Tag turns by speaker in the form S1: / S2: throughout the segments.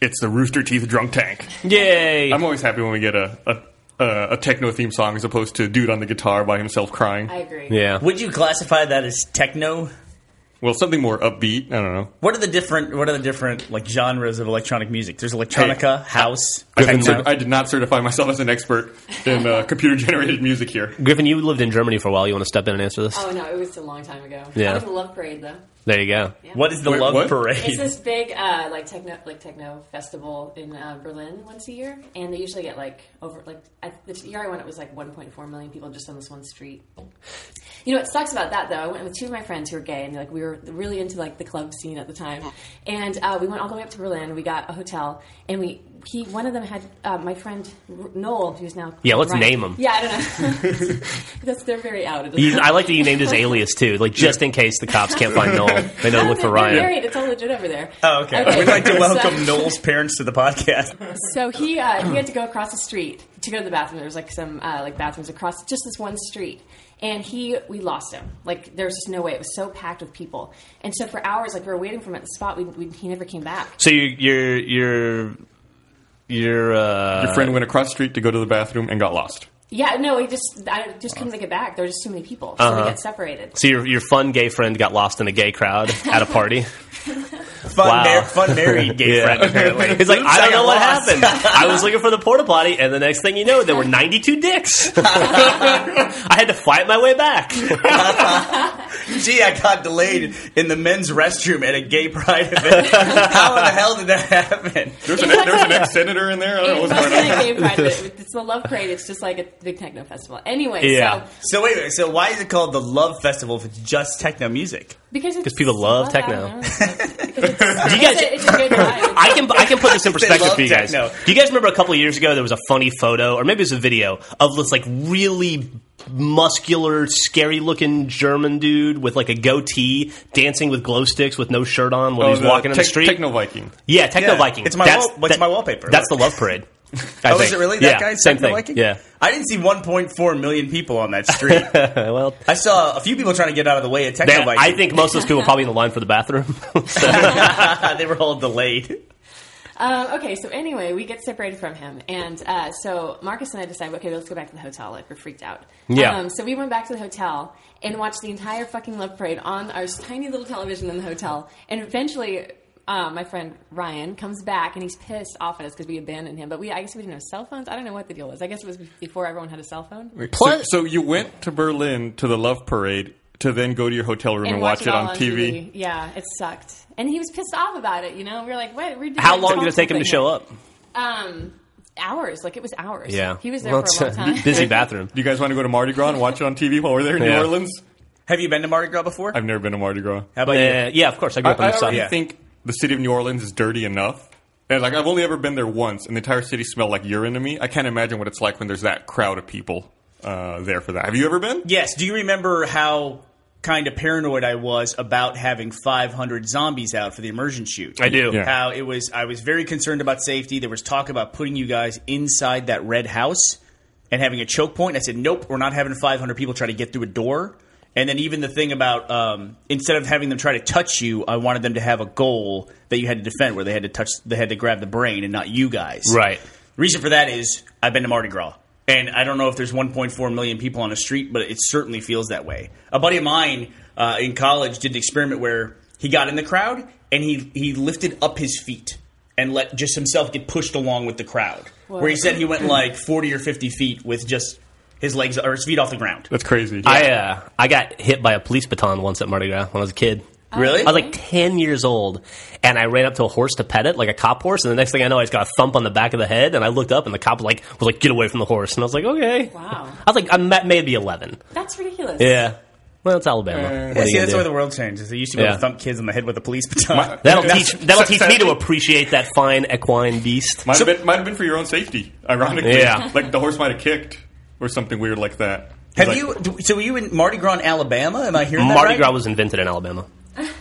S1: it's the Rooster Teeth Drunk Tank.
S2: Yay!
S1: I'm always happy when we get a a, a, a techno theme song as opposed to dude on the guitar by himself crying.
S3: I agree.
S2: yeah.
S4: Would you classify that as techno?
S1: well, something more upbeat. I don't know.
S4: What are the different What are the different like genres of electronic music? There's electronica, house.
S1: I, had
S4: techno.
S1: cer- I did not certify myself as an expert in uh, computer generated music here.
S2: Griffin, you lived in Germany for a while. You want to step in and answer this?
S3: Oh no, it was a long time ago.
S2: Yeah.
S3: I was in Love Parade though.
S2: There you go.
S4: what is the
S1: Wait,
S4: love
S1: what?
S3: It's
S4: parade?
S3: this big uh, like techno like techno festival in uh, Berlin once a year, and they usually get like over like I, the year I went, it was like 1.4 million people just on this one street. You know what sucks about that though? I went with two of my friends who were gay, and like we were really into like the club scene at the time, and uh, we went all the way up to Berlin. We got a hotel, and we he one of them had uh, my friend R- Noel, who's now
S2: Yeah, let's name him.
S3: Yeah, I don't know. That's they're very out. It doesn't
S2: You, I like that you named his alias too, like just in case the cops can't find Noel, they know to look for
S3: They're
S2: Ryan.
S3: Married. It's all legit over there.
S4: Oh, okay. We'd like to
S3: so-
S4: welcome Noel's parents to the podcast.
S3: So he uh, he had to go across the street to go to the bathroom. There was like some uh, like bathrooms across just this one street, and he we lost him. Like there was just no way. It was so packed with people, and so for hours like we were waiting for him at the spot. We, we he never came back.
S2: So you, you're you're you're uh,
S1: Your friend went across the street to go to the bathroom and got lost.
S3: Yeah, no, he just I just couldn't make it back. There were just too many people, so
S2: Uh-huh.
S3: we got separated.
S2: so your your fun gay friend got lost in a gay crowd at a party.
S4: Fun,
S2: Wow.
S4: mar- fun married gay
S2: Yeah.
S4: friend, apparently.
S2: It's like I don't
S4: got
S2: know what
S4: lost.
S2: happened. I was looking for the porta potty, and the next thing you know, there were 92 dicks. I had to fight my way back.
S4: Gee, I got delayed in the men's restroom at a gay pride event. How in the hell did that happen?
S1: There's an, there's an ex senator in there. I
S4: Oh,
S1: don't know what's going on.
S3: It's not a gay pride, but it's the Love Parade. It's just like a big techno festival. Anyway,
S2: Yeah.
S3: so
S4: So wait a minute. So why is it called the Love Festival if it's just techno music?
S3: because it's-
S2: people love
S3: I don't
S2: techno.
S3: know. Because
S2: Do you guys-
S3: it's, it's a good vibe.
S2: I can I can put this in perspective
S4: love
S2: for you guys.
S4: techno.
S2: Do you guys remember a couple years ago there was a funny photo, or maybe it was a video of this like really muscular, scary looking German dude with like a goatee dancing with glow sticks with no shirt on when
S1: Oh,
S2: he's walking in the
S1: tech-
S2: street.
S1: Techno Viking.
S2: yeah, techno
S4: Yeah.
S2: Viking.
S4: It's my
S2: that's,
S4: wall- it's my wallpaper.
S2: That's the love parade. I
S4: oh,
S2: think.
S4: is it really that
S2: yeah,
S4: guy?
S2: Same
S4: Techno
S2: thing.
S4: Viking?
S2: Yeah.
S4: I didn't see 1.4 million people on that street.
S2: well,
S4: I saw a few people trying to get out of the way at Techno
S2: that- I
S4: Viking.
S2: think most of those people are probably in the line for the bathroom.
S4: they were all delayed.
S3: Um, okay, so anyway, we get separated from him, and uh, so Marcus and I decided, okay, let's go back to the hotel. Like we're freaked out.
S2: Yeah.
S3: Um, so we went back to the hotel and watched the entire fucking love parade on our tiny little television in the hotel, and eventually. Uh, my friend Ryan comes back and he's pissed off at us because we abandoned him. But we, I guess, we didn't have cell phones. I don't know what the deal was. I guess it was before everyone had a cell phone.
S1: So,
S2: Plus-
S1: so you went to Berlin to the Love Parade to then go to your hotel room and, watch, it
S3: all
S1: on, TV.
S3: Yeah, it sucked. And he was pissed off about it. You know, we were like, "What? We're doing
S2: How
S3: a
S2: long did it
S3: console
S2: take him to
S3: thing
S2: show
S3: here."
S2: up?
S3: Um, hours. Like it was hours.
S2: Yeah.
S3: he was there
S2: Well,
S3: for a long
S2: it's
S3: time.
S2: Busy bathroom.
S1: Do you guys want to go to Mardi Gras and watch it on TV while we're there in
S2: Yeah.
S1: New Orleans?
S4: Have you been to Mardi Gras before?
S1: I've never been to Mardi Gras.
S4: How about you?
S2: Uh, yeah, of course. I grew
S1: I,
S2: up on
S1: I
S2: the side.
S1: already think the city of New Orleans is dirty enough. And like I've only ever been there once, and the entire city smelled like urine to me. I can't imagine what it's like when there's that crowd of people uh, there for that. Have you ever been?
S4: Yes. Do you remember how kind of paranoid I was about having 500 zombies out for the immersion shoot?
S2: I do.
S1: Yeah.
S4: How it was, I was very concerned about safety. There was talk about putting you guys inside that red house and having a choke point. I said, nope, we're not having 500 people try to get through a door. And then even the thing about um, instead of having them try to touch you, I wanted them to have a goal that you had to defend, where they had to touch, they had to grab the brain and not you guys.
S2: Right.
S4: Reason for that is I've been to Mardi Gras, and I don't know if there's 1.4 million people on the street, but it certainly feels that way. A buddy of mine uh, in college did an experiment where he got in the crowd and he he lifted up his feet and let just himself get pushed along with the crowd. Where he said he went like 40 or 50 feet with just his legs or his feet off the ground.
S1: That's crazy.
S2: I uh, I got hit by a police baton once at Mardi Gras when I was a kid.
S3: Oh,
S4: Really?
S2: I was like ten years old, and I ran up to a horse to pet it, like a cop horse. And the next thing I know, I just got a thump on the back of the head, and I looked up, and the cop was like was like, "Get away from the horse!" And I was like, "Okay."
S3: Wow.
S2: I was like, "I'm ma- maybe 11."
S3: That's ridiculous.
S2: Yeah. Well, it's Alabama. What
S4: Yeah,
S2: are you
S4: see,
S2: gonna
S4: that's
S2: do?
S4: where the world changes. They used to go
S2: Yeah.
S4: to thump kids on the head with a police baton.
S1: My-
S2: that'll
S1: That's-
S2: teach that'll teach me to
S1: sadly-
S2: appreciate that fine equine beast.
S1: Might, have been, might have been for your own safety, ironically.
S2: Yeah.
S1: Like the horse might have kicked or something weird like that.
S4: Have
S1: Like,
S4: you? So were you in Mardi Gras, in Alabama? Am I hearing that
S2: Mardi
S4: right?
S2: Gras was invented in Alabama.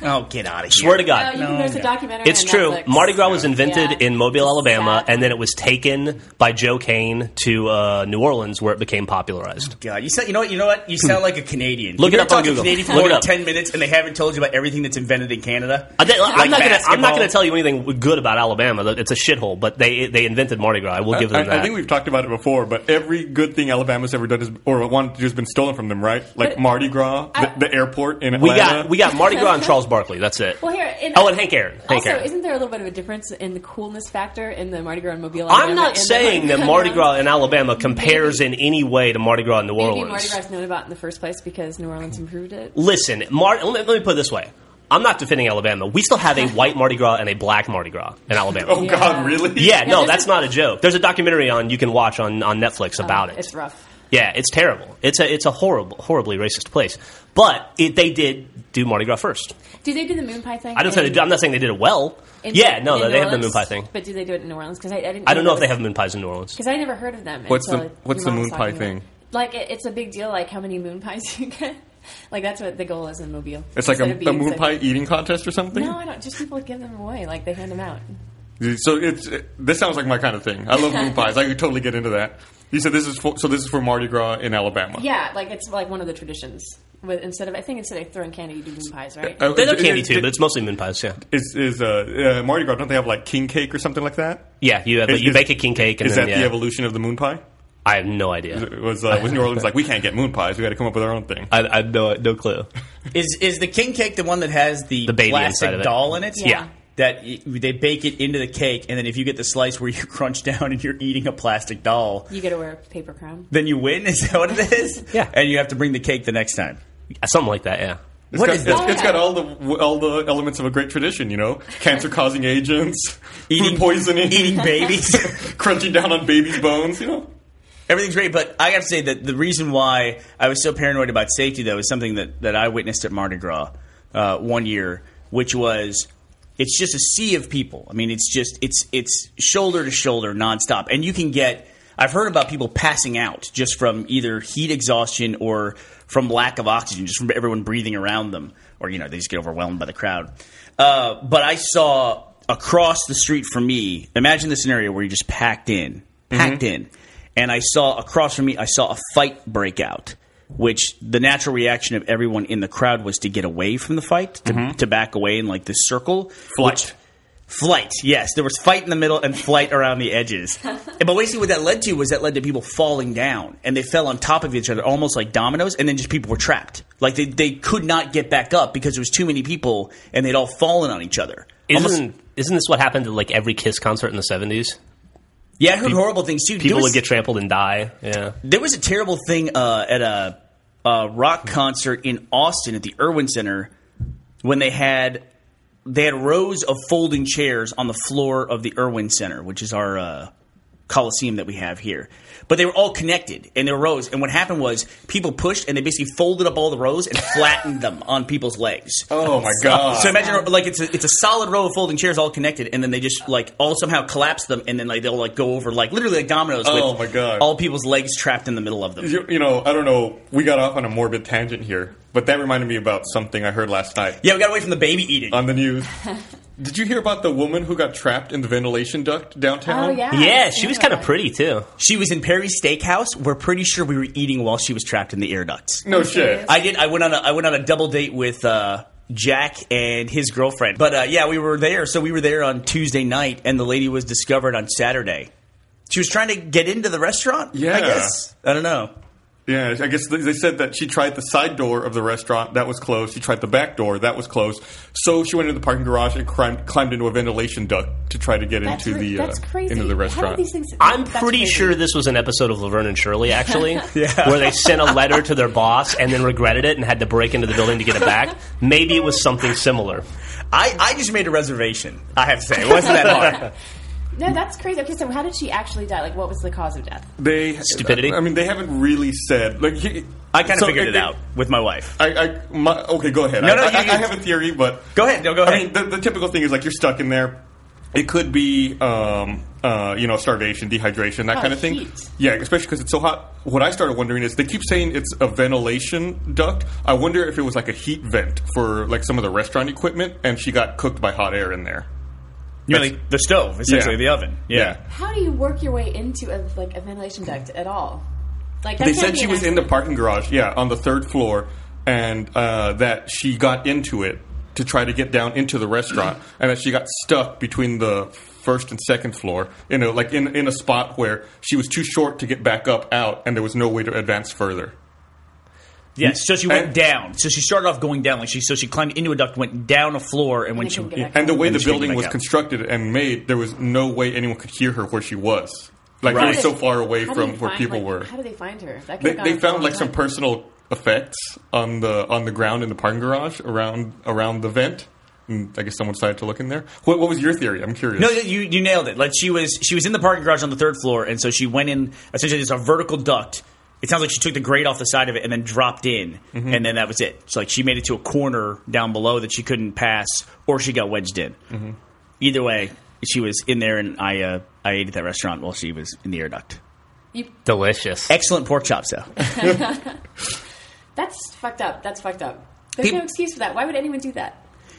S4: Oh, get out of here!
S2: Swear to God.
S3: No, Uh, you can-
S4: No,
S3: there's a
S4: no.
S3: documentary.
S2: It's
S3: on
S2: true.
S3: Netflix.
S2: Mardi Gras was invented
S3: Yeah.
S2: in Mobile,
S3: It's
S2: Alabama,
S3: sad.
S2: and then it was taken by Joe Kane to uh, New Orleans, where it became popularized.
S4: God, you sound, you know what? You know what? You sound like a Canadian.
S2: Look
S4: You
S2: it up
S4: ever
S2: on
S4: talk to
S2: Google.
S4: Canadian
S2: Look
S4: people
S2: it
S4: in
S2: up.
S4: ten minutes, and they haven't told you about everything that's invented in Canada.
S2: I, am not going to. I'm not
S4: basketball.
S2: going to tell you anything good about Alabama. though. It's a shithole, but they they invented Mardi Gras. I will give them
S1: I,
S2: that.
S1: I think we've talked about it before, but every good thing Alabama's ever done is, or wanted to do has been stolen from them, right? Like
S3: But-
S1: Mardi Gras,
S3: I-
S1: the, the airport in
S2: we
S1: Atlanta.
S2: got we got Mardi Gras and Charles Barkley. That's it.
S3: Well, here. In,
S2: oh, and Hank Aaron. Hank
S3: also,
S2: Aaron.
S3: isn't there a little bit of a difference in the coolness factor in the Mardi Gras and Mobile? Alabama
S2: I'm not
S3: and the
S2: saying that Mardi Gras in Alabama compares in any way to Mardi Gras in New
S3: Maybe
S2: Orleans.
S3: Mardi Gras is known about in the first place because New Orleans improved it.
S2: Listen, Mar- let, me, let me put it this way. I'm not defending Alabama. We still have a white Mardi Gras and a black Mardi Gras in Alabama.
S1: Oh God, really?
S2: Yeah, no,
S3: there's
S2: that's
S3: a-
S2: not a joke. There's a documentary on you can watch on, on Netflix about it.
S3: Oh, It's rough.
S2: Yeah, it's terrible. It's a it's a horrible, horribly racist place. But it, they did do Mardi Gras first.
S3: Do they do the moon pie thing?
S2: I don't say they,
S3: in-
S2: do- I'm not saying they did it well.
S3: in-
S2: yeah, no,
S3: in
S2: no,
S3: New
S2: they have the
S3: Orleans?
S2: moon pie thing.
S3: But do they do it in New Orleans? Because I, I didn't.
S2: I don't know if they have moon pies in New Orleans.
S3: Because I never heard of them.
S1: What's
S3: until
S1: the- what's the
S3: your mom
S1: moon
S3: was
S1: pie
S3: talking about
S1: thing?
S3: it. Like it, it's a big deal. Like how many moon pies you get. Like that's what the goal is in Mobile.
S1: It's like
S3: Instead of
S1: a, a
S3: being
S1: moon
S3: sick-
S1: pie eating contest or something.
S3: No, I don't. Just people give them away. Like they hand them out.
S1: So it's it- this sounds like my kind of thing. I love moon pies. I could totally get into that. You said this is for, so. This is for Mardi Gras in Alabama.
S3: Yeah, like it's like one of the traditions. With instead of I think instead of throwing candy, you do moon pies, right?
S1: Uh,
S2: They do
S1: is-
S2: candy
S1: is-
S2: too, but it's mostly moon pies. Yeah,
S1: is is uh, uh, Mardi Gras? Don't they have like king cake or something like that?
S2: yeah. You have
S1: Is-
S2: you
S1: is-
S2: bake a king cake, and
S1: Is
S2: then,
S1: that
S2: yeah.
S1: the evolution of the moon pie?
S2: I have no idea.
S1: It was uh, was New Orleans like we can't get moon pies. We got to come up with our own thing.
S2: I, I have no no clue.
S4: Is is the king cake the one that has the,
S2: The baby inside of
S4: plastic
S2: it.
S4: doll in it?
S3: Yeah. Yeah.
S4: That y- they bake it into the cake, and then if you get the slice where you crunch down and you're eating a plastic doll,
S3: You get to wear a paper crown.
S4: then you win. Is that what it is?
S2: Yeah.
S4: And you have to bring the cake the next time.
S2: Something like that. Yeah.
S1: It's
S4: What
S1: got,
S4: is
S1: it's-
S4: that?
S1: it's got all the all the elements of a great tradition, you know, cancer causing agents,
S4: Eating-
S1: food poisoning,
S4: Eating babies.
S1: crunching down on babies' bones, you know.
S4: Everything's great, but I have to say that the reason why I was so paranoid about safety, though, is something that, that I witnessed at Mardi Gras uh, one year, which was it's just a sea of people. I mean, it's just it's it's shoulder to shoulder nonstop, and you can get. I've heard about people passing out just from either heat exhaustion or from lack of oxygen, just from everyone breathing around them, or you know they just get overwhelmed by the crowd. Uh, but I saw across the street from me. Imagine the scenario where you're just packed in, packed in and I saw across from me, I saw a fight break out, which the natural reaction of everyone in the crowd was to get away from the fight, to,
S2: Mm-hmm.
S4: to back away in like this circle.
S1: Flight.
S4: which- flight, yes. There was fight in the middle and flight around the edges. And- but basically, what that led to was that led to people falling down, and they fell on top of each other almost like dominoes, and then just people were trapped. Like they, they could not get back up because there was too many people, and they'd all fallen on each other.
S2: Isn't
S4: Almost-
S2: isn't this what happened to like every Kiss concert in the seventies?
S4: yeah, I heard horrible things too. There
S2: People
S4: was-
S2: would get trampled and die. Yeah.
S4: There was a terrible thing uh, at a, a rock concert in Austin at the Irwin Center when they had they had rows of folding chairs on the floor of the Irwin Center, which is our uh, coliseum that we have here. But they were all connected and they were rows. And what happened was people pushed and they basically folded up all the rows and flattened them on people's legs.
S1: Oh my God!
S4: So imagine like it's a, it's a solid row of folding chairs all connected, and then they just like all somehow collapse them, and then like they'll like go over like literally like dominoes.
S1: Oh
S4: with
S1: my God.
S4: All people's legs trapped in the middle of them.
S1: you, you know, I don't know. We got off on a morbid tangent here, but that reminded me about something I heard last night
S4: Yeah, we got away from the baby eating.
S1: on the news. Did you hear about the woman who got trapped in the ventilation duct downtown?
S3: Oh yeah.
S2: Yeah, she was kind of
S3: Yeah.
S2: pretty too.
S4: she was in Perry's Steakhouse. We're pretty sure we were eating while she was trapped in the air ducts.
S1: No shit.
S4: I did. I went on. A, I went on a double date with uh, Jack and his girlfriend. But uh, yeah, we were there. So we were there on Tuesday night, and the lady was discovered on Saturday. She was trying to get into the restaurant.
S1: Yeah.
S4: I guess. I don't know.
S1: Yeah, I guess they- they said that she tried the side door of the restaurant, that was closed. She tried the back door, that was closed. So she went into the parking garage and climbed, climbed into a ventilation duct to try to get
S3: That's,
S1: into
S3: re-
S1: the
S3: that's
S1: uh,
S3: crazy.
S1: into the
S3: How
S1: restaurant.
S3: do these things,
S2: I'm
S3: that's
S2: pretty
S3: crazy.
S2: sure this was an episode of Laverne and Shirley, actually, where they sent a letter to their boss and then regretted it and had to break into the building to get it back. Maybe it was something similar.
S4: I, I just made a reservation. I have to say, it wasn't that hard.
S3: No, that's crazy. Okay, so how did she actually die? Like, what was the cause of death?
S1: they
S2: Stupidity?
S1: I mean, they haven't really said. Like, he-
S4: I kind of
S1: so uh,
S4: figured it, out with my wife.
S1: I, I my, okay, go ahead.
S4: No,
S1: I,
S4: no,
S1: I,
S4: you-
S1: I- I have a theory, but
S4: Go ahead. No, go
S1: I
S4: ahead.
S1: mean, the, the typical thing is like you're stuck in there. It could be um, uh, you know, starvation, dehydration, that
S3: Oh,
S1: kind of thing.
S3: heat.
S1: Yeah, especially because it's so hot. What I started wondering is they keep saying it's a ventilation duct. I wonder if it was like a heat vent for like some of the restaurant equipment, and she got cooked by hot air in there.
S4: You mean
S1: That's-
S4: like the stove, essentially
S1: Yeah.
S4: the oven. Yeah.
S3: How do you work your way into a, like a ventilation duct at all? Like that
S1: They
S3: can't
S1: said
S3: be
S1: she
S3: an
S1: was in the
S3: accident.
S1: parking garage, yeah, on the third floor, and uh, that she got into it to try to get down into the restaurant, and that she got stuck between the first and second floor, you know, like in in a spot where she was too short to get back up out, and there was no way to advance further.
S4: Yes. So she went
S1: And-
S4: down. So she started off going down. Like she, so she climbed into a duct, went down a floor, and when
S3: they
S4: she,
S3: couldn't get back
S1: And the way
S4: And
S1: the
S4: she couldn't
S1: building
S4: make
S1: was
S4: out.
S1: constructed and made, there was no way anyone could hear her where she was. Like it
S4: Right.
S1: was so far away
S3: How do
S1: from
S3: you
S1: where
S3: find-
S1: people
S3: like,
S1: were.
S3: How do they find her? That
S1: They,
S3: could've
S1: they
S3: gone
S1: found
S3: on
S1: like
S3: for a
S1: some
S3: long time.
S1: personal effects on the on the ground in the parking garage around around the vent. And I guess someone decided to look in there. What, what was your theory? I'm curious.
S4: No, you you nailed it. Like she was she was in the parking garage on the third floor, and so she went in. Essentially, it's a vertical duct. It sounds like she took the grate off the side of it and then dropped in,
S2: Mm-hmm.
S4: and then that was it. So like she made it to a corner down below that she couldn't pass, or she got wedged in.
S2: Mm-hmm.
S4: Either way, she was in there, and I uh, I ate at that restaurant while she was in the air duct.
S5: Delicious.
S4: Excellent pork chops, though.
S3: That's fucked up. That's fucked up. There's
S4: Peop-
S3: no excuse for that. Why would anyone do that?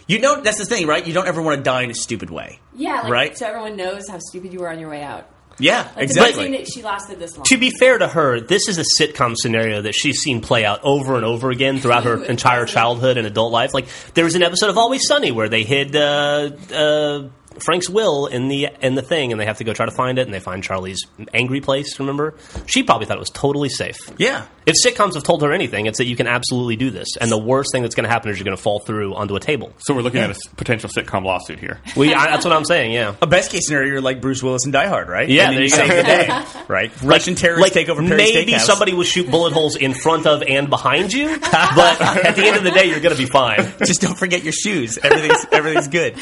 S4: you know that's the thing, right? You don't ever want to die in a stupid way.
S3: Yeah, like,
S4: Right.
S3: So everyone knows how stupid you were on your way out.
S4: Yeah,
S3: Like,
S4: exactly.
S3: Amazing that she lasted this long.
S2: To be fair to her, this is a sitcom scenario that she's seen play out over and over again throughout her entire childhood and adult life. Like there was an episode of Always Sunny where they hid uh, uh, Frank's will in the in the thing, and they have to go try to find it, and they find Charlie's angry place. Remember, she probably thought it was totally safe.
S4: yeah.
S2: If sitcoms have told her anything, it's that you can absolutely do this, and the worst thing that's going to happen is you're going to fall through onto a table.
S1: So we're looking at a s- potential sitcom lawsuit here.
S2: We, I, that's what I'm saying. Yeah.
S4: A best case scenario, you're like Bruce Willis and Die Hard, right?
S2: Yeah,
S4: and then
S2: there you
S4: you save
S2: go.
S4: the day, right? Russian terrorists take over Perry's
S2: maybe
S4: Steakhouse.
S2: somebody will shoot bullet holes in front of and behind you, but at the end of the day, you're going to be fine.
S4: just don't forget your shoes. Everything's everything's good.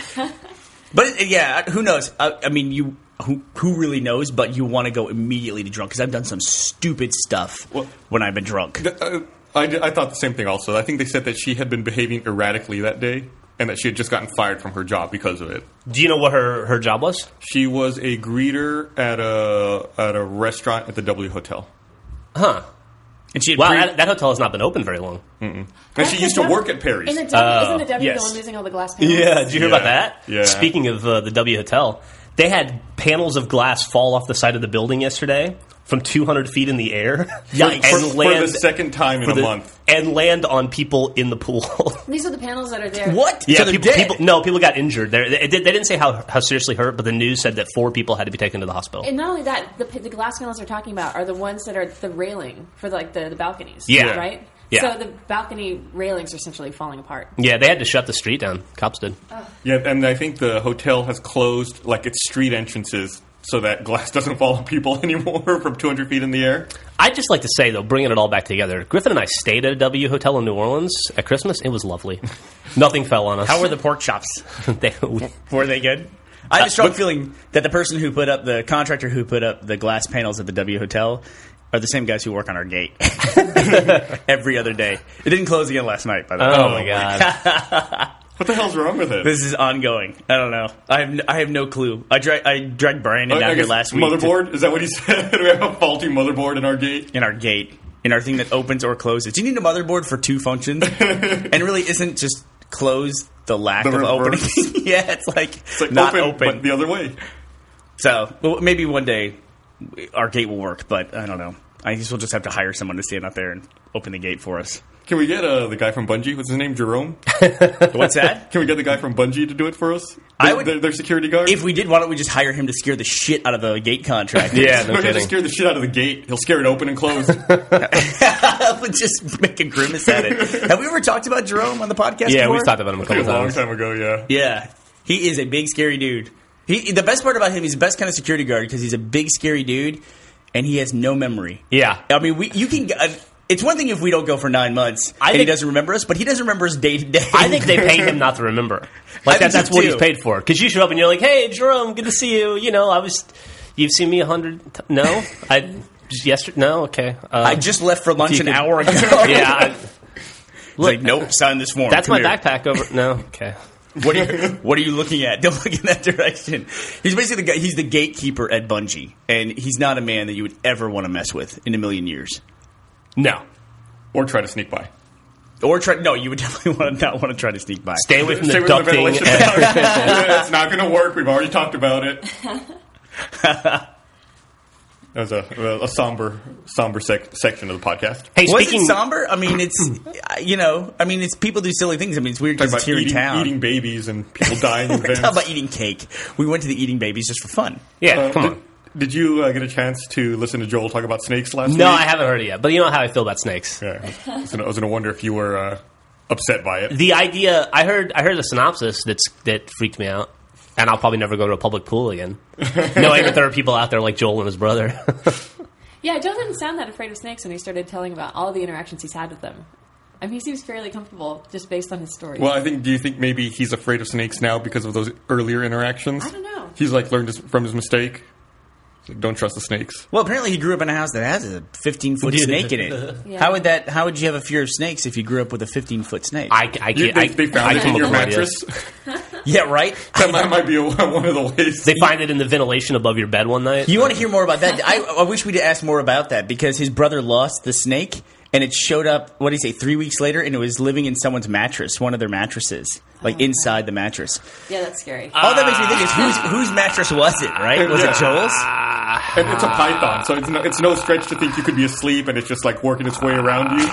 S4: But uh, yeah, who knows? I, I mean, you who who really knows? But you want to go immediately to drunk because I've done some stupid stuff
S1: Well-
S4: when I've been drunk.
S1: Th- uh, I, d- I thought the same thing also. I think they said that she had been behaving erratically that day and that she had just gotten fired from her job because of it.
S2: Do you know what her, her job was?
S1: She was a greeter at a at a restaurant at the W Hotel.
S2: Huh.
S4: And she had
S2: Wow,
S4: pre- Mm-hmm.
S2: that, that hotel has not been open very long.
S1: And
S3: That's
S1: she
S3: the
S1: used to
S3: devil-
S1: work at Perry's.
S3: In the devil, isn't the devil
S4: yes.
S3: the one losing all the glass panels?
S2: Yeah, did you hear about
S1: Uh, Yeah,
S2: that?
S1: yeah.
S2: Speaking of uh, the W Hotel, they had panels of glass fall off the side of the building yesterday from 200 feet in the air
S4: Yikes.
S1: for,
S2: and
S1: for
S2: land
S1: the second time in
S2: for
S1: a
S2: the-
S1: month.
S2: and land on people in the pool.
S3: These are the panels that are there.
S4: what?
S2: Yeah,
S4: So they're
S2: people,
S4: dead.
S2: people. No, people got injured. They're, they, they didn't say how, how seriously hurt, but the news said that four people had to be taken to the hospital.
S3: And not only that, the, the glass panels they're talking about are the ones that are the railing for like the, the balconies.
S2: Yeah.
S3: Right.
S2: Yeah.
S3: So the balcony railings are essentially falling apart.
S2: yeah, they had to shut the street down. Cops did.
S1: Yeah, and I think the hotel has closed like its street entrances so that glass doesn't fall on people anymore from 200 feet in the air.
S2: I'd just like to say though, bringing it all back together, Griffin and I stayed at a W hotel in New Orleans at Christmas. It was lovely. Nothing fell on us.
S4: How were the Oh, pork chops?
S2: they, we-
S4: Were they good? Uh, I have a strong feeling that the person who put up the contractor who put up the glass panels at the W Hotel are the same guys who work on our gate every other day. It didn't close again last night, by the way.
S2: oh, my god!
S1: What the hell's wrong with it?
S4: This is ongoing. I don't know. I have n- I have no clue. I drag I dragged
S1: Oh,
S4: Brandon
S1: Uh, I
S4: down here
S1: guess
S4: last week to-
S1: motherboard? Is that what he said? we have a faulty motherboard in our gate.
S4: in our gate in our thing that opens or closes. Do you need a motherboard for two functions? and really, isn't just close the lack
S1: The
S4: of opening?
S1: reverse.
S4: yeah, it's like,
S1: It's like
S4: not
S1: open,
S4: open.
S1: but the other way.
S4: so well, maybe one day our gate will work, but I don't know. I guess we'll just have to hire someone to stand out there and open the gate for us.
S1: Can we get uh, the guy from Bungie? What's his name? Jerome?
S4: What's that?
S1: Can we get the guy from Bungie to do it for us?
S4: I
S1: Their-
S4: would-
S1: their, their security guard.
S4: if we did, why don't we just hire him to scare the shit out of the gate contract?
S2: yeah,
S1: We're
S2: no
S1: going to
S2: kidding.
S1: scare the shit out of the gate. He'll scare it open and closed.
S4: just make a grimace at it. Have we ever talked about Jerome on the podcast?
S2: Yeah,
S4: before?
S2: we've talked about him a
S1: a
S2: couple
S1: long
S2: times.
S1: time ago, yeah.
S4: Yeah, he is a big scary dude. He the best part about him, he's the best kind of security guard because he's a big scary dude, and he has no memory.
S2: Yeah.
S4: I mean, we you can. Uh, it's one thing if we don't go for nine months
S2: I
S4: and he
S2: think-
S4: doesn't remember us, but he doesn't remember us day to day.
S2: I think they paid him not to remember.
S4: I
S2: Like
S4: think
S2: that's
S4: so,
S2: that's what
S4: too.
S2: he's paid for. Because you show up and you're like, "Hey, Jerome, good to see you." You know, I was. You've seen me a hundred. T- no, I just yesterday. No, okay. Uh,
S4: I just left for lunch
S2: You
S4: an
S2: could-
S4: hour ago.
S2: yeah. I,
S4: It's like nope, sign this form.
S2: that's
S4: Come
S2: my
S4: here.
S2: backpack over. No, okay.
S4: What are you, what are you looking at? Don't look in that direction. He's basically the guy, he's the gatekeeper at Bungie, and he's not a man that you would ever want to mess with in a million years.
S2: No.
S1: or try to sneak by.
S4: Or try no, you would definitely want to not want to try to sneak by.
S2: Stay away from the
S1: Same with the
S2: ducting.
S1: ventilation.
S2: and-
S1: it's not going to work. We've already talked about it. That was a, a somber, somber sec- section of the podcast.
S2: hey,
S4: Was
S2: speaking
S4: it somber? I mean, it's you know, I mean, it's people do silly things. I mean, it's weird because
S1: Talking
S4: it's here
S1: about
S4: in
S1: eating,
S4: town.
S1: eating babies and people dying in
S4: We're
S1: vents.
S4: talking about eating cake. We went to the eating babies just for fun.
S2: yeah,
S1: Uh,
S2: come
S1: did,
S2: on.
S1: did you uh, get a chance to listen to Joel talk about snakes last
S2: No, I
S1: week?
S2: haven't heard it yet, but you know how I feel about snakes.
S1: Yeah, I was gonna- I was going to wonder if you were uh, upset by it.
S2: The idea I heard, I heard a synopsis that's that freaked me out, and I'll probably never go to a public pool again. Knowing that there are people out there like Joel and his brother.
S3: Yeah, Joe didn't sound that afraid of snakes when he started telling about all the interactions he's had with them. I mean, he seems fairly comfortable just based on his story.
S1: Well, I think. Do you think maybe he's afraid of snakes now because of those earlier interactions?
S3: I don't know.
S1: He's like learned his, from his mistake. He's like, don't trust the snakes.
S4: Well, apparently he grew up in a house that has a 15 foot
S2: Dude.
S4: snake in it.
S3: Yeah.
S4: How would that? How would you have a fear of snakes if you grew up with a 15 foot snake?
S2: I, I,
S1: You,
S2: can't.
S1: they,
S2: I,
S1: they found
S2: I
S1: it
S2: come
S1: in
S2: up
S1: your
S2: with ideas.
S1: mattress.
S4: yeah, right.
S1: that might, might be a, one of the ways.
S2: They find it in the ventilation above your bed one night.
S4: You want to hear more about that? I, I wish we'd asked more about that because his brother lost the snake, and it showed up. What do you say? Three weeks later, and it was living in someone's mattress, one of their mattresses, like inside the mattress.
S3: yeah, that's scary.
S2: Uh,
S4: All that makes me think is whose whose mattress was it? Right? Was it Joel's?
S1: And it's a python, so it's no, it's no stretch to think you could be asleep and it's just like working its way around you.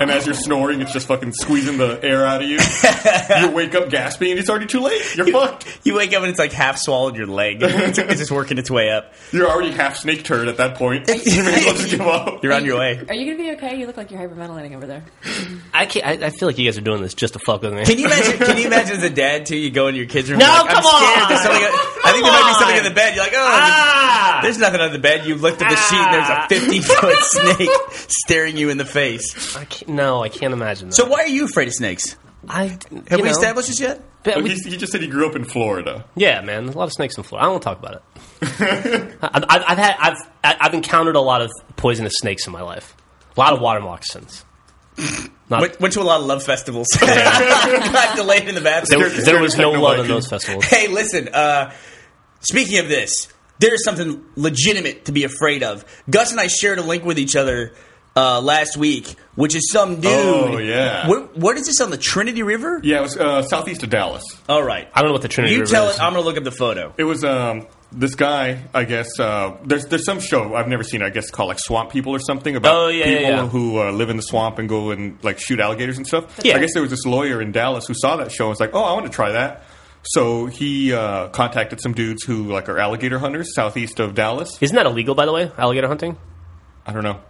S1: And as you're snoring, it's just fucking squeezing the air out of you. you wake up gasping, and it's already too late. You're fucked.
S4: You wake up and it's like half swallowed your leg. It's, it's just working its way up.
S1: You're already half snake turd at that point. You may as well just give up.
S4: You're on your way.
S3: Are you going to be okay? You look like you're hyperventilating over there.
S2: I, can't, I, I feel like you guys are doing this just to fuck with me.
S4: Can you imagine? Can you imagine as a dad too? You go into your kids' room.
S2: No,
S4: you're like,
S2: come
S4: I'm scared.
S2: on!
S4: There's something. I think there might be something in the bed. You're like, oh,
S2: Ah!
S4: there's nothing under the bed. You looked at the sheet. and There's a 50 foot snake staring you in the face.
S2: I can't, no, I can't imagine that.
S4: So why are you afraid of snakes?
S2: I,
S4: Have we established this yet?
S1: Well, he's- he just said he grew up in Florida.
S2: Yeah, man, there's a lot of snakes in Florida. I don't want to talk about it. I've, I've I've had I've I- I've encountered a lot of poisonous snakes in my life. A lot of water moccasins. Not,
S4: Went, went to a lot of love festivals. Got delayed in the bathroom.
S2: there, there was no
S1: Techno
S2: love in
S1: Viking.
S2: those festivals.
S4: Hey, listen. Uh, speaking of this, there is something legitimate to be afraid of. Gus and I shared a link with each other uh, last week, which is some dude.
S1: Oh, yeah.
S4: Where- what is this on the Trinity River?
S1: Yeah, it was uh, southeast of Dallas.
S4: All right.
S2: I don't know what the Trinity
S4: You
S2: River
S4: tell
S2: is.
S4: it. I'm gonna look up the photo.
S1: It was um, this guy, I guess. Uh, there's there's some show I've never seen. I guess called like Swamp People or something about
S2: Oh, yeah, yeah,
S1: people
S2: yeah.
S1: who uh, live in the swamp and go and like shoot alligators and stuff.
S2: Yeah.
S1: I guess there was this lawyer in Dallas who saw that show and was like, "Oh, I want to try that." So he uh, contacted some dudes who like are alligator hunters southeast of Dallas.
S2: Isn't that illegal, by the way? Alligator hunting?
S1: I don't know.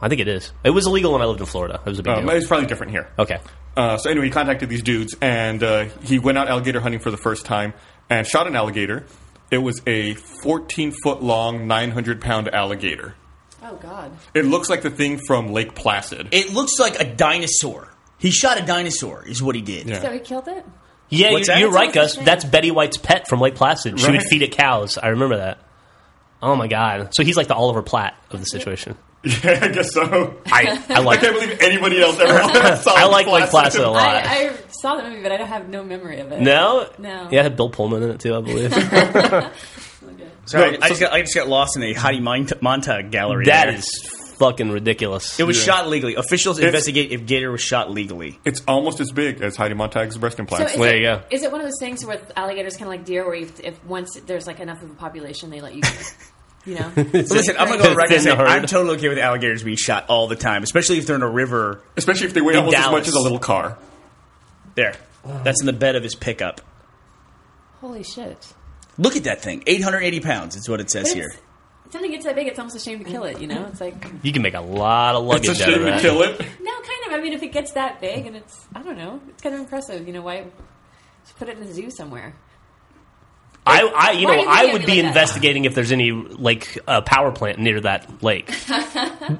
S2: I think it is. It was illegal when I lived in Florida. It was a big
S1: Um,
S2: deal.
S1: it's probably different here.
S2: Okay.
S1: Uh, so anyway, he contacted these dudes, and uh, he went out alligator hunting for the first time and shot an alligator. It was a 14 foot long, 900 pound alligator.
S3: Oh, God.
S1: It looks like the thing from Lake Placid.
S4: It looks like a dinosaur. He shot a dinosaur, is what he did.
S1: Yeah.
S3: So he killed it?
S2: Yeah,
S4: What's
S2: you're,
S4: that?
S2: you're right,
S4: That's
S2: Gus. That's Betty White's pet from Lake Placid. She would
S1: Right.
S2: feed it cows. I remember that. Oh my god! So he's like the Oliver Platt of the situation.
S1: Yeah, I guess so.
S2: I I
S1: I
S2: like
S1: can't believe anybody else ever saw
S2: I like Lake Placid a lot.
S3: I, I saw the movie, but I don't have no memory of it.
S2: No,
S3: No.
S2: Yeah, it had Bill Pullman in it too, I believe.
S3: Okay.
S4: Sorry,
S1: No,
S4: I,
S1: so-
S4: just got, I just got lost in a Heidi Mon- Montag gallery.
S2: that
S4: there.
S2: is fucking ridiculous.
S4: It was shot legally. Officials
S1: It's-
S4: investigate if Gator was shot legally.
S1: it's almost as big as Heidi Montag's breast
S3: So
S1: implants.
S3: is
S2: There
S3: it,
S2: you go.
S3: Is it one of those things where with alligators, kind of like deer, where if, if once there's like enough of a population, they let you, you know?
S4: Listen, I'm gonna go on record and say
S2: Thin herd.
S4: I'm totally okay with alligators being shot all the time, especially if they're in a river.
S1: Especially if they weigh
S4: In
S1: almost as
S4: Dallas.
S1: much as a little car.
S4: There, that's in the bed of his pickup.
S3: Holy shit.
S4: Look at that thing, 880 pounds. is what it says
S3: But
S4: here.
S3: it's- if something gets that big, it's almost a shame to kill it, you know? It's like, no,
S2: you can make a lot of
S1: It's a
S2: luggage out of
S1: shame to
S2: that.
S1: kill it.
S3: kind of. I mean, if it gets that big and it's, I don't know, it's kind of impressive. You know, why? Just put it in a zoo somewhere.
S2: I, I, you know,
S3: Why are you looking
S2: I
S3: at
S2: would
S3: me
S2: be
S3: like that?
S2: investigating if there's any like uh, power plant near that lake.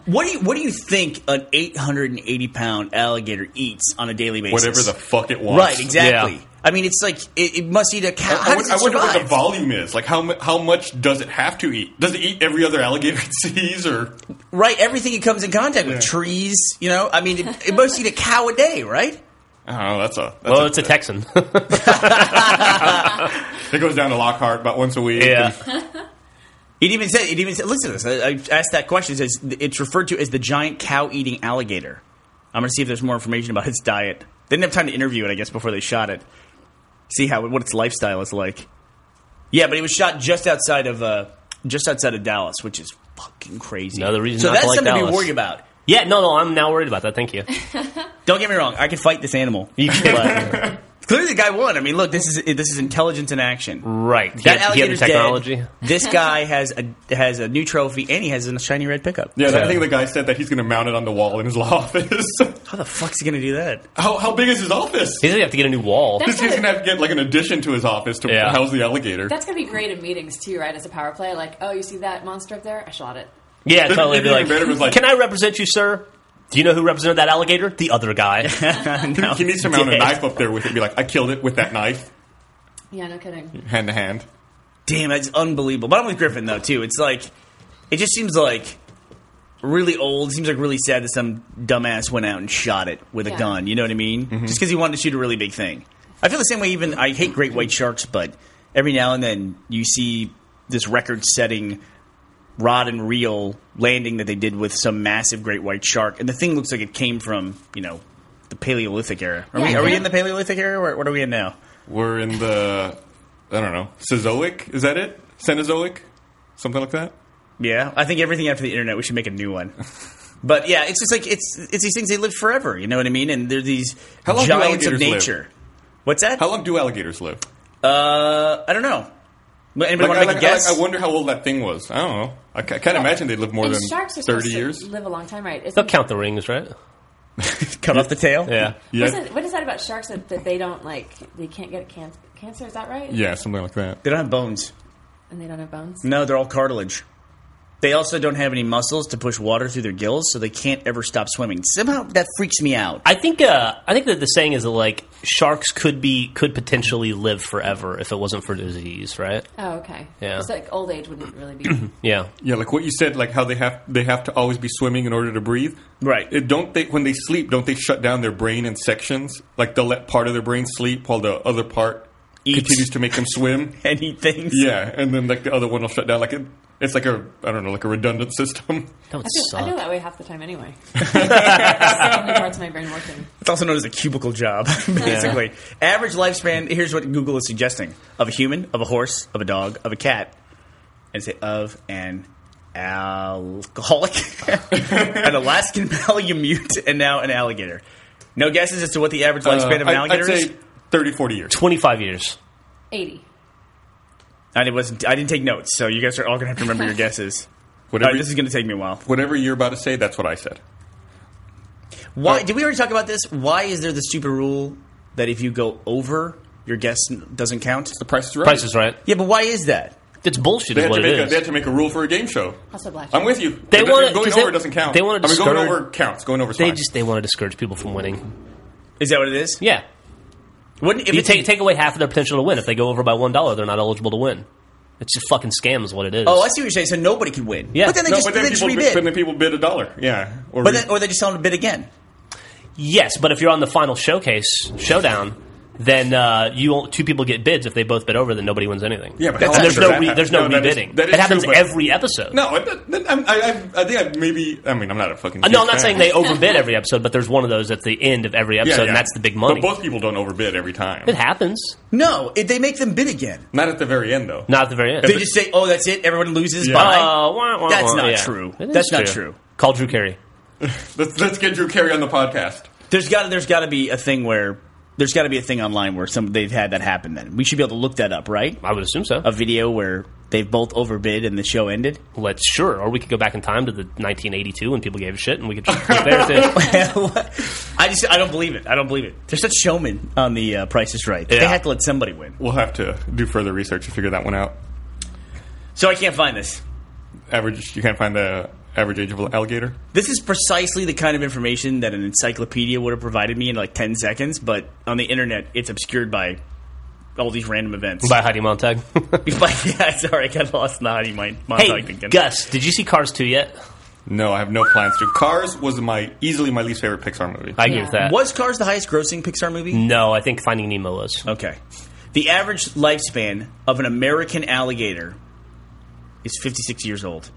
S4: What do you What do you think an 880 pound alligator eats on a daily basis?
S1: Whatever the fuck it wants.
S4: Right, exactly.
S2: Yeah.
S4: I mean, it's like it, it must eat a cow.
S1: I,
S4: How
S1: wonder-
S4: does it
S1: I wonder what the
S4: survive?
S1: volume is. Like, how, mu- how much does it have to eat? Does it eat every other alligator it sees? Or
S4: right, everything it comes in contact with,
S1: Yeah.
S4: trees. You know, I mean, it, it must eat a cow a day, right?
S1: I don't know. That's a. That's
S2: Well,
S1: a-
S2: Oh, it's a Texan.
S1: it goes down to Lockhart about once a week.
S2: yeah.
S4: It even said. It even said. Listen to this. I, I asked that question. It says it's referred to as the giant cow-eating alligator. I'm going to see if there's more information about its diet. They didn't have time to interview it, I guess, before they shot it. See how what its lifestyle is like. Yeah, but it was shot just outside of uh, just outside of Dallas, which is fucking crazy.
S2: Another reason
S4: So
S2: not to
S4: that's
S2: like
S4: something to be
S2: Dallas.
S4: worried about.
S2: Yeah, no, no, I'm now worried about that. Thank you.
S4: Don't get me wrong. I could fight this animal.
S2: You can,
S4: Clearly, the guy won. I mean, look, this is this is intelligence in action.
S2: right. He
S4: That
S2: had- he had the
S4: alligator's dead.
S2: technology.
S4: This guy has a has a new trophy, and he has a shiny red pickup.
S1: Yeah,
S4: So-
S1: I think the guy said that he's going to mount it on the wall in his law office.
S4: How the fuck's he gonna do that?
S1: how, how big is his office?
S2: He's going to have to get a new wall.
S1: This kid's gonna have to get like an addition to his office to
S2: Yeah.
S1: house the alligator.
S3: That's gonna be great in meetings too, right? As a power play, like, oh, you see that monster up there? I shot it.
S2: Yeah,
S1: It'd
S2: totally.
S1: be
S2: Be like,
S1: better if it was like-
S2: can I represent you, sir? Do you know who represented that alligator? The other guy.
S1: he needs to mount a
S2: Yes.
S1: knife up there with it. Be like, I killed it with that knife,
S3: Yeah, no kidding.
S1: hand to hand.
S4: Damn, that's unbelievable. But I'm with Griffin though too. It's like it just seems like really old. Seems like really sad that some dumbass went out and shot it with a
S3: Yeah.
S4: gun. You know what I mean? Just because he wanted to shoot a really big thing. I feel the same way. Even I hate great white sharks, but every now and then you see this record-setting rod and reel landing that they did with some massive great white shark, and the thing looks like it came from you know the Paleolithic era. Are, we,
S3: Yeah.
S4: are we in the Paleolithic era? Or what are we in now?
S1: We're in the, I don't know, Cenozoic. Is that it? Cenozoic, something like that.
S4: Yeah, I think everything after the internet, we should make a new one. But yeah, it's just like it's it's these things they live forever. You know what I mean? And they're these
S1: How long do
S4: giants of
S1: alligators live?
S4: nature. What's that?
S1: How long do alligators live?
S4: uh, I don't know. But Anybody
S1: Like,
S4: want
S1: I,
S4: to make
S1: like-
S4: a
S1: I-
S4: guess?
S1: like, I wonder how old that thing was. I don't know. I, ca- can't imagine they live more
S3: and
S1: than
S3: sharks are
S1: thirty
S3: supposed
S1: years.
S3: to live a long time, right? Isn't-
S2: They'll count the rings, right?
S4: Cut off the tail.
S2: Yeah.
S1: Yeah,
S3: Isn't- what is that about sharks that, that they don't like? They can't get can- cancer. Is that right?
S1: yeah, something like that.
S4: They don't have bones.
S3: And they don't have bones.
S4: No, they're all cartilage. They also don't have any muscles to push water through their gills, so they can't ever stop swimming. Somehow that freaks me out.
S2: I think uh, I think that the saying is that like sharks could be could potentially live forever if it wasn't for disease, right?
S3: Oh, okay.
S2: Yeah.
S3: It's like old age wouldn't really be.
S2: Yeah.
S1: Yeah, like what you said, like how they have they have to always be swimming in order to breathe.
S4: Right.
S1: It, don't they when they sleep? Don't they shut down their brain in sections? Like they'll let part of their brain sleep while the other part
S4: Eats.
S1: continues to make them swim.
S4: Any things?
S1: yeah, and then like the other one will shut down. Like it, it's like a I don't know, like a redundant system.
S2: That would
S3: I feel,
S2: suck.
S3: I feel that way half the time anyway. It's the only parts of my brain working.
S4: It's also known as a cubicle job, basically. Average lifespan, here's what Google is suggesting of a human, of a horse, of a dog, of a cat, and say of an alcoholic, an Alaskan Malamute, and now an alligator. No guesses as to what the average
S1: Uh,
S4: lifespan of an
S1: I,
S4: alligator
S1: would say
S4: is?
S1: 30, 40 years.
S2: Twenty five years.
S3: Eighty.
S4: I wasn't. I didn't take notes, so you guys are all gonna have to remember your guesses. All
S1: Whatever,
S4: right, this is gonna take me a while.
S1: whatever you're about to say, that's what I said.
S4: Why did we already talk about this? Why is there the stupid rule that if you go over, your guess doesn't count?
S1: The price is right.
S2: Price is right.
S4: Yeah, but why is that?
S2: It's bullshit.
S1: They
S2: Is
S1: had,
S2: what
S1: to
S2: it
S1: make a,
S2: is.
S1: they had to make a rule for a game show.
S3: Also blackjack.
S1: I'm with you.
S2: They
S1: It-
S2: wanna-
S1: going
S2: 'cause they-
S1: over doesn't count.
S2: they wanna
S1: I mean, going
S2: discourage-
S1: over counts. Going over is
S2: They
S1: fine.
S2: just they want to discourage people from winning.
S4: Is that what it is?
S2: Yeah.
S4: Wouldn't if
S2: You
S4: it's-
S2: take take away half of their potential to win. If they go over by one dollar, they're not eligible to win. It's just fucking scams. What it is.
S4: Oh, I see what you're saying. So nobody could win.
S2: Yeah.
S4: But then they
S1: No,
S4: just,
S1: but then,
S4: they just
S1: people, bid, but
S4: rebid.
S1: then people bid a dollar. Yeah. Or,
S4: But
S1: re-
S4: then, or they just tell them to bid again.
S2: Yes, but if you're on the final showcase showdown, then uh, you all- two people get bids. If they both bid over, then nobody wins anything.
S1: Yeah, but
S2: And there's
S1: how
S2: no
S1: often does that
S2: re-
S1: happen?
S2: there's no
S1: No, that is-
S2: rebidding.
S1: that is
S2: it happens
S1: true, but-
S2: every episode.
S1: No, I, I, I, I think I maybe. I mean, I'm not a fucking.
S2: Uh, no, I'm
S1: huge
S2: not saying
S1: fan.
S2: they overbid every episode, but there's one of those at the end of every episode, and that's the big money.
S1: But both people don't overbid every time.
S2: it happens,
S4: No, it, they make them bid again.
S1: Not at the very end, though.
S2: not at the very end.
S4: They just say, "Oh, that's it. Everyone loses."
S1: Yeah.
S4: Bye.
S2: Uh, wah, wah,
S4: That's
S2: wah,
S4: not
S2: yeah.
S4: true.
S2: It is
S4: That's not true.
S2: Call Drew Carey.
S1: Let's, let's get Drew Carey on the podcast.
S4: There's got there's got to be a thing where there's got to be a thing online where some they've had that happen. Then we should be able to look that up, right?
S2: I would assume so.
S4: A video where they've both overbid and the show ended.
S2: Let's sure, or we could go back in time to the 1982 when people gave a shit, and we could just look there too.
S4: I just I don't believe it. I don't believe it. They're such showmen on the uh, Price is Right. They
S2: Yeah.
S4: had to let somebody win.
S1: We'll have to do further research to figure that one out.
S4: So I can't find this.
S1: Average. You can't find the average age of an alligator.
S4: This is precisely the kind of information that an encyclopedia would have provided me in like 10 seconds, but on the internet, it's obscured by all these random events.
S2: By Heidi Montag.
S4: But yeah, sorry, I got lost in the honey mind.
S2: hey, Gus, did you see Cars 2 yet?
S1: No, I have no plans to. Cars was my easily my least favorite Pixar movie.
S2: I agree
S3: Yeah.
S2: with that.
S4: Was Cars the highest grossing Pixar movie?
S2: No, I think Finding Nemo
S3: Oh.
S2: was.
S4: Okay. The average lifespan of an American alligator is 56 years old.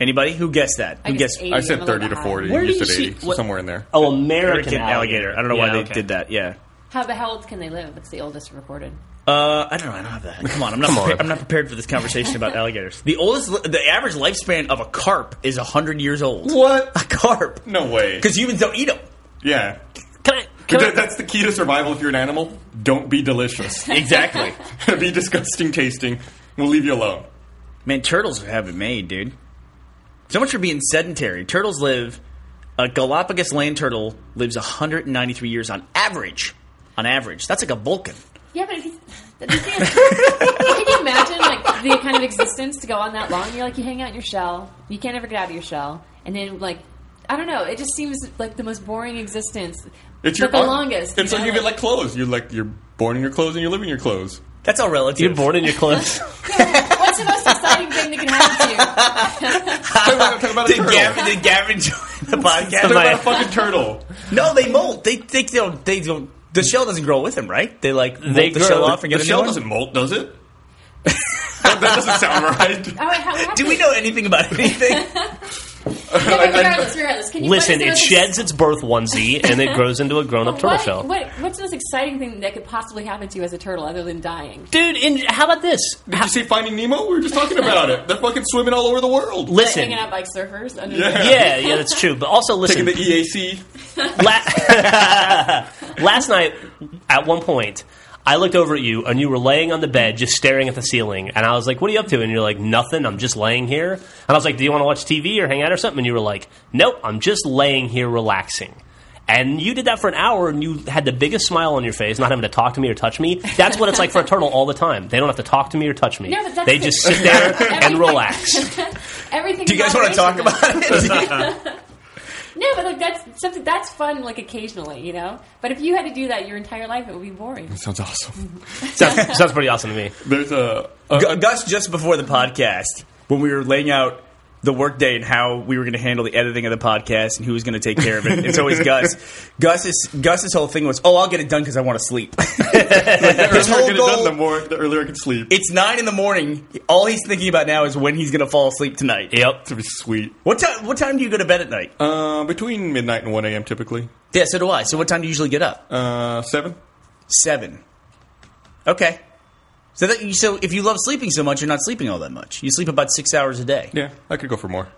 S4: Anybody who guessed that?
S3: I
S4: Who
S3: guessed
S4: guessed?
S3: 80.
S1: I
S3: I'm
S1: said
S3: a
S1: thirty to
S3: little high.
S1: forty.
S2: Where
S1: you
S2: do you
S1: said
S2: see-
S1: eighty, so
S2: what-
S1: somewhere in there.
S2: Oh, American,
S4: American alligator. I don't know why
S2: Yeah,
S4: they
S2: okay.
S4: did that. Yeah.
S3: How, but how old can they live? That's the oldest recorded.
S4: Uh, I don't know. I don't have that. Come on, I'm not. prepared, I'm not prepared for this conversation about alligators. The oldest, li- the average lifespan of a carp is hundred years old.
S1: What?
S4: A carp?
S1: No way.
S4: Because humans don't eat them.
S1: Yeah.
S2: Can I? Can
S1: That,
S2: I
S1: that's the key to survival if you're an animal. Don't be delicious.
S4: Exactly.
S1: be disgusting tasting. We'll leave you alone.
S4: Man, turtles have it made, dude. So much for being sedentary. Turtles live. A Galapagos land turtle lives 193 years on average. On average, that's like a Vulcan.
S3: Yeah, but if you, the thing is, can you imagine like the kind of existence to go on that long? You're like you hang out in your shell, you can't ever get out of your shell, and then like I don't know, it just seems like the most boring existence.
S1: It's
S3: but
S1: your
S3: the
S1: uh,
S3: longest.
S1: It's
S3: you
S1: like
S3: know,
S1: you get like clothes. You're like you're born in your clothes and you live in your clothes.
S4: That's all relative.
S2: you're born in your clothes.
S3: what's the most exciting thing that can happen to you?
S1: Talk about, talk about a
S4: Did
S1: turtle.
S4: Gavin, did Gavin join the podcast?
S1: Talk about a
S2: Somebody-
S1: fucking turtle.
S4: No, they molt. They they, they don't. They don't. The shell doesn't grow with them, right? They like molt
S2: They
S4: the
S2: grow.
S4: shell off and
S1: The
S4: get a new
S1: shell
S4: one.
S1: doesn't molt, does it? that, that doesn't sound right.
S3: All right, how, how
S4: Do we know anything about anything?
S3: Yeah, but regardless, regardless, can you what is
S2: Listen,
S3: the
S2: it
S3: most
S2: sheds its birth onesie and it grows into a grown up
S3: What-
S2: turtle shell.
S3: What, what's the most exciting thing that could possibly happen to you as a turtle other than dying?
S2: Dude, in, how about this?
S1: Did you see Finding Nemo? We were just talking about it. They're fucking swimming all over the world.
S2: Listen.
S3: Hanging out like surfers under
S1: Yeah.
S3: the
S2: Yeah, yeah, that's true. But also,
S1: Taking
S2: listen.
S1: the E EAC.
S2: La- last night, at one point, I looked over at you and you were laying on the bed just staring at the ceiling. And I was like, What are you up to? And you're like, Nothing. I'm just laying here. And I was like, Do you want to watch TV or hang out or something? And you were like, Nope, I'm just laying here relaxing. And you did that for an hour and you had the biggest smile on your face, not having to talk to me or touch me. That's what it's like for a turtle all the time. They don't have to talk to me or touch me.
S3: No, but that's
S2: they
S3: the-
S2: just sit there and
S3: Everything-
S2: relax.
S3: Everything.
S4: Do you guys want to talk about it?
S3: No, but like that's something that's fun, like occasionally, you know. But if you had to do that your entire life, it would be boring.
S1: Sounds awesome.
S2: sounds, sounds pretty awesome to me.
S1: There's a, a
S4: Gu- Gus, just before the podcast, when we were laying out the workday and how we were going to handle the editing of the podcast and who was going to take care of it, it's always Gus. Gus's Gus's whole thing was, "Oh, I'll get it done because I want to sleep."
S1: the earlier I
S4: His whole
S1: get it done,
S4: goal-
S1: the more the earlier I can sleep.
S4: it's nine in the morning. All he's thinking about now is when he's going to fall asleep tonight.
S2: Yep.
S1: to be sweet.
S4: What time? What time do you go to bed at night?
S1: Uh, between midnight and one a.m. typically.
S4: yeah, so do I. So what time do you usually get up?
S1: Uh, seven.
S4: Seven. Okay. So that you- so if you love sleeping so much, you're not sleeping all that much. You sleep about six hours a day.
S1: Yeah, I could go for more.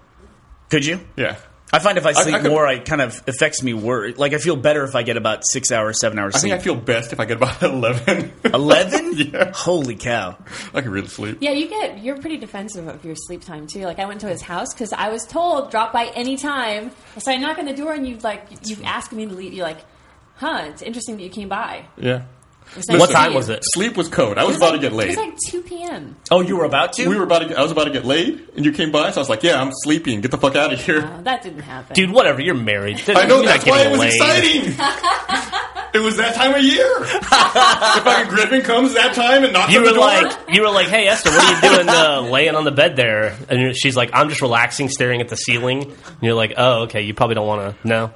S4: Could you?
S1: Yeah,
S4: I find if I sleep
S1: I could-
S4: more, I kind of affects me worse. Like I feel better if I get about six hours, seven hours
S1: I think
S4: sleep.
S1: I feel best if I get about eleven.
S4: Eleven?
S1: Yeah.
S4: Holy cow!
S1: I can really sleep.
S3: Yeah, you get you're pretty defensive of your sleep time too. Like I went to his house because I was told drop by any time. So I knock on the door and you like you ask me to leave. You're like, huh? It's interesting that you came by.
S1: Yeah.
S3: It's nice
S2: What
S3: to
S2: time
S3: see
S2: was
S3: you.
S2: it?
S1: Sleep was code. I was
S3: It was
S1: about to
S3: like-
S1: get
S3: It was
S1: laid.
S3: like two p.m.
S4: Oh, you were about to?
S1: we were about to. Get, I was about to get laid, and you came by, so I was like, "Yeah, I'm sleeping. Get the fuck out of here."
S3: Oh, that didn't happen,
S2: Dude, whatever. You're married.
S1: I
S2: Uh,
S1: know
S2: You're not
S1: that's why
S2: getting
S1: it was
S2: laid.
S1: exciting. it was that time of year. the fucking griffin comes that time and knocks
S2: You
S1: on
S2: were
S1: the door.
S2: like, you were like, hey Esther, what are you doing, uh, laying on the bed there? And you're- she's like, I'm just relaxing, staring at the ceiling. And you're like, oh, okay, you probably don't want to. No,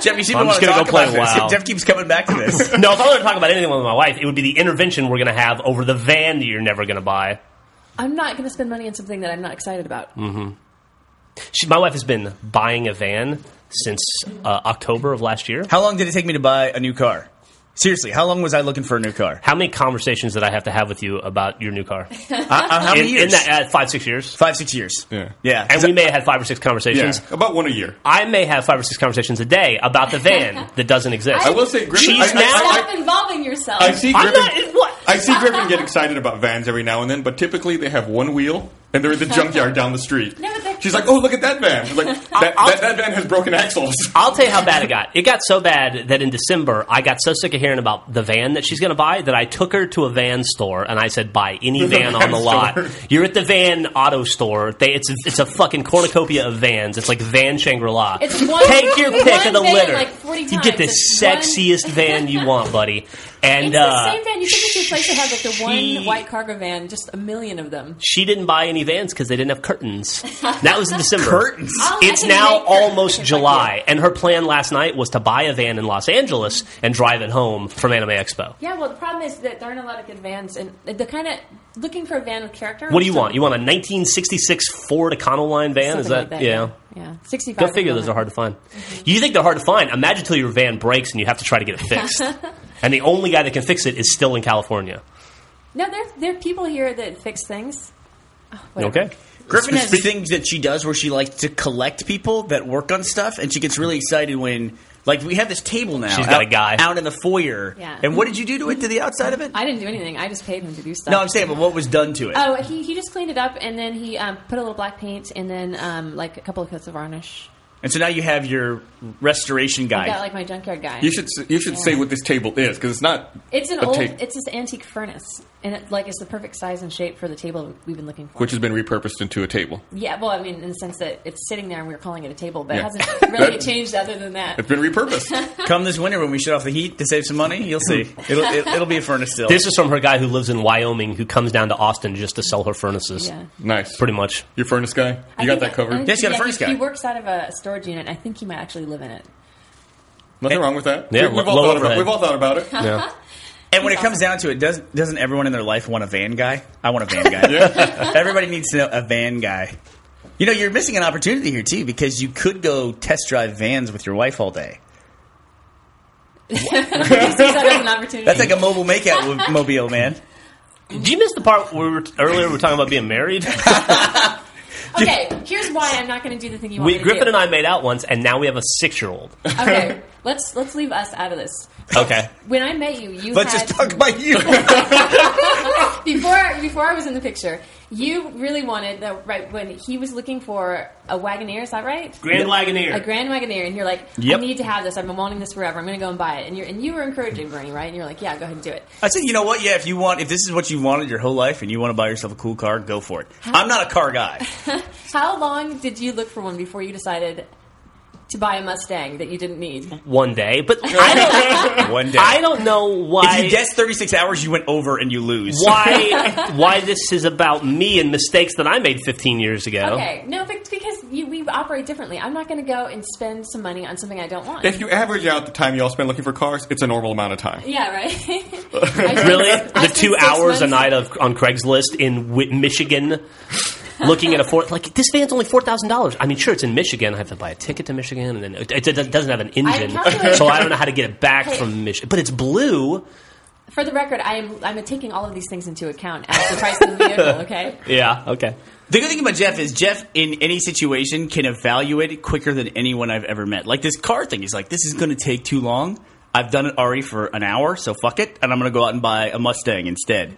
S4: Jeff, you seem
S2: I'm
S4: to
S2: just
S4: want to
S2: gonna
S4: talk
S2: go play
S4: about this.
S2: WoW.
S4: Jeff keeps coming back to this.
S2: no. If I were to talk about anything with my wife, it would be the intervention we're gonna have over the van that you're never gonna buy.
S3: I'm not going to spend money on something that I'm not excited about.
S2: She, my wife has been buying a van since uh, October of last year.
S4: how long did it take me to buy a new car? Seriously, how long was I looking for a new car?
S2: How many conversations did I have to have with you about your new car?
S4: I- I- how
S2: In,
S4: many years?
S2: in that, uh, five, six years.
S4: Five, six years.
S1: Yeah.
S4: Yeah.
S2: And we may have had five or six
S1: yeah,
S2: conversations.
S1: about one a year.
S2: I may have five or six conversations a day about the van that doesn't exist.
S1: I will say, Griffin.
S2: She's
S1: I, I-
S2: now-
S1: I-
S3: Stop involving yourself.
S1: I see
S2: I'm
S1: Griffin.
S2: not. What?
S1: I see Griffin get excited about vans every now and then, but typically they have one wheel and they're in the junkyard down the street.
S3: no, but they're
S1: She's like, oh, look at that van. She's like, that, that, that van has broken axles.
S2: I'll tell you how bad it got. It got so bad that in December, I got so sick of hearing about the van that she's going to buy that I took her to a van store and I said, "Buy any van on
S1: van
S2: the lot.
S1: store.
S2: You're at the van auto store. They, it's it's a fucking cornucopia of vans. It's like Van Shangri La.
S3: It's one-
S2: Take your
S3: it's
S2: pick
S3: one
S2: of the
S3: van,
S2: litter.
S3: like, 40
S2: you get the
S3: times. It's one-
S2: sexiest van you want, buddy. And
S3: It's
S2: uh,
S3: the same van. You think it's a place that has like the one
S2: she-
S3: white cargo van, just a million of them.
S2: she didn't buy any vans because they didn't have curtains. That was in December. curtains.
S3: Oh, I
S2: It's
S3: can
S2: now
S3: make curtains.
S2: almost
S3: Okay,
S2: July, and her plan last night was to buy a van in Los Angeles and drive it home from Anime Expo.
S3: Yeah, well, the problem is that there aren't a lot of good vans, and the kind of looking for a van with character.
S2: What do you want? You want a 1966 Ford Econoline van? Is that,
S3: Something like
S2: yeah?
S3: yeah, sixty-five.
S2: Go figure. Those are hard to find. You think they're hard to find? Imagine till your van breaks and you have to try to get it fixed. and the only guy that can fix it is still in California.
S3: No, there there are people here that fix things. Oh, whatever.
S2: Okay.
S4: Griffin has
S1: Speak-
S4: things that she does where she likes to collect people that work on stuff, and she gets really excited when, like, we have this table now.
S2: She's got
S4: out,
S2: a guy.
S4: out in the foyer.
S3: Yeah.
S4: And what did you do to it? To the outside of it?
S3: I didn't do anything. I just paid him to do stuff.
S4: no, I'm saying, but what was done to it?
S3: Oh, he, he just cleaned it up, and then he um, put a little black paint, and then um, like a couple of coats of varnish.
S4: and so now you have your restoration
S3: I
S4: guy.
S3: got like my junkyard guy.
S1: You should s- you should say what this table is because it's not.
S3: It's an
S1: a
S3: old.
S1: ta-
S3: It's this antique furnace, and it like it's the perfect size and shape for the table we've been looking for.
S1: which has been repurposed into a table.
S3: yeah, well, I mean, in the sense that it's sitting there, and we were calling it a table, but
S1: Yeah.
S3: it hasn't really
S1: That-
S3: changed other than that.
S1: It's been repurposed.
S4: Come this winter when we shut off the heat to save some money, you'll see. It'll, it, it'll be a furnace still.
S2: This is from her guy who lives in Wyoming who comes down to Austin just to sell her furnaces.
S3: Yeah.
S1: nice.
S2: Pretty much.
S1: Your furnace guy. You
S3: I
S1: got
S3: think-
S1: that covered.
S3: I think-
S4: Yeah, she got a furnace
S3: he,
S4: guy.
S3: He works out of a storage unit. I think he might actually live in it.
S1: Nothing wrong with that.
S2: Yeah,
S1: We- we've,
S2: low
S1: all thought about,
S2: overhead.
S1: we've all thought about it.
S2: Yeah.
S4: and when it comes down to it, does, doesn't everyone in their life want a van guy? I want a van guy. Everybody needs to know a van guy. You know, you're missing an opportunity here, too, because you could go test drive vans with your wife all day.
S3: He sees that as an opportunity.
S4: That's like a mobile makeout with mobile, man.
S2: Did you miss the part where we were, earlier we were talking about being married?
S3: okay, here's why I'm not going to do the thing you want
S2: we,
S3: me to
S2: Griffin
S3: do.
S2: and I made out once, and now we have a six-year-old.
S3: Okay, let's let's leave us out of this.
S2: Okay.
S3: When I met you, you
S4: Let's
S3: had,
S4: just talk about you.
S3: before before I was in the picture. You really wanted that right when he was looking for a Wagoneer. Is that right?
S2: Grand Wagoneer.
S3: a Grand Wagoneer, and you're like,
S4: Yep.
S3: I need to have this. I've been wanting this forever. I'm going to go and buy it. And you and you were encouraging Bernie, right? And you're like, yeah, go ahead and do it.
S4: I said, you know what? Yeah, if you want, if this is what you wanted your whole life and you want to buy yourself a cool car, go for it. I'm not a car guy.
S3: How long did you look for one before you decided to buy a Mustang that you didn't need?
S2: One day, but I don't,
S4: One day.
S2: I don't know why.
S4: if you guess 36 hours, you went over and you lose.
S2: why why this is about me and mistakes that I made 15 years ago.
S3: Okay, no, but because you, we operate differently. I'm not going to go and spend some money on something I don't want.
S1: If you average out the time y'all spend looking for cars, it's a normal amount of time.
S3: yeah, right.
S2: Really,
S3: I
S2: the
S3: spent
S2: two
S3: six
S2: hours a
S3: months-
S2: night of on Craigslist in Wi- Michigan, looking at a four like this van's only four thousand dollars. I mean, sure, it's in Michigan. I have to buy a ticket to Michigan, and then it, it, it doesn't have an engine,
S3: calculated-
S2: so I don't know how to get it back
S3: Hey.
S2: from Michigan. But it's blue.
S3: For the record, I am I'm taking all of these things into account as the price of the vehicle. Okay.
S2: Yeah. Okay.
S4: The good thing about Jeff is Jeff, in any situation, can evaluate it quicker than anyone I've ever met. Like this car thing, he's like, this is going to take too long. I've done it already for an hour, so fuck it, and I'm going to go out and buy a Mustang instead.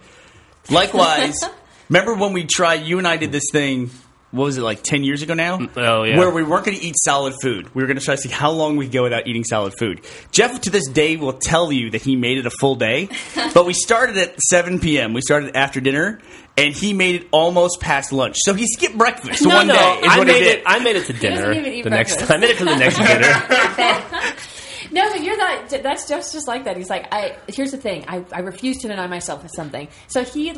S4: Likewise, remember when we tried? You and I did this thing. What was it like ten years ago now?
S2: oh, yeah.
S4: Where we weren't going to eat solid food. We were going to try to see how long we could go without eating solid food. Jeff to this day will tell you that he made it a full day, but we started at seven p.m. We started after dinner, and he made it almost past lunch. So he skipped breakfast
S2: no,
S4: one
S2: no,
S4: day. Is
S2: I
S4: what
S2: made
S4: he did.
S2: it. I made it to
S3: doesn't
S2: dinner.
S3: even eat
S2: The next,
S3: breakfast.
S2: I made it to the next dinner.
S3: No, but you're not. That's Jeff's just like that. He's like, I. Here's the thing. I, I refuse to deny myself of something. So he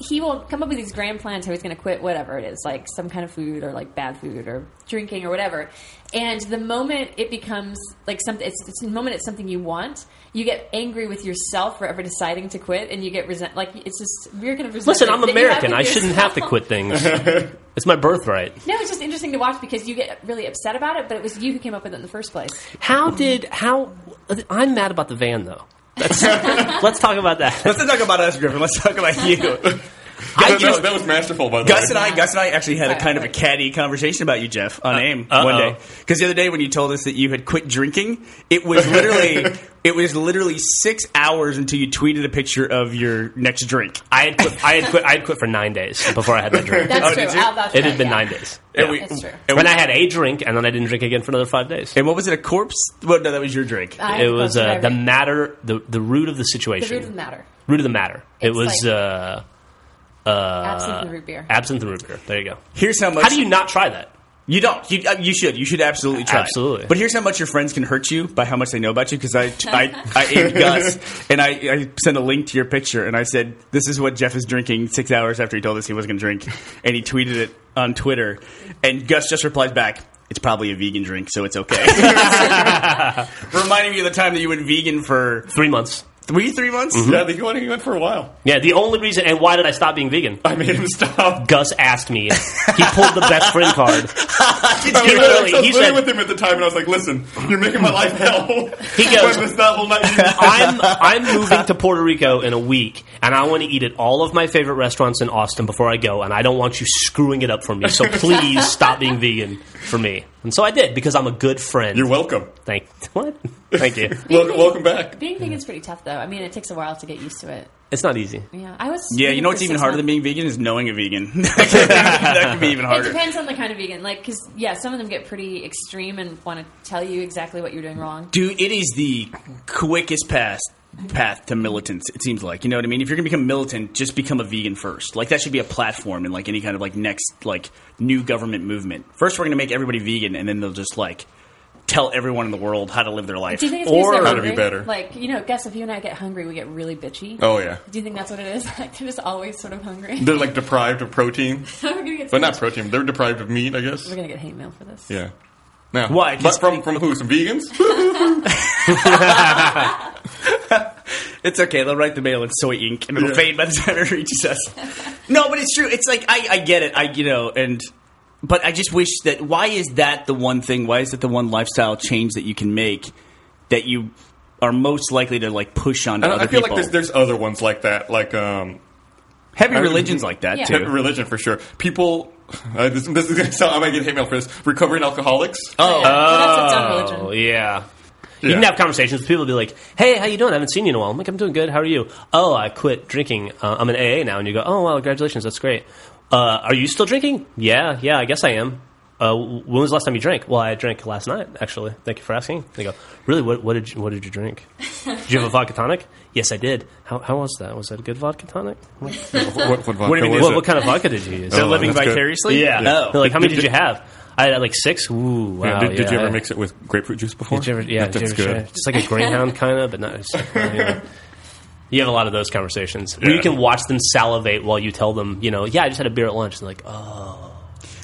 S3: he will come up with these grand plans how he's going to quit whatever it is, like some kind of food or like bad food or drinking or whatever. And the moment it becomes like something, it's, it's the moment it's something you want, you get angry with yourself for ever deciding to quit, and you get resent. Like it's just weird kind of resentment.
S2: Listen, I'm
S3: that you have
S2: American.
S3: with
S2: I shouldn't have to
S3: yourself.
S2: quit things. It's my birthright.
S3: No, it's just interesting to watch because you get really upset about it, but it was you who came up with it in the first place.
S2: How did how? I'm mad about the van though. That's, let's talk about that.
S4: Let's not talk about us, Griffin. Let's talk about you.
S1: That,
S4: I
S1: that-
S4: just,
S1: that was masterful, by the
S4: Gus
S1: way.
S4: and I, Gus and I actually had a
S3: Sorry,
S4: kind of a
S3: sorry.
S4: catty conversation about you, Jeff, on AIM
S2: uh-oh.
S4: one day. Because the other day when you told us that you had quit drinking, it was literally it was literally six hours until you tweeted a picture of your next drink.
S2: I had quit, I had quit I had quit for nine days before I had that drink.
S3: That's
S4: Oh,
S3: true.
S4: did you?
S3: I'll vouch for
S2: it had
S3: that,
S2: been
S3: yeah.
S2: nine days.
S4: And
S2: Yeah.
S4: we-
S3: That's true.
S4: and we-
S2: When I had a drink and then I didn't drink again for another five days.
S4: and what was it? A corpse? Well, no, that was your drink.
S3: I have
S2: it
S3: to
S2: was
S3: go to
S2: uh, the
S3: every-
S2: matter, the the root of the
S3: the
S2: situation,
S3: root of the matter.
S2: Root of the matter. it
S3: It's
S2: was
S3: like-
S2: uh,
S3: Absinthe and root beer.
S2: absinthe and root beer. There you go.
S4: Here's how much.
S2: How do you not try that?
S4: You don't. You, uh, you should. You should absolutely try. it.
S2: Absolutely.
S4: But here's how much your friends can hurt you by how much they know about you. Because I, I, I aimed Gus and I, I sent a link to your picture and I said, "This is what Jeff is drinking." Six hours after he told us he was going to drink, and he tweeted it on Twitter, and Gus just replied back. It's probably a vegan drink, so it's okay. Reminding me of the time that you went vegan for
S2: Three months.
S4: three, three months.
S1: Yeah, they went, he went for a while.
S2: Yeah, the only reason and why did I stop being vegan?
S1: I made him stop.
S2: Gus asked me. He pulled the best friend card.
S1: I was,
S2: literally-
S1: I was
S2: he
S1: living
S2: said-
S1: with him at the time, and I was like, "Listen, you're making my life hell."
S2: He goes-
S1: "When this novel night-
S2: I'm I'm moving to Puerto Rico in a week, and I want to eat at all of my favorite restaurants in Austin before I go, and I don't want you screwing it up for me. So please stop being vegan for me. And so I did because I'm a good friend.
S1: You're welcome.
S2: Thank what? Thank you.
S1: Welcome, welcome back.
S3: Being
S2: Hmm.
S3: vegan's pretty tough, though. I mean, it takes a while to get used to it.
S2: It's not easy.
S3: Yeah, I was.
S4: Yeah, you know what's even harder than being vegan is knowing a vegan. that could be even
S3: It
S4: harder.
S3: depends on the kind of vegan, like because yeah, some of them get pretty extreme and want to tell you exactly what you're doing wrong.
S4: dude it is the quickest path path to militants it seems like you know what i mean if you're gonna become militant just become a vegan first like that should be a platform in like any kind of like next like new government movement first we're gonna make everybody vegan and then they'll just like tell everyone in the world how to live their life
S3: Do you think it's because
S2: Or-
S3: they're
S2: How
S1: to be
S3: hungry?
S1: better.
S3: Like you know, guess if you and I get hungry, we get really bitchy.
S1: Oh yeah,
S3: Do you think that's what it is? Like they're just always sort of hungry.
S1: they're like deprived of protein,
S3: We're gonna get so
S1: but not
S3: much-
S1: protein. They're deprived of meat, I guess.
S3: We're gonna get hate mail for this.
S1: Yeah. Now,
S4: Why?
S1: But from from who? Some vegans?
S4: It's okay. They'll write the mail in soy ink, and it'll
S1: Yeah.
S4: fade by the time it reaches us. No, but it's true. It's like I, I get it. I you know, and but I just wish that. Why is that the one thing? Why is that the one lifestyle change that you can make that you are most likely to like push onto
S1: I,
S4: other
S1: I feel
S4: people?
S1: like there's there's other ones like that, like um,
S4: Heavy religions like that
S3: Yeah.
S4: too.
S1: religion for sure. People, uh, this, this is gonna sound, I might get hate mail for this. Recovering alcoholics.
S3: Oh, that's its own religion.
S2: Oh yeah.
S1: Yeah.
S2: You can have conversations with people. Be like, "Hey, how you doing? I haven't seen you in a while." I'm like, "I'm doing good. How are you?" Oh, I quit drinking. Uh, I'm an AA now, and you go, "Oh, wow, congratulations, that's great." Uh, are you still drinking? Yeah, yeah, I guess I am. Uh, w- when was the last time you drank? Well, I drank last night, actually. Thank you for asking. They go, "Really? What, what did you, what did you drink? Did you have a vodka tonic? Yes, I did. How, how was that? Was that a good vodka tonic? What,
S1: What, what,
S4: What do you mean?
S2: what, what kind of vodka did you use?
S1: Oh,
S4: living
S1: that's good.
S4: vicariously.
S2: yeah.
S4: Oh.
S2: They're like, how many did you have? I had like six. Ooh, wow.
S1: did, did
S2: yeah,
S1: you ever
S2: I-
S1: mix it with grapefruit juice before?
S2: did you ever, yeah,
S1: That-
S2: did you
S1: that's
S2: ever try-
S1: good.
S2: It's like a greyhound kind of, but not. it's like, yeah. You have a lot of those conversations where you
S1: Yeah.
S2: can watch them salivate while you tell them, you know, yeah, I just had a beer at lunch, and they're like, oh,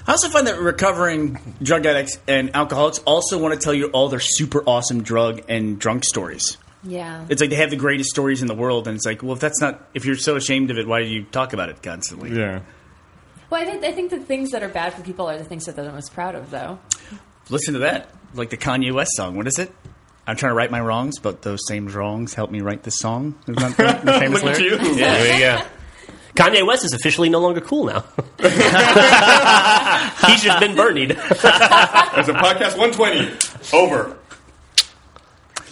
S4: I also find that recovering drug addicts and alcoholics also want to tell you all their super awesome drug and drunk stories.
S3: Yeah.
S4: It's like they have the greatest stories in the world, and it's like, well, if that's not, if you're so ashamed of it, why do you talk about it constantly?
S1: Yeah.
S3: well, I, think I think the things that are bad for people are the things that they're the most proud of, though.
S4: Listen to that, like the Kanye West song. What is it? I'm trying to right my wrongs, but those same wrongs help me write this song. Isn't that the, the famous
S1: Look at
S4: lyric?
S1: you.
S2: there you go. Kanye West is officially no longer cool now. He's just been birdied.
S1: As a podcast 120, over.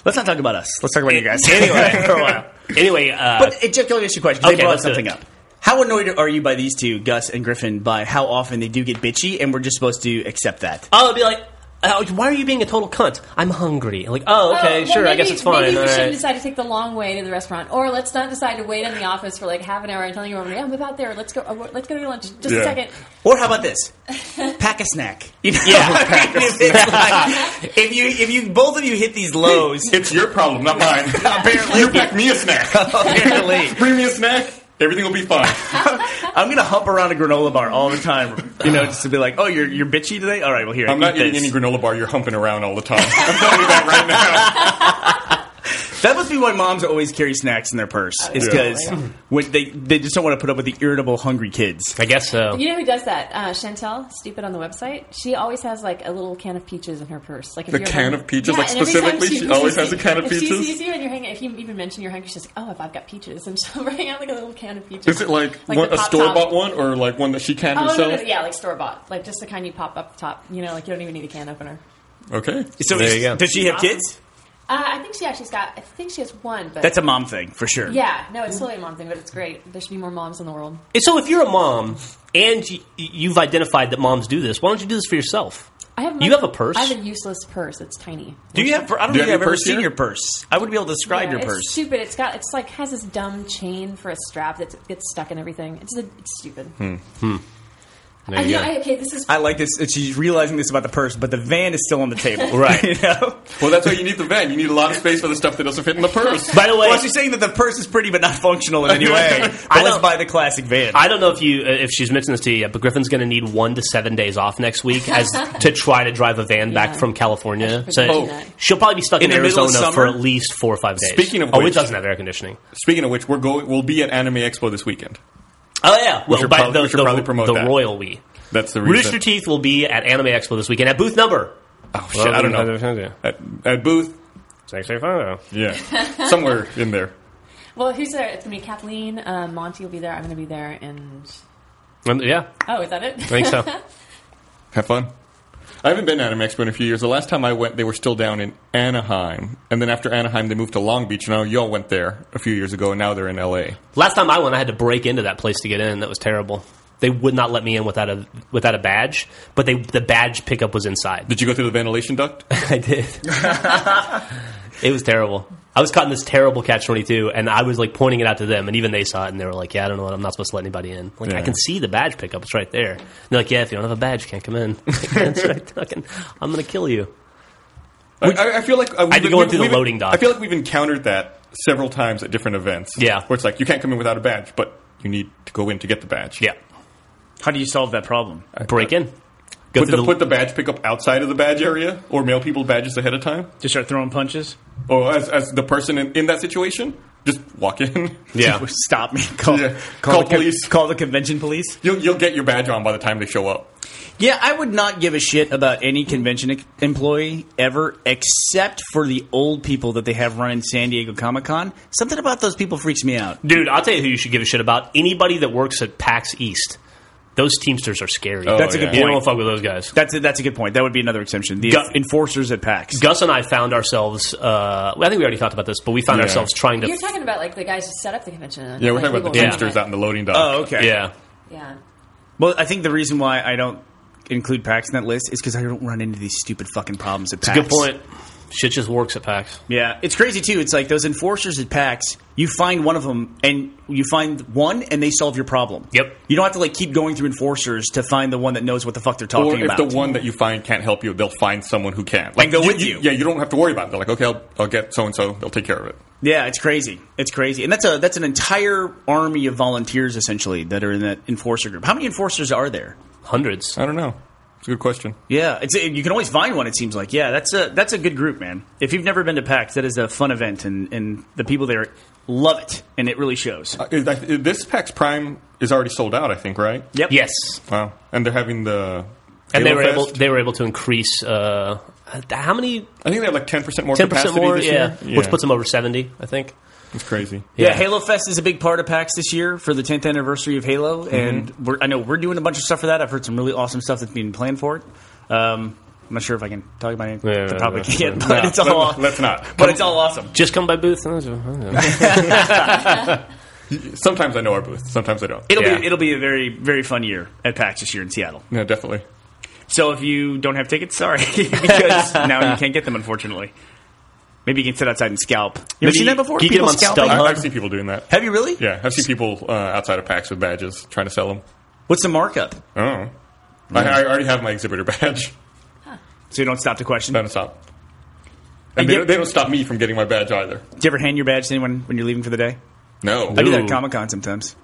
S4: Let's not talk about us. Let's talk about you guys
S2: anyway, for a while. Anyway, uh,
S4: But it just let me ask you a question. 'cause
S2: Okay,
S4: they brought
S2: let's do
S4: something
S2: it.
S4: up. How annoyed are you by these two, Gus and Griffin, by how often they do get bitchy, and we're just supposed to accept that?
S2: I'll be like, oh, why are you being a total cunt? I'm hungry. Like, oh,
S3: Oh,
S2: okay,
S3: well,
S2: sure, I
S3: maybe-
S2: guess it's fine.
S3: Maybe we
S2: all
S3: shouldn't
S2: right.
S3: decide to take the long way to the restaurant, or let's not decide to wait in the office for like half an hour and telling you, "Yeah, I'm about there. Let's go. oh, Let's go to lunch. Just a
S1: Yeah.
S3: second.
S4: Or how about this? Pack a snack. You know?
S2: Yeah.
S4: I mean, it's like, if you if you both of you hit these lows,
S1: It's your problem, not mine.
S4: Apparently.
S1: You pack me a snack.
S4: apparently,
S1: Bring me a snack. Everything will be fine.
S4: I'm gonna hump around a granola bar all the time. You know, just to be like, oh, you're you're bitchy today. All right, well here.
S1: I'm not
S4: eat
S1: eating
S4: this.
S1: any granola bar. You're humping around all the time. I'm telling you that right now.
S4: That must be why moms always carry snacks in their purse. It's
S1: Yeah.
S4: because they they just don't want to put up with the irritable, hungry kids.
S2: I guess so.
S3: You know who does that? Uh, Chantel, stupid on the website. She always has like a little can of peaches in her purse. Like if
S1: A
S3: you're
S1: can
S3: hungry-
S1: of peaches? Like,
S3: and every time
S1: specifically, she always has a can of
S3: if She
S1: peaches?
S3: sees you and you're hanging. If you even mention you're hungry, she's like, "Oh, if I've got peaches," and she'll bring out like a little can of peaches.
S1: Is it like,
S3: the
S1: one, a
S3: pop-top-
S1: store bought one or like one that she canned
S3: Oh no,
S1: herself?
S3: no, no, yeah, like store bought, like just the kind you pop up the top. You know, like you don't even need a can opener.
S1: Okay.
S4: So
S2: There
S4: is-
S2: you go.
S4: Does she have kids?
S3: Uh, I think she actually's got. I think she has one, but
S4: That's a mom thing for sure.
S3: yeah, no, it's totally a mom thing, but it's great. There should be more moms in the world.
S2: And So if you're a mom and you, you've identified that moms do this, why don't you do this for yourself?
S3: I have.
S2: You have a purse?
S3: I have a useless purse. It's tiny.
S4: Do you have? I don't
S1: Do you
S4: think
S1: have
S4: I've
S1: your
S4: ever
S1: purse
S4: seen
S1: here?
S4: your purse. I would be able to describe
S3: Yeah,
S4: your
S3: it's
S4: purse.
S3: Stupid. It's got. It's like has this dumb chain for a strap that gets stuck in everything. It's, a, it's stupid.
S2: There
S3: I,
S2: you
S3: you know,
S2: go.
S3: I, okay, this is.
S4: I like this. that She's realizing this about the purse, but the van is still on the table.
S2: Right.
S4: You know?
S1: Well, that's why you need the van. You need a lot of space for the stuff that doesn't fit in the purse.
S2: By the way,
S4: Well, she's saying that the purse is pretty but not functional in any way. But
S2: I
S4: let's
S2: don't-
S4: buy the classic van.
S2: I don't know if you uh, if she's mentioned this to you yet, but Griffin's going to need one to seven days off next week as to try to drive a van back
S3: Yeah.
S2: from California. So
S3: Oh.
S2: she'll probably be stuck in,
S4: In the middle
S2: Arizona
S4: of
S2: for
S4: summer?
S2: at least four or five days.
S1: Speaking of
S2: oh,
S1: which-
S2: it doesn't have air conditioning.
S1: Speaking of which, we're going. We'll be at Anime Expo this weekend.
S2: Oh yeah, well,
S1: should
S2: by
S1: probably-
S2: the,
S1: we should
S2: the-
S1: probably promote
S2: the
S1: that.
S2: royal we.
S1: That's the
S2: Rooster
S1: reason.
S2: Teeth will be at Anime Expo this weekend at booth number.
S1: Oh shit! I don't know. At, at booth, yeah, somewhere in there.
S3: well, who's there? It's gonna be Kathleen. Uh, Monty will be there. I'm gonna be there, and
S2: Um, yeah,
S3: oh, is that it?
S2: I think so.
S1: Have fun. I haven't been to Anime Expo in a few years. The last time I went, they were still down in Anaheim, and then after Anaheim, they moved to Long Beach. And I know y'all went there a few years ago, and now they're in L.A.
S2: Last time I went, I had to break into that place to get in. That was terrible. They would not let me in without a without a badge, but they the badge pickup was inside.
S1: Did you go through the ventilation duct?
S2: I did. it was terrible. I was caught in this terrible catch twenty two, and I was like pointing it out to them, and even they saw it, and they were like, "Yeah, I don't know what I'm not supposed to let anybody in." Like, I
S1: Yeah.
S2: can see the badge pickup; it's right there. And they're like, "Yeah, if you don't have a badge, you can't come in." That's right. Fucking- I'm gonna kill you.
S1: I, I- I feel like uh, we've
S2: I'd be
S1: been-
S2: going
S1: we've-
S2: through the
S1: we've-
S2: loading dock.
S1: I feel like we've encountered that several times at different events.
S2: Yeah.
S1: where it's like you can't come in without a badge, but you need to go in to get the badge.
S2: Yeah,
S4: How do you solve that problem?
S2: break in. Go
S1: Put
S2: through
S1: the, put the badge pickup outside of the badge area, or mail people badges ahead of time,
S4: Just start throwing punches.
S1: or as, as the person in, in that situation, just walk in.
S2: yeah.
S4: Stop me. Call,
S1: Yeah.
S4: call,
S1: Call
S4: the con-
S1: police.
S4: call the convention police.
S1: You'll, you'll get your badge on by the time they show up.
S4: Yeah, I would not give a shit about any convention e- employee ever, except for the old people that they have running San Diego Comic Con. Something about those people freaks me out.
S2: Dude, I'll tell you who you should give a shit about. Anybody that works at PAX East. Those Teamsters are scary.
S4: That's a good
S1: Oh, yeah.
S2: you don't
S4: point.
S2: want to fuck with those guys.
S4: That's a, that's a good point. That would be another exemption. The
S2: Gu-
S4: enforcers at PAX.
S2: Gus and I found ourselves. Uh, I think we already talked about this, but we found
S1: Yeah.
S2: ourselves trying to.
S3: You're talking about like the guys who set up the convention.
S1: Yeah, we're
S3: like,
S1: talking about the
S3: legal-
S1: Teamsters out in the loading dock.
S4: oh, okay.
S2: yeah,
S3: Yeah.
S4: Well, I think the reason why I don't include PAX in that list is because I don't run into these stupid fucking problems at PAX.
S2: good point. Shit just works at PAX.
S4: Yeah, it's crazy too. It's like those enforcers at PAX. You find one of them, and you find one, and they solve your problem.
S2: Yep.
S4: You don't have to like keep going through enforcers to find the one that knows what the fuck they're
S1: Or
S4: talking
S1: if
S4: about.
S1: the one that you find can't help you, they'll find someone who can. Like
S4: And go with you.
S1: Yeah, you don't have to worry about it. They're like, okay, I'll, I'll get so and so. They'll take care of it.
S4: yeah, it's crazy. It's crazy, and that's a that's an entire army of volunteers essentially that are in that enforcer group. How many enforcers are there?
S2: Hundreds.
S1: I don't know. It's a good question.
S4: Yeah, it's you can always find one. It seems like yeah, that's a that's a good group, man. If you've never been to PAX, that is a fun event, and and the people there love it, and it really shows.
S1: Uh, is- I- this PAX Prime is already sold out, I think, right?
S4: Yep.
S2: Yes,
S1: Wow. And they're having the.
S2: and they
S1: Halo
S2: were able.
S1: Fest.
S2: They were able to increase. Uh, how many?
S1: I think they have like 10% more
S2: Ten percent
S1: capacity
S2: more.
S1: this
S2: Yeah.
S1: year.
S2: which puts them over seventy, I think.
S1: It's crazy.
S4: Yeah. Halo Fest is a big part of PAX this year for the 10th anniversary of Halo, and we're, I know we're doing a bunch of stuff for that. I've heard some really awesome stuff that's being planned for it. Um, I'm not sure if I can talk about it,
S2: Yeah,
S4: the
S2: yeah,
S4: topic
S2: yeah.
S4: yet, but
S1: No,
S4: it's all
S1: let, let's not.
S4: but it's all awesome.
S2: Just come by booth.
S1: Sometimes I know our booth. Sometimes I don't.
S4: It'll
S2: Yeah.
S4: be it'll be a very very fun year at PAX this year in Seattle.
S1: yeah, definitely.
S4: So if you don't have tickets, sorry, because now you can't get them unfortunately. Maybe you can sit outside and scalp. You ever
S2: Maybe
S4: seen that before?
S2: you get
S4: People
S2: them on
S4: scalping?
S2: StubHub.
S1: I,
S2: Uh-huh.
S1: I've seen people doing that.
S4: Have you really?
S1: Yeah, I've seen people uh, outside of PAX with badges trying to sell them.
S4: What's the markup?
S1: Oh. I, I already have my exhibitor badge.
S4: So you don't stop to question.
S1: That'll stop. And they,
S4: get-
S1: don't- they don't stop me from getting my badge either.
S4: Do you ever hand your badge to anyone when you're leaving for the day?
S1: No.
S4: I do that
S2: Ooh.
S4: at Comic Con sometimes.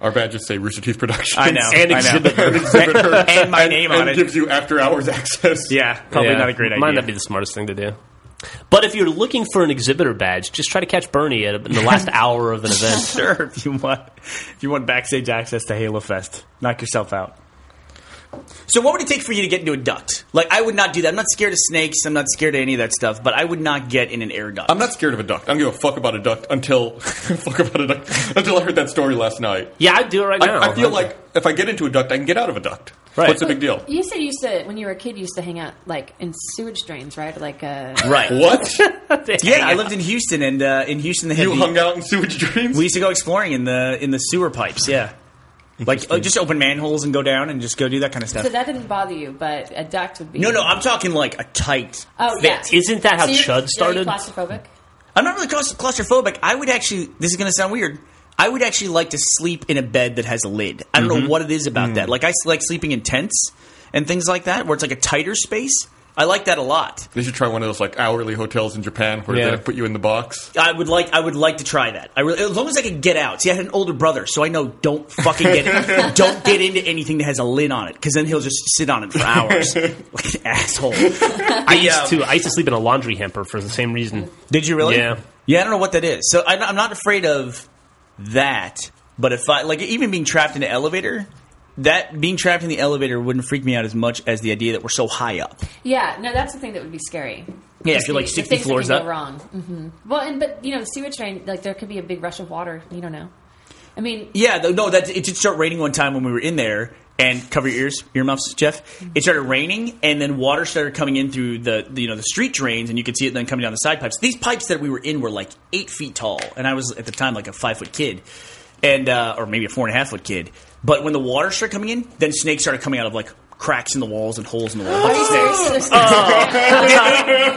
S1: Our badges say Rooster Teeth Productions.
S4: I know.
S2: And
S4: I know.
S2: exhibit.
S4: and my name
S1: and
S4: on it.
S1: gives you after hours access.
S4: yeah, probably
S2: Yeah.
S4: not a great idea.
S2: Might not be the smartest thing to do. But if you're looking for an exhibitor badge, just try to catch Bernie at, in the last hour of an event.
S4: Sure, if you want, if you want backstage access to Halo Fest, knock yourself out. So, what would it take for you to get into a duct? Like, I would not do that. I'm not scared of snakes. I'm not scared of any of that stuff. But I would not get in an air duct.
S1: I'm not scared of a duck. I don't give a fuck about a duck until fuck about a duck until I heard that story last night.
S2: Yeah, I'd do it right now.
S1: I, I feel like if I get into a duct, I can get out of a duct.
S2: Right.
S1: What's the big deal?
S3: You said you used to when you were a kid you used to hang out like in sewage drains, right? Like uh,
S4: right.
S1: What?
S4: Yeah, I lived in Houston, and uh, in Houston they had
S1: you
S4: the-
S1: hung out in sewage drains?
S4: We used to go exploring in the in the sewer pipes. Yeah, like uh, just open manholes and go down and just go do that kind of stuff.
S3: so that didn't bother you, but a duct would be
S4: no, no, I'm talking like a tight.
S3: Oh
S4: fit.
S3: yeah,
S2: Isn't that how
S3: So you're-
S2: Chud
S3: are you
S2: started?
S3: Claustrophobic.
S4: I'm not really claust- claustrophobic. I would actually. This is going to sound weird. I would actually like to sleep in a bed that has a lid. I don't know what it is about that. Like I s- like sleeping in tents and things like that, where it's like a tighter space. I like that a lot.
S1: They should try one of those like hourly hotels in Japan where
S2: Yeah.
S1: they put you in the box.
S4: I would like. I would like to try that. I really, as long as I could get out. See, I had an older brother, so I know don't fucking get it. don't get into anything that has a lid on it, because then he'll just sit on it for hours, like an asshole. I
S2: I used
S4: um,
S2: to. I used to sleep in a laundry hamper for the same reason.
S4: Did you really?
S2: Yeah.
S4: Yeah, I don't know what that is. So I, I'm not afraid of that. But if I like, even being trapped in an elevator, that being trapped in the elevator wouldn't freak me out as much as the idea that we're so high up.
S3: Yeah, no, that's the thing that would be scary.
S4: Yeah,
S3: Just
S4: if you're,
S3: the-
S4: like,
S3: the
S4: 60
S3: things that
S4: floors
S3: can
S4: up.
S3: Go wrong. hmm Well, and but you know, sewage drain like there could be a big rush of water. You don't know. I mean,
S4: Yeah, though, no, that it did start raining one time when we were in there. And cover your ears, earmuffs, Jeff.
S1: Mm-hmm.
S4: It started raining, and then water started coming in through the, the you know the street drains, and you could see it then coming down the side pipes. These pipes that we were in were like eight feet tall, and I was at the time like a five foot kid, and uh, or maybe a four and a half foot kid. But when the water started coming in, then snakes started coming out of like cracks in the walls and holes in the walls.
S3: there's-
S4: Oh.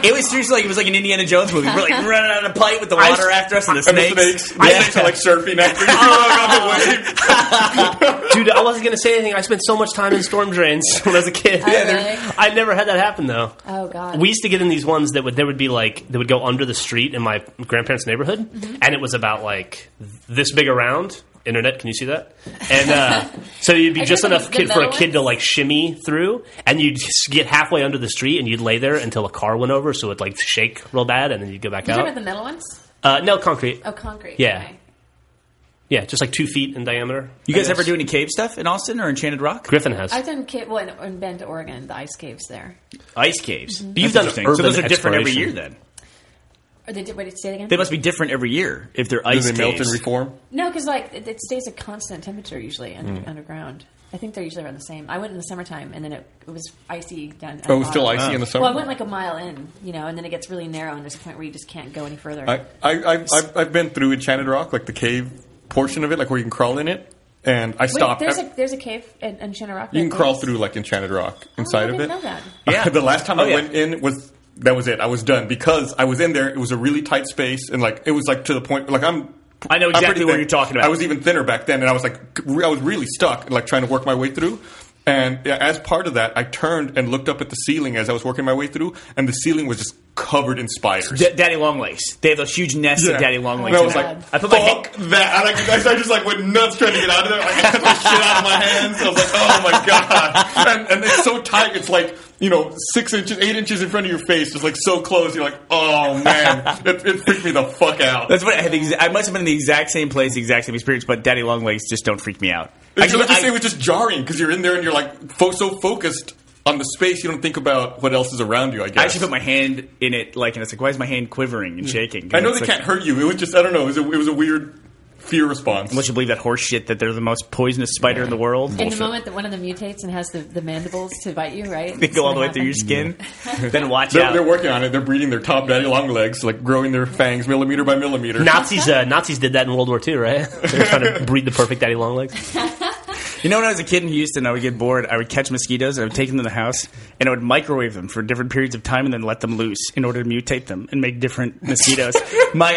S4: it was seriously like it was like an Indiana Jones movie. We're like running out of the pipe with the water after us and the
S1: And the
S4: snakes.
S1: Uh, snakes. The
S4: Yeah.
S1: snakes are like surfing after you. Oh, on the wave.
S2: Dude, I wasn't going to say anything. I spent so much time in storm drains when I was a kid.
S3: Oh, really?
S2: I never had that happen though.
S3: Oh, God.
S2: We used to get in these ones that would there would be like that would go under the street in my grandparents' neighborhood,
S3: Mm-hmm.
S2: and it was about like this big around. Internet, can you see that? And uh, so you'd be
S3: I
S2: just
S3: guess
S2: enough
S3: the
S2: kid for a
S3: metal
S2: kid to
S3: ones?
S2: like shimmy through, and you'd just get halfway under the street, and you'd lay there until a car went over, so it'd like shake real bad, and then you'd go back
S3: you talking about
S2: out.
S3: the metal ones?
S2: Uh, no concrete.
S3: Oh, concrete.
S2: Yeah.
S3: Okay.
S2: Yeah, just like two feet in diameter.
S4: You
S2: I
S4: guys ever
S2: guess.
S4: do any cave stuff in Austin or Enchanted Rock?
S2: Griffin has.
S3: I've done cave, well, in, in Bend, Oregon, the ice caves there.
S4: Ice caves.
S2: You've
S4: That's
S2: done
S4: interesting.
S2: urban
S4: so those are different every year
S2: exploration.
S4: then.
S3: Or they did. Wait, say it again.
S4: They must be different every year if they're
S1: Do
S4: ice
S1: they
S4: caves.
S1: melt and reform?
S3: No, because like it, it stays a constant temperature usually
S4: Mm.
S3: under, underground. I think they're usually around the same. I went in the summertime, and then it, it was icy down. at the
S1: Oh, it was still
S3: bottom.
S1: icy in the summer.
S3: Well, I went like a mile in, you know, and then it gets really narrow, and there's a point where you just can't go any further.
S1: I, I, I've, I've, I've been through Enchanted Rock, like the cave portion of it, like where you can crawl in it, and I
S3: Wait,
S1: stopped.
S3: there's
S1: I-
S3: a there's a cave in, in Shinnerock.
S1: you can crawl through like Enchanted Rock inside of
S3: I didn't
S1: it.
S3: know that.
S4: Yeah.
S1: the last time
S4: Oh,
S1: I
S4: yeah.
S1: went in was that was it. I was done because I was in there. It was a really tight space, and like it was like to the point like I'm.
S4: I know
S1: I'm pretty
S4: exactly what
S1: thin.
S4: you're talking about.
S1: I was even thinner back then, and I was like, re- I was really stuck, and like trying to work my way through. And yeah, as part of that, I turned and looked up at the ceiling as I was working my way through, and the ceiling was just covered in spiders.
S4: D- Daddy Longlegs. They have those huge nests
S1: Yeah.
S4: of Daddy
S1: And
S4: Longlegs.
S1: I was
S4: in
S1: like,
S4: there. I put my hand-
S1: fuck that. And I, I just like went nuts trying to get out of there. Like, I cut the shit out of my hands. I was like, oh my god. And, and it's so tight. It's like you know, six inches, eight inches in front of your face, just like so close. You're like, oh man, it, it freaked me the fuck out.
S4: That's what I had. The exa- I must have been in the exact same place, the exact same experience, but Daddy Longlegs just don't freak me out. I
S1: It's
S4: just-
S1: like you
S4: I-
S1: say, it was just jarring because you're in there and you're like fo- so focused on the space, you don't think about what else is around you. I
S4: I
S1: guess.
S4: actually put my hand in it, like, and it's like, why is my hand quivering and shaking?
S1: Mm. I know
S4: It's
S1: they
S4: like-
S1: can't hurt you. It was just I don't know. It was a, it was a weird fear response.
S4: Unless you believe that horse shit that they're the most poisonous spider in the world.
S3: In the moment that one of them mutates and has the, the mandibles to bite you, right?
S4: they go all the way through your skin. then watch
S1: They're,
S4: out.
S1: they're working on it. They're breeding their top daddy long legs, like growing their fangs millimeter by millimeter.
S2: Nazis, uh, Nazis did that in World War II, right? They were trying to breed the perfect daddy long legs.
S4: You know, when I was a kid in Houston, I would get bored. I would catch mosquitoes and I would take them to the house and I would microwave them for different periods of time and then let them loose in order to mutate them and make different mosquitoes. My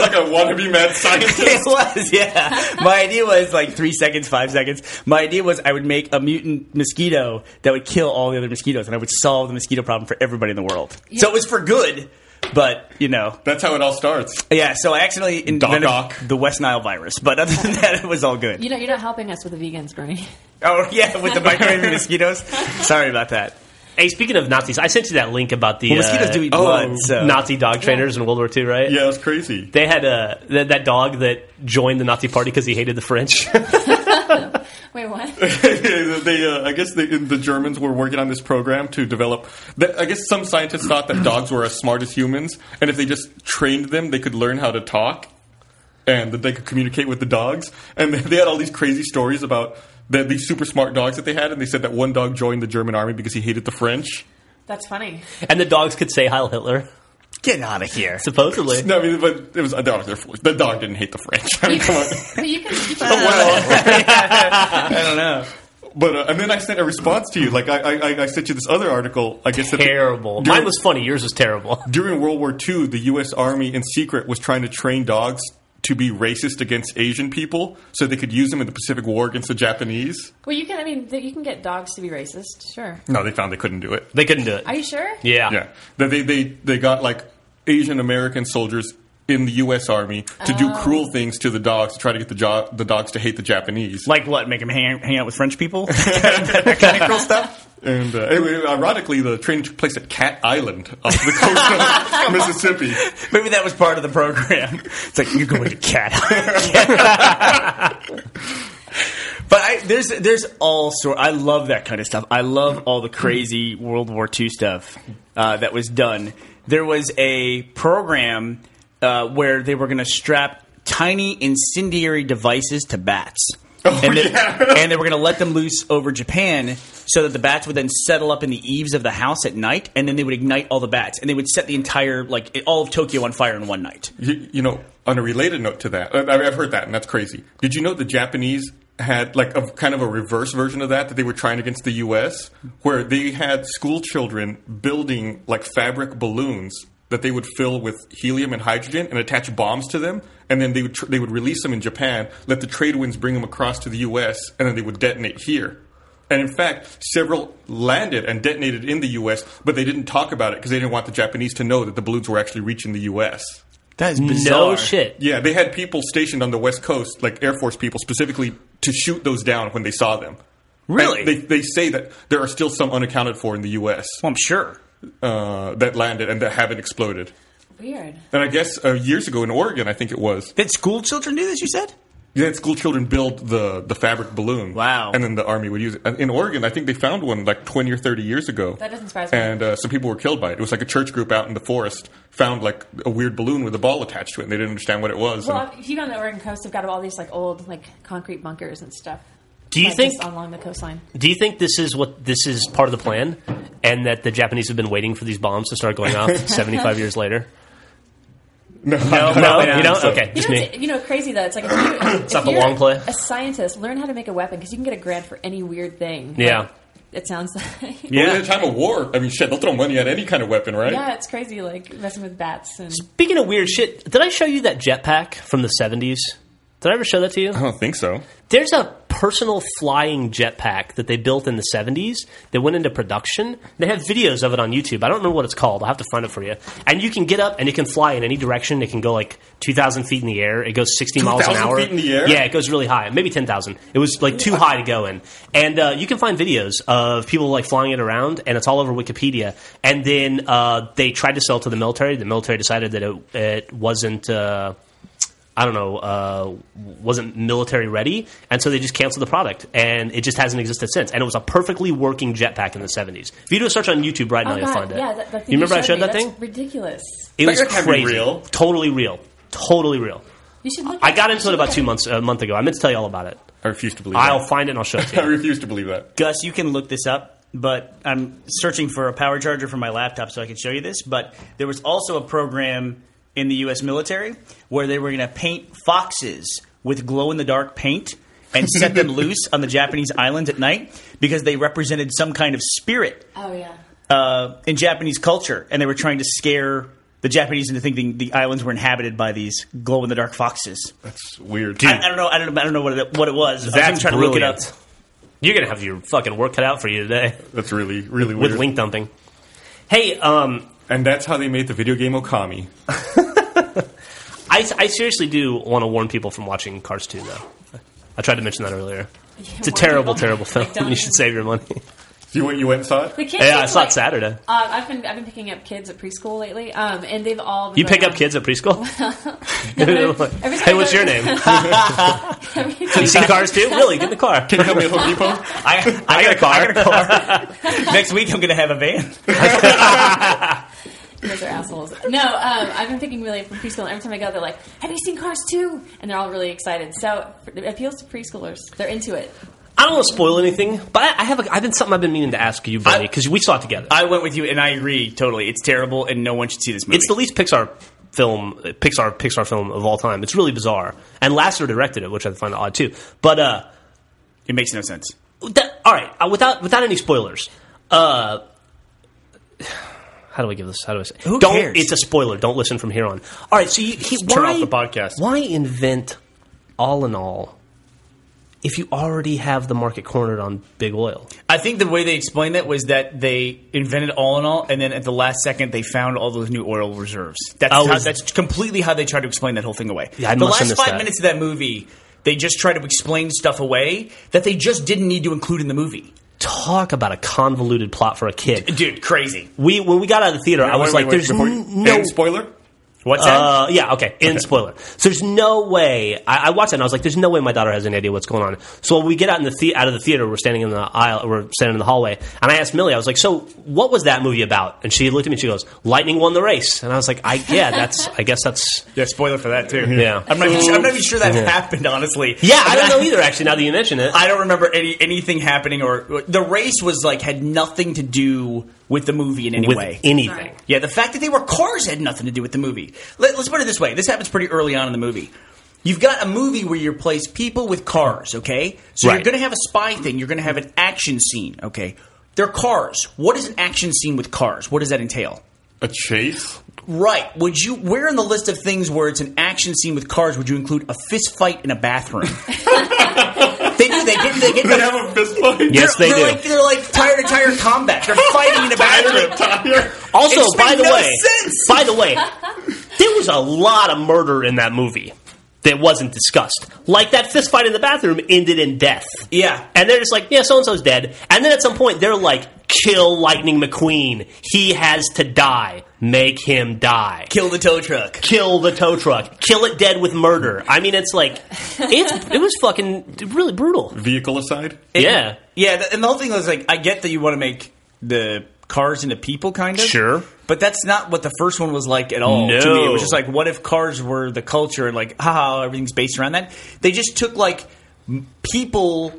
S1: like a wannabe mad
S4: it
S1: scientist.
S4: was, yeah. My idea was like three seconds, five seconds. My idea was I would make a mutant mosquito that would kill all the other mosquitoes, and I would solve the mosquito problem for everybody in the world. So it was for good, but you know,
S1: That's how it all starts.
S4: yeah. So I actually invented
S1: Doc.
S4: the West Nile virus, but other than that, it was all good.
S3: You know, you're not helping us with the vegans, Bernie.
S4: Oh yeah, with the microwaving mosquitoes. Sorry about that.
S2: Hey, speaking of Nazis, I sent you that link about the
S4: Well, mosquitoes
S2: uh,
S4: do eat
S1: oh,
S4: blood, so
S2: Nazi dog trainers in World War II, right?
S1: Yeah, it was crazy.
S2: They had uh, th- that dog that joined the Nazi party because he hated the French.
S3: Wait, what?
S1: they, uh, I guess they, the Germans were working on this program to develop. That, I guess some scientists thought that dogs were as smart as humans, and if they just trained them, they could learn how to talk, and that they could communicate with the dogs. And they had all these crazy stories about the, these super smart dogs that they had, and they said that one dog joined the German army because he hated the French.
S3: That's funny.
S2: and the dogs could say Heil Hitler,
S4: get out of here.
S2: supposedly.
S1: No, I mean, but it was the dog. They're foolish. The dog didn't hate the French. I mean, come on.
S3: But you can. uh, You can
S4: I don't know.
S1: But uh, and then I sent a response to you. Like I, I, I- I sent you this other article. I guess that the-
S2: Terrible.
S1: during-
S2: Mine was funny. Yours was terrible.
S1: during World War II, the U.S. Army in secret was trying to train dogs to be racist against Asian people, so they could use them in the Pacific War against the Japanese.
S3: well, you can. I mean, th- you can get dogs to be racist. Sure.
S1: No, they found they couldn't do it.
S2: They couldn't do it.
S3: Are you sure?
S2: yeah.
S1: Yeah, That they they they got like Asian American soldiers in the U.S. Army to do cruel things to the dogs to try to get the jo- the dogs to hate the Japanese.
S4: Like what? Make them hang, hang out with French people?
S1: And uh, anyway, ironically, the training took place at Cat Island off the coast of Mississippi.
S4: Maybe that was part of the program. It's like you're going to cat. but I, there's there's all sort. I love that kind of stuff. I love all the crazy World War II stuff uh, that was done. There was a program uh, where they were going to strap tiny incendiary devices to bats. and, they, and they were going to let them loose over Japan so that the bats would then settle up in the eaves of the house at night, and then they would ignite all the bats, and they would set the entire like all of Tokyo on fire in one night.
S1: You, you know, on a related note to that, I, I- I've heard that, and that's crazy. Did you know the Japanese had like a kind of a reverse version of that that they were trying against the U.S., where they had school children building like fabric balloons that they would fill with helium and hydrogen and attach bombs to them, and then they would tr- they would release them in Japan, let the trade winds bring them across to the U.S., and then they would detonate here. And in fact, several landed and detonated in the U.S., but they didn't talk about it because they didn't want the Japanese to know that the balloons were actually reaching the U.S.
S4: That is
S2: No shit.
S1: Yeah, they had people stationed on the West Coast, like Air Force people, specifically to shoot those down when they saw them.
S4: Really?
S1: And They, they say that there are still some unaccounted for in the U.S.
S4: Well, I'm sure.
S1: Uh, that landed and that haven't exploded.
S3: Weird.
S1: And I guess uh, years ago in Oregon, I think it was,
S4: Did school children do this? You said.
S1: they had school children build the, the fabric balloon.
S4: Wow.
S1: And then the Army would use it. And In Oregon, I think they found one like 20 or 30 years ago.
S3: That doesn't surprise me.
S1: And uh, some people were killed by it. It was like a church group out in the forest found like a weird balloon with a ball attached to it, and they didn't understand what it was. and-
S3: Well, if you go on the Oregon coast, they've got all these like old like concrete bunkers and stuff.
S2: Do you
S3: like,
S2: think-
S3: just along the coastline?
S2: Do you think this is what this is part of the plan, and that the Japanese have been waiting for these bombs to start going off 75 years later?
S1: no,
S2: No,
S4: I don't
S2: you don't.
S4: think so.
S2: Okay,
S3: You
S2: just
S3: know,
S2: me.
S3: it's, you know, crazy though. It's like if you, if
S2: not the
S3: you're
S2: long play.
S3: A scientist learn how to make a weapon because you can get a grant for any weird thing.
S2: Yeah.
S3: Like, it sounds like yeah.
S1: But in a time of war, I mean, shit, they'll throw money at any kind of weapon, right?
S3: it's crazy. Like messing with bats and
S2: Speaking of weird shit, did I show you that jetpack from the 70s? Did I ever show that to you?
S1: I don't think so.
S2: There's a personal flying jetpack that they built in the 70s that went into production. They have videos of it on YouTube. I don't remember what it's called. I'll have to find it for you. And you can get up and it can fly in any direction. It can go like 2,000 feet in the air. It goes 60 miles an
S1: 2,000
S2: hour.
S1: feet in the air?
S2: Yeah, it goes really high. Maybe 10,000. It was like too high to go in. And uh, you can find videos of people like flying it around and it's all over Wikipedia. And then uh, they tried to sell it to the military. The military decided that it, it wasn't. Uh, I don't know, uh, wasn't military ready, and so they just canceled the product, and it just hasn't existed since. And it was a perfectly working jetpack in the seventies. If you do a search on YouTube right now,
S3: oh
S2: you'll
S3: god,
S2: find it.
S3: yeah. That, that thing
S2: you remember I
S3: showed
S2: showed
S3: me,
S2: that
S3: that's
S2: thing?
S3: Ridiculous.
S2: It was
S1: that can't be
S2: crazy,
S1: real.
S2: totally real, totally real.
S3: You should. Look
S2: I
S3: at
S2: got
S3: You
S2: into
S3: should
S2: it about
S3: look
S2: two
S3: at
S2: months a month ago. I meant to tell you all about it.
S1: I refuse to believe
S2: I'll
S1: that.
S2: find it and I'll show it to
S1: I
S2: you.
S1: refuse to believe that.
S4: Gus, you can look this up, but I'm searching for a power charger for my laptop so I can show you this. But there was also a program in the U.S. military where they were going to paint foxes with glow in the dark paint and set them loose on the Japanese islands at night because they represented some kind of spirit
S3: Oh yeah.
S4: uh, in Japanese culture, and they were trying to scare. The Japanese into thinking the islands were inhabited by these glow in the dark foxes.
S1: It's weird.
S4: I, I don't know. I don't. I don't know what it, what it was. I was
S2: That's
S4: trying to look it up.
S2: brilliant. You're gonna have your fucking work cut out for you today
S1: That's really, really
S2: with
S1: weird.
S2: link dumping. Hey, um,
S1: And that's how they made the video game Okami.
S2: I, I seriously do want to warn people from watching Cars 2, though. I tried to mention that earlier. It's a
S3: warn
S2: terrible,
S3: people.
S2: terrible film.
S3: Like, don't-
S2: you should save your money.
S1: You went, you went and saw it.
S3: The kids
S2: Yeah,
S3: seem
S2: I saw
S3: like-
S2: it Saturday.
S3: Uh, I've been I've been picking up kids at preschool lately, um, and they've all been "Oh,
S2: You
S3: going
S2: pick up
S3: on-
S2: kids at preschool?
S3: every time
S2: hey,
S3: I
S2: what's
S3: go-
S2: your name?
S3: Every
S2: You
S3: time-
S2: see cars too? Really? Get in the car.
S1: Can you help me at Home Depot?
S4: I,
S2: I got a car.
S4: I got a car. Next week I'm gonna have a van.
S3: Those are assholes. No, um, I've been picking really up from preschool, and every time I go, they're like, "Have you seen Cars 2? And they're all really excited. So it appeals to preschoolers; they're into it.
S2: I don't want to spoil anything, but I, I have. A, I've been something I've been meaning to ask you, Bunny,
S4: I-
S2: because we saw it together.
S4: I went with you, and I agree totally. It's terrible, and no one should see this movie.
S2: it's the least Pixar film, Pixar Pixar film of all time. It's really bizarre, and Lasseter directed it, which I find odd too. But uh,
S4: it makes no sense.
S2: that, all right, uh, without without any spoilers. Uh, how do I give this? How do I say?
S4: Who
S2: don't,
S4: cares?
S2: It's a spoiler. Don't listen from here on. All right, so you, he, why,
S6: turn off the podcast.
S2: Why invent all in all if you already have the market cornered on big oil?
S4: I think the way they explained it was that they invented all in all, and then at the last second they found all those new oil reserves. That's
S2: Oh,
S4: how,
S2: is-
S4: that's completely how they tried to explain that whole thing away.
S2: Yeah, I
S4: the
S2: must have
S4: last
S2: missed
S4: five
S2: that.
S4: minutes of that movie, they just try to explain stuff away that they just didn't need to include in the movie.
S2: Talk about a convoluted plot for a kid.
S4: Dude, crazy.
S2: We when we got out of the theater, I was
S1: Wait, wait,
S2: like,
S1: wait,
S2: "There's
S1: before you-
S2: n- no
S1: and spoiler.
S4: What's that?
S2: Uh, yeah, okay. End spoiler. So there's no way. I, I watched that and I was like, "There's no way my daughter has any idea what's going on." So when we get out in the, the out of the theater, we're standing in the aisle, we're standing in the hallway, and I asked Millie, I was like, "So what was that movie about?" And she looked at me, and she goes, "Lightning won the race," and I was like, "I yeah, that's I guess that's
S4: Yeah, spoiler for that too.
S2: Yeah.
S4: I'm not, even sure, I'm not even sure that
S2: Yeah.
S4: happened. Honestly,
S2: yeah, I don't know either. Actually, now that you mention it,
S4: I don't remember any anything happening or the race was like had nothing to do with the movie in any
S2: with
S4: way.
S2: anything.
S4: yeah, the fact that they were cars had nothing to do with the movie. Let, let's put it this way: this happens pretty early on in the movie. You've got a movie where you replace people with cars, okay? So
S2: Right.
S4: you're going to have a spy thing. You're going to have an action scene, okay? They're cars. What is an action scene with cars? What does that entail?
S1: A chase.
S4: Right. Would you? Where in the list of things where it's an action scene with cars would you include a fist fight in a bathroom? they do. They get. They get.
S1: They have a fist fight.
S2: Yes, they
S4: they're, they're
S2: do.
S4: Like, they're like tire to tire combat. They're fighting in a
S1: Tire to
S4: bathroom.
S1: tire.
S2: Also,
S4: It's
S2: by
S4: made
S2: the
S4: no
S2: way,
S4: sense.
S2: by the way, there was a lot of murder in that movie that wasn't discussed. Like that fist fight in the bathroom ended in death.
S4: Yeah.
S2: and they're just like, yeah, so and so's dead. And then at some point, they're like, kill Lightning McQueen. He has to die. Make him die.
S4: Kill the tow truck.
S2: Kill the tow truck. Kill it dead with murder. I mean, it's like, it's it was fucking really brutal.
S1: Vehicle aside.
S2: yeah.
S4: Yeah. th- And the whole thing was like, I get that you want to make the cars into people, kind of.
S2: Sure.
S4: But that's not what the first one was like at all. To me, it
S2: No.
S4: was just like, what if cars were the culture and like, haha, everything's based around that. They just took like m- people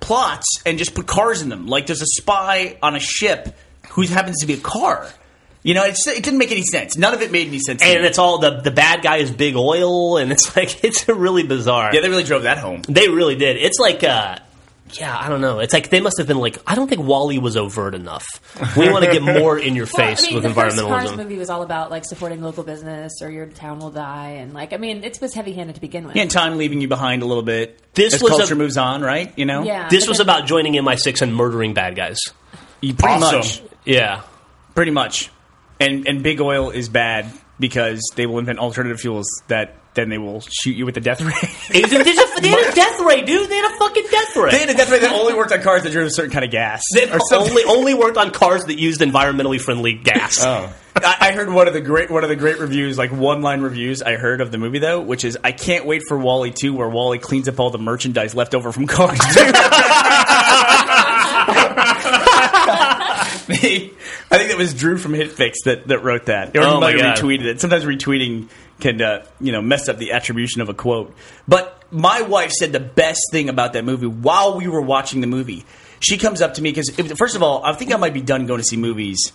S4: plots and just put cars in them. Like there's a spy on a ship who happens to be a car. You know, it's, it didn't make any sense. None of it made any sense. to
S2: And
S4: me.
S2: it's all the the bad guy is big oil, and it's like it's really bizarre.
S4: Yeah, they really drove that home.
S2: They really did. It's like, uh, yeah, I don't know. It's like they must have been like, I don't think Wally was overt enough. We want to get more in your
S3: Well,
S2: face
S3: I mean,
S2: with
S3: the first Cars
S2: environmentalism.
S3: movie was all about like supporting local business or your town will die, and like I mean, it was heavy handed to begin with.
S4: And time leaving you behind a little bit.
S2: This
S4: as
S2: was
S4: culture
S2: a-
S4: moves on, right? You know,
S3: Yeah.
S2: This
S3: but
S2: was
S3: then-
S2: about joining MI6 and murdering bad guys.
S4: You pretty
S1: Awesome.
S4: much,
S2: Yeah.
S4: pretty much. And and big oil is bad because they will invent alternative fuels that then they will shoot you with the death ray.
S2: It was- there's a- they had a death ray, dude. They had a fucking death ray.
S4: they had a death ray that only worked on cars that drove a certain kind of gas. or something.
S2: only only worked on cars that used environmentally friendly gas.
S1: Oh.
S4: I I heard one of the great one of the great reviews, like one line reviews I heard of the movie though, which is I can't wait for Wally two, where Wally cleans up all the merchandise left over from Cars. 2." I think that was Drew from HitFix that, that wrote that. Or
S2: Oh, my
S4: somebody
S2: God.
S4: retweeted it. Sometimes retweeting can uh, you know mess up the attribution of a quote. But my wife said the best thing about that movie while we were watching the movie. She comes up to me because first of all, I think I might be done going to see movies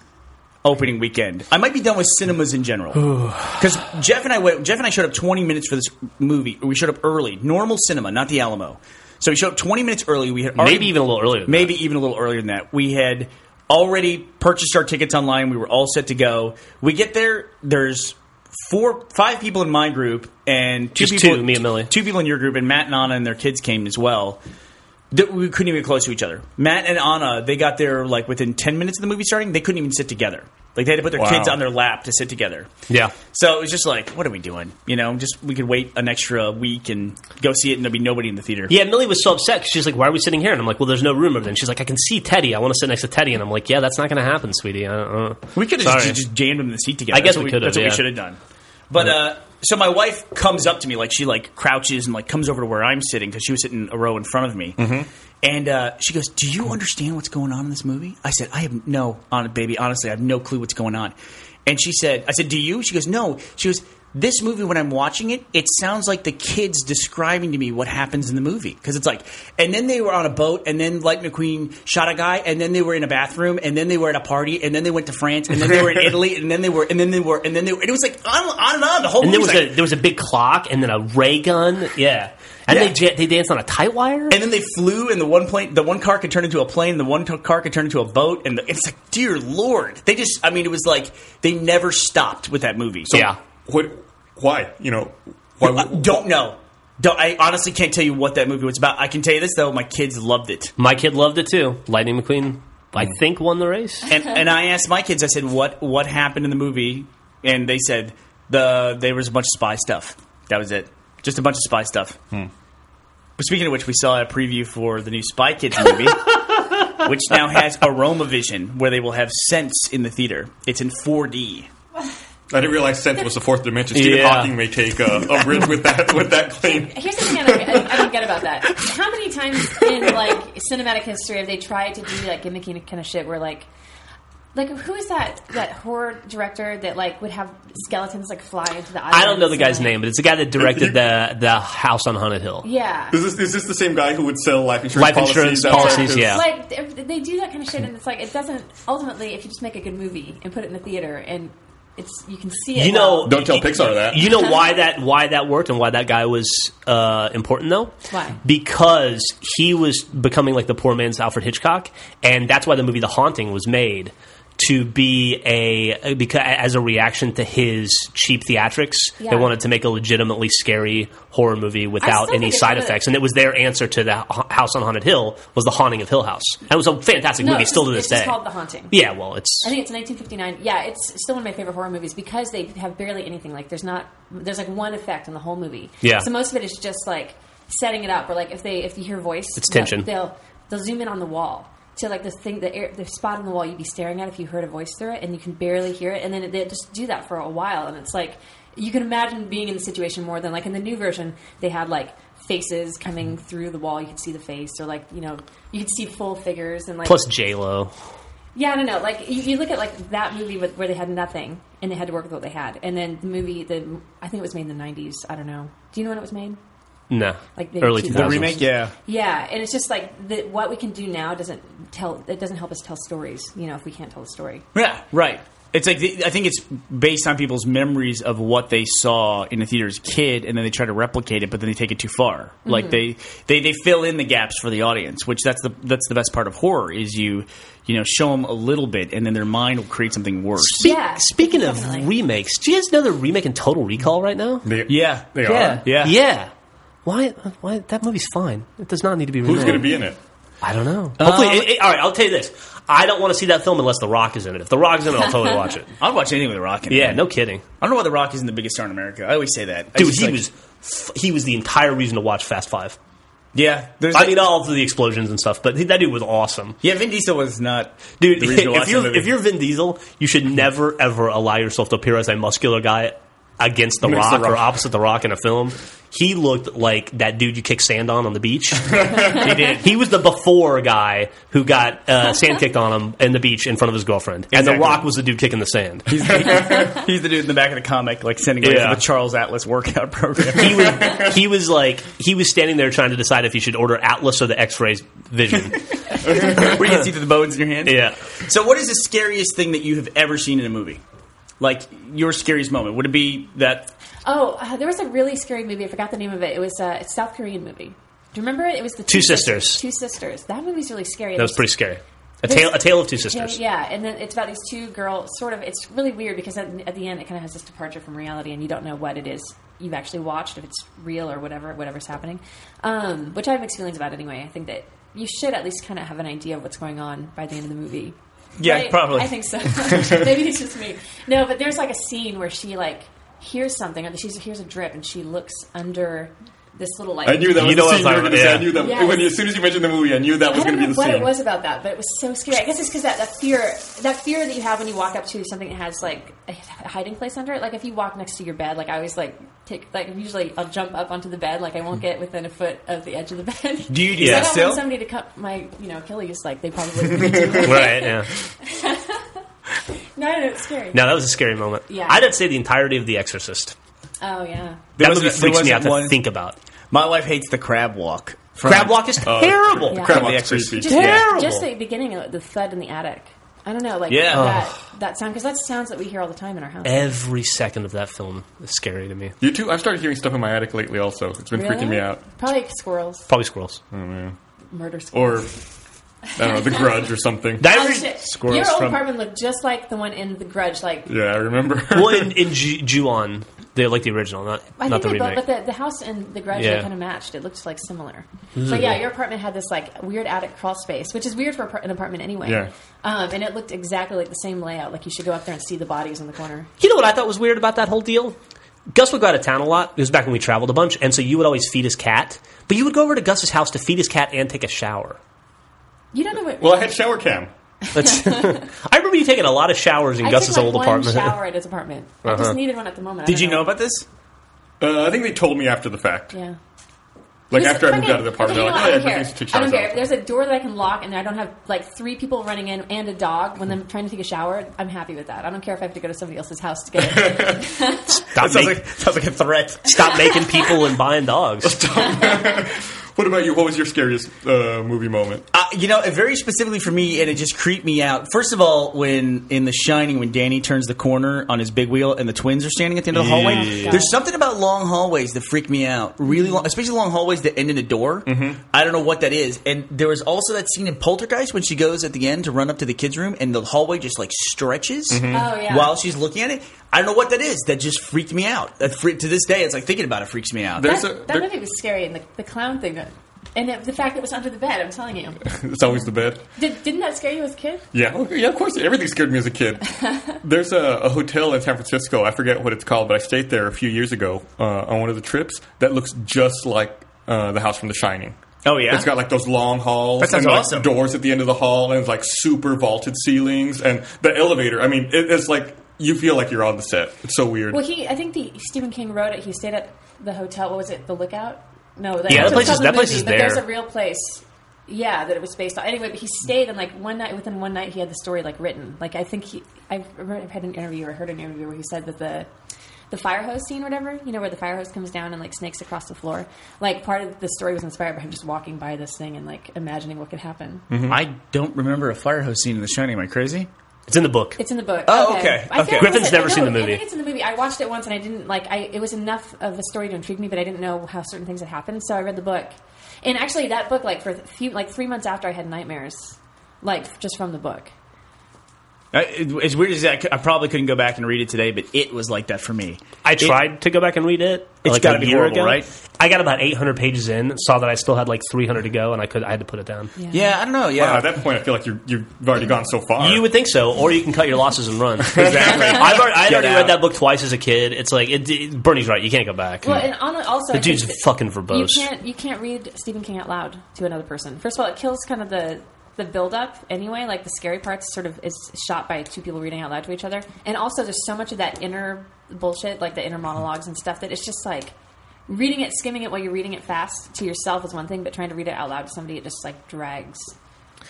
S4: opening weekend. I might be done with cinemas in general because Jeff and I went. Jeff and I showed up 20 minutes for this movie. We showed up early, normal cinema, not the Alamo. So we showed up 20 minutes early. We had already,
S2: Maybe even a little earlier than
S4: maybe even a little earlier than that. We had already purchased our tickets online. We were all set to go. We get there. There's four, five people in my group, and two
S2: Just
S4: people,
S2: two, me and Millie.
S4: two people in your group, and Matt and Anna and their kids came as well. that we couldn't even get close to each other. Matt and Anna, they got there like within ten minutes of the movie starting. They couldn't even sit together. Like they had to put their
S1: Wow.
S4: kids on their lap to sit together.
S2: Yeah.
S4: So it was just like, what are we doing? You know, just we could wait an extra week and go see it, and there'd be nobody in the theater.
S2: Yeah, Millie was so upset. 'cause She's like, "Why are we sitting here?" And I'm like, "Well, there's no room over there." And she's like, "I can see Teddy. I want to sit next to Teddy." And I'm like, "Yeah, that's not going to happen, sweetie." I don't know.
S4: We could have
S2: Sorry.
S4: just, just jammed them in the seat together.
S2: I guess
S4: That's what
S2: we could've,
S4: That's what
S2: yeah.
S4: we should have done. But uh, so my wife comes up to me, like she like crouches and like comes over to where I'm sitting because she was sitting a row in front of me,
S2: Mm-hmm.
S4: and uh, she goes, "Do you understand what's going on in this movie?" I said, "I have no, on baby. Honestly, I have no clue what's going on." And she said, "I said, do you?" She goes, "No." She goes. This movie, when I'm watching it, it sounds like the kids describing to me what happens in the movie. Because it's like, and then they were on a boat, and then Light McQueen shot a guy, and then they were in a bathroom, and then they were at a party, and then they went to France, and then they were in Italy, and then they were, and then they were, and then they were. And it was like on, on and on. The whole
S2: And
S4: movie
S2: there was
S4: like,
S2: a there was a big clock, and then a ray gun. Yeah, and they
S4: Yeah.
S2: ja- they danced on a tight wire.
S4: and then they flew, and the one plane, the one car could turn into a plane, the one t- car could turn into a boat, and the, it's like, dear lord, they just. I mean, it was like they never stopped with that movie. So
S2: yeah,
S1: What? Why? You know? Why?
S4: I Uh, don't know. Don't, I honestly can't tell you what that movie was about. I can tell you this though, my kids loved it.
S2: my kid loved it too. Lightning McQueen, I think, won the race.
S4: and and I asked my kids. I said, "What what happened in the movie?" And they said, "The there was a bunch of spy stuff. That was it. Just a bunch of spy stuff." But speaking of which, we saw a preview for the new Spy Kids movie, which now has aroma vision, where they will have scents in the theater. It's in 4D.
S1: I didn't realize sense was the fourth dimension. Stephen
S2: Yeah.
S1: Hawking may take uh, a risk with that with that claim.
S3: Here's the thing I don't, I, I don't get about that. How many times in like cinematic history have they tried to do that gimmicky kind of shit where like, like who is that that horror director that like would have skeletons like fly into the audience?
S2: I don't know the guy's
S3: and,
S2: name, but it's the guy that directed the the House on Haunted Hill.
S3: Yeah.
S1: Is this, is this the same guy who would sell life insurance
S2: Life
S1: policies?
S2: insurance
S1: outside
S2: policies,
S1: his-
S2: yeah.
S3: Like th- they do that kind of shit, and it's like it doesn't. Ultimately, if you just make a good movie and put it in the theater, and it's you can see it.
S2: You know-
S3: well.
S1: Don't tell Pixar that.
S2: You know why that why that worked and why that guy was uh, important though?
S3: Why?
S2: Because he was becoming like the poor man's Alfred Hitchcock, and that's why the movie The Haunting was made to be a because as a reaction to his cheap theatrics.
S3: Yeah.
S2: They wanted to make a legitimately scary horror movie without
S3: still
S2: any
S3: think it's
S2: side
S3: one of the-
S2: effects, and it was their answer to the Ho- House on Haunted Hill was The Haunting of Hill House. And it was a fantastic
S3: No,
S2: movie,
S3: it's
S2: still to
S3: just-
S2: this day.
S3: it's just called The Haunting.
S2: Yeah, well, it's
S3: I think it's 1959. Yeah, it's still one of my favorite horror movies because they have barely anything. Like, there's not, there's like one effect in the whole movie.
S2: Yeah.
S3: So most of it is just like setting it up, or like if they if you hear voice,
S2: It's tension.
S3: They'll they'll zoom in on the wall to like the thing, the air, the spot on the wall you'd be staring at if you heard a voice through it, and you can barely hear it, and then they just do that for a while, and it's like you can imagine being in the situation more than like in the new version they had like faces coming through the wall you could see the face or like you know you could see full figures and like
S2: plus J Lo.
S3: yeah, I don't know. Like you, you look at like that movie with, where they had nothing and they had to work with what they had, and then the movie, the I think it was made in the nineties. I don't know. Do you know when it was made?
S2: No,
S3: Like the
S2: early
S3: two-
S2: two
S3: The
S2: thousands.
S3: remake?
S4: yeah.
S3: Yeah, and it's just like the, what we can do now doesn't tell. It doesn't help us tell stories. You know, if we can't tell the story.
S4: Yeah, right. It's like the, I think it's based on people's memories of what they saw in the theater as a kid, and then they try to replicate it, but then they take it too far.
S1: Mm-hmm.
S4: Like they, they they fill in the gaps for the audience, which that's the that's the best part of horror is you you know show them a little bit, and then their mind will create something worse.
S2: Spe-
S3: Yeah,
S2: speaking of
S3: definitely.
S2: remakes, do you guys know they're remaking Total Recall right now?
S1: They-
S4: yeah,
S1: they are.
S4: yeah,
S2: Yeah. Why? Why that movie's fine. It does not need to be.
S1: Who's
S2: remade.
S1: going to be in it?
S2: I don't know. Hopefully,
S4: Um,
S2: it- it- all right. I'll tell you this. I don't want to see that film unless The Rock is in it. If The Rock's in it, I'll totally watch it.
S4: I'd watch anything with The Rock. In it.
S2: Yeah, no kidding,
S4: I don't know why The Rock isn't the biggest star in America. I always say that, I
S2: dude.
S4: just
S2: He
S4: like-
S2: was f- he was the entire reason to watch Fast Five.
S4: Yeah, there's.
S2: I mean, all of the explosions and stuff, but he- that dude was awesome,
S4: yeah, Vin Diesel was not.
S2: dude.
S4: the reason to watch
S2: If
S4: that
S2: you're
S4: movie.
S2: if you're Vin Diesel, you should never ever allow yourself to appear as a muscular guy against the,
S1: Against
S2: rock,
S1: The
S2: or
S1: Rock.
S2: opposite the Rock in a film. He looked like that dude you kick sand on on the beach.
S4: he did.
S2: He was the before guy who got uh, sand kicked on him in the beach in front of his girlfriend, and The
S4: Exactly.
S2: Rock was the dude kicking the sand. He
S4: He's the dude in the back of the comic, like sending away
S2: Yeah.
S4: for the Charles Atlas workout program.
S2: was, he was like he was standing there trying to decide if he should order Atlas or the X-ray vision.
S4: where you can see through the bones in your hand.
S2: Yeah.
S4: So, what is the scariest thing that you have ever seen in a movie? Like your scariest moment? Would it be that?
S3: Oh, uh, there was a really scary movie. I forgot the name of it. It was uh, it's a South Korean movie. Do you remember it? It was the
S2: Two Sisters.
S3: Two sisters. That movie's really scary.
S2: That was pretty scary. A tale, a tale of two
S3: Yeah,
S2: sisters.
S3: yeah, and then it's about these two girls. Sort of, it's really weird because at, at the end it kind of has this departure from reality, and you don't know what it is you've actually watched, if it's real or whatever, whatever's happening. Um, which I have mixed feelings about anyway. I think that you should at least kind of have an idea of what's going on by the end of the movie.
S4: Yeah,
S3: Right?
S4: probably.
S3: I think so. Maybe it's just me. No, but there's like a scene where she like hears something, or she hears a drip, and she looks under this little like.
S1: I knew that
S2: You
S1: was
S2: know
S1: the
S2: what
S1: scene you
S2: I'm
S1: were
S2: talking
S1: going to say. I
S2: about,
S1: knew that
S3: yeah.
S1: when, as soon as you mentioned the movie, I knew that was
S3: I
S1: going
S3: don't
S1: to
S3: know
S1: be the
S3: what it
S1: scene.
S3: was about that, but it was so scary. I guess it's because that, that fear, that fear that you have when you walk up to something that has like a hiding place under it. Like if you walk next to your bed, like I always like take like usually I'll jump up onto the bed, like I won't get within a foot of the edge of the bed.
S4: Do you do
S3: 'Cause I
S4: that
S3: don't
S4: still?
S3: want somebody to cut my you know Achilles like they probably would do.
S2: right? Yeah.
S3: No, no, it's scary.
S2: Now that was a scary moment.
S3: Yeah.
S2: I'd have to say the entirety of The Exorcist.
S3: Oh yeah.
S4: There
S2: That
S4: was
S2: movie
S4: a- there
S2: freaks
S4: was
S2: me
S4: a
S2: out to
S4: one-
S2: think about.
S4: My wife hates the crab walk. From,
S2: Crab Walk is
S4: Oh.
S2: terrible.
S3: Yeah.
S1: Crap,
S4: From The
S1: that's
S4: Exorcist.
S1: Uh, creepy.
S3: Just,
S2: Terrible.
S3: just the beginning of the thud in the attic. I don't know, like
S4: Yeah.
S3: that, that sound because that's sounds that we hear all the time in our house.
S2: Every second of that film is scary to me.
S1: You too. I've started hearing stuff in my attic lately. Also, it's been
S3: Really?
S1: freaking me out.
S3: Probably squirrels,
S2: Probably squirrels.
S3: murder squirrels.
S1: Or I don't know, The Grudge or something.
S2: That
S3: Oh,
S2: re-
S3: shit.
S2: Squirrels
S3: Your old
S2: from-
S3: apartment looked just like the one in The Grudge. Like
S1: yeah, I remember.
S2: well, in, in Ju- Ju-on, they're like the original, not
S3: I
S2: not
S3: think
S2: the
S3: they both,
S2: remake.
S3: but the, the house in The Grudge
S2: Yeah.
S3: they kind of matched. It looked like similar. But yeah, your apartment had this like weird attic crawl space, which is weird for a par- an apartment anyway.
S1: Yeah.
S3: Um, and it looked exactly like the same layout. Like you should go up there and see the bodies in the corner.
S2: you know what I thought was weird about that whole deal? Gus would go out of town a lot. It was back when we traveled a bunch, and so you would always feed his cat. But you would go over to Gus's house to feed his cat and take a shower.
S3: You don't know what.
S1: well, I had shower cam.
S2: That's I remember you taking a lot of showers in
S3: I
S2: Gus's
S3: took, like,
S2: old
S3: one
S2: apartment.
S3: shower at his apartment. I just needed one at the moment. I
S4: Did
S3: don't
S4: you know about this?
S1: Uh, I think they told me after the fact.
S3: Yeah.
S1: Like
S3: There's-
S1: after I moved
S3: okay,
S1: out of the apartment,
S3: okay,
S1: they're
S3: you
S1: like,
S3: know
S1: oh, yeah,
S3: what, I don't
S1: everything's
S3: care.
S1: took
S3: I don't
S1: showers
S3: care.
S1: off.
S3: If there's a door that I can lock and I don't have like three people running in and a dog when I'm trying to take a shower, I'm happy with that. I don't care if I have to go to somebody else's house to get it.
S2: Stop,
S4: Sounds
S2: make,
S4: like, sounds like a threat.
S2: stop making people and buying dogs.
S1: What about you? What was your scariest uh, movie moment?
S4: Uh, you know, very specifically for me, and it just creeped me out. First of all, when in The Shining, when Danny turns the corner on his big wheel and the twins are standing at the end of the hallway,
S3: Yeah.
S4: there's something about long hallways that freak me out. Really long, especially long hallways that end in a door. I don't know what that is. And there was also that scene in Poltergeist when she goes at the end to run up to the kids' room and the hallway just like stretches
S3: Oh, yeah.
S4: while she's looking at it. I don't know what that is. That just freaked me out. That freak, to this day, it's like thinking about it freaks me out.
S1: There's
S3: that,
S1: a,
S3: that
S1: there-
S3: movie was scary, and the, the clown thing, that- and the, the fact that it was under the bed. I'm telling you,
S1: it's always the bed.
S3: Did, didn't that scare you as a kid?
S1: Yeah, oh, yeah, of course. Everything scared me as a kid. There's a, a hotel in San Francisco. I forget what it's called, but I stayed there a few years ago uh, on one of the trips that looks just like uh, the house from The Shining.
S4: Oh, yeah?
S1: it's got like those long halls
S4: That sounds
S1: and like,
S4: awesome.
S1: doors at the end of the hall, and like super vaulted ceilings and the elevator. I mean, it, it's like you feel like you're on the set. It's so weird.
S3: Well, he, I think the Stephen King wrote it. He stayed at the hotel. What was it? The Lookout? No, that,
S2: Yeah,
S3: that's
S2: that
S3: what
S2: place
S3: it's
S2: is-
S3: called in
S2: that
S3: the
S2: place
S3: movie,
S2: is
S3: But there's
S2: there.
S3: a real place. Yeah, that it was based on. Anyway, but he stayed and like one night, within one night, he had the story like written. Like I think he, I've read, I've had an interview or heard an interview where he said that the. The fire hose scene, or whatever you know, where the fire hose comes down and like snakes across the floor. Like part of the story was inspired by him just walking by this thing and like imagining what could happen.
S4: I don't remember a fire hose scene in The Shining. Am I crazy?
S2: It's in the book.
S3: It's in the book.
S4: Oh, okay.
S3: I
S4: Okay.
S3: feel like
S2: Griffin's
S3: it's- I
S2: never seen
S3: know-
S2: the movie.
S3: I think it's in the movie. I watched it once and I didn't like. I it was enough of a story to intrigue me, but I didn't know how certain things had happened. So I read the book, and actually that book, like for a few, like three months after, I had nightmares, like just from the book.
S4: I, it- as weird as that, I probably couldn't go back and read it today, but it was like that for me.
S2: I tried to go back and read it.
S4: It's
S2: like
S4: gotta
S2: a
S4: be
S2: year
S4: horrible,
S2: ago.
S4: right?
S2: I got about 800 pages in, saw that I still had like 300 to go, and I could I had to put it down.
S4: Yeah, I don't know. Yeah,
S1: Wow, at that point, I feel like you're, you've already gone so far.
S2: You would think so, or you can cut your losses and run.
S4: Exactly.
S2: I've already, I'd
S4: Get
S2: already
S4: out.
S2: read that book twice as a kid. It's like it, it- Bernie's right. You can't go back.
S3: Well, and on, also
S2: the
S3: I think
S2: dude's
S3: that
S2: fucking
S3: You
S2: verbose.
S3: can't you can't read Stephen King out loud to another person. First of all, it kills kind of the the build up anyway. Like the scary parts sort of is shot by two people reading out loud to each other, and also there's so much of that inner bullshit, like the inner monologues and stuff, that it's just like. Reading it, skimming it while you're reading it fast to yourself is one thing, but trying to read it out loud to somebody, it just like drags.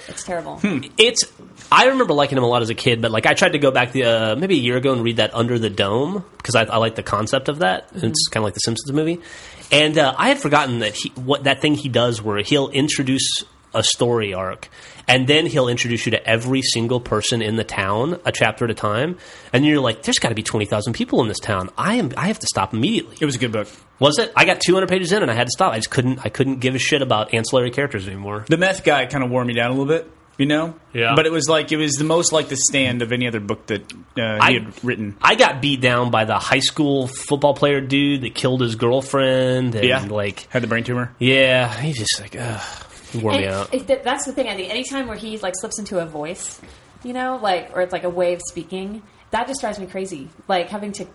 S3: It's terrible.
S2: Hmm. It's. I remember liking him a lot as a kid, but like I tried to go back the uh, maybe a year ago and read that Under the Dome because I, I like the concept of that. It's kind of like the Simpsons movie, and uh, I had forgotten that he what that thing he does where he'll introduce a story arc. And then he'll introduce you to every single person in the town, a chapter at a time, and you're like, "There's got to be twenty thousand people in this town. I am. I have to stop immediately."
S4: it was a good book.
S2: Was it? I got 200 pages in and I had to stop. I just couldn't. I couldn't give a shit about ancillary characters anymore.
S4: The meth guy kind of wore me down a little bit, you know.
S2: Yeah.
S4: But it was like it was the most like the stand of any other book that uh, he
S2: I-
S4: had written.
S2: I got beat down by the high school football player dude that killed his girlfriend and
S4: Yeah,
S2: like
S4: had the brain tumor.
S2: yeah, he's just like ugh. Wore me
S3: And
S2: out.
S3: it- that- that's the thing. I think anytime where he like slips into a voice, you know, like or it's like a way of speaking, that just drives me crazy. Like having to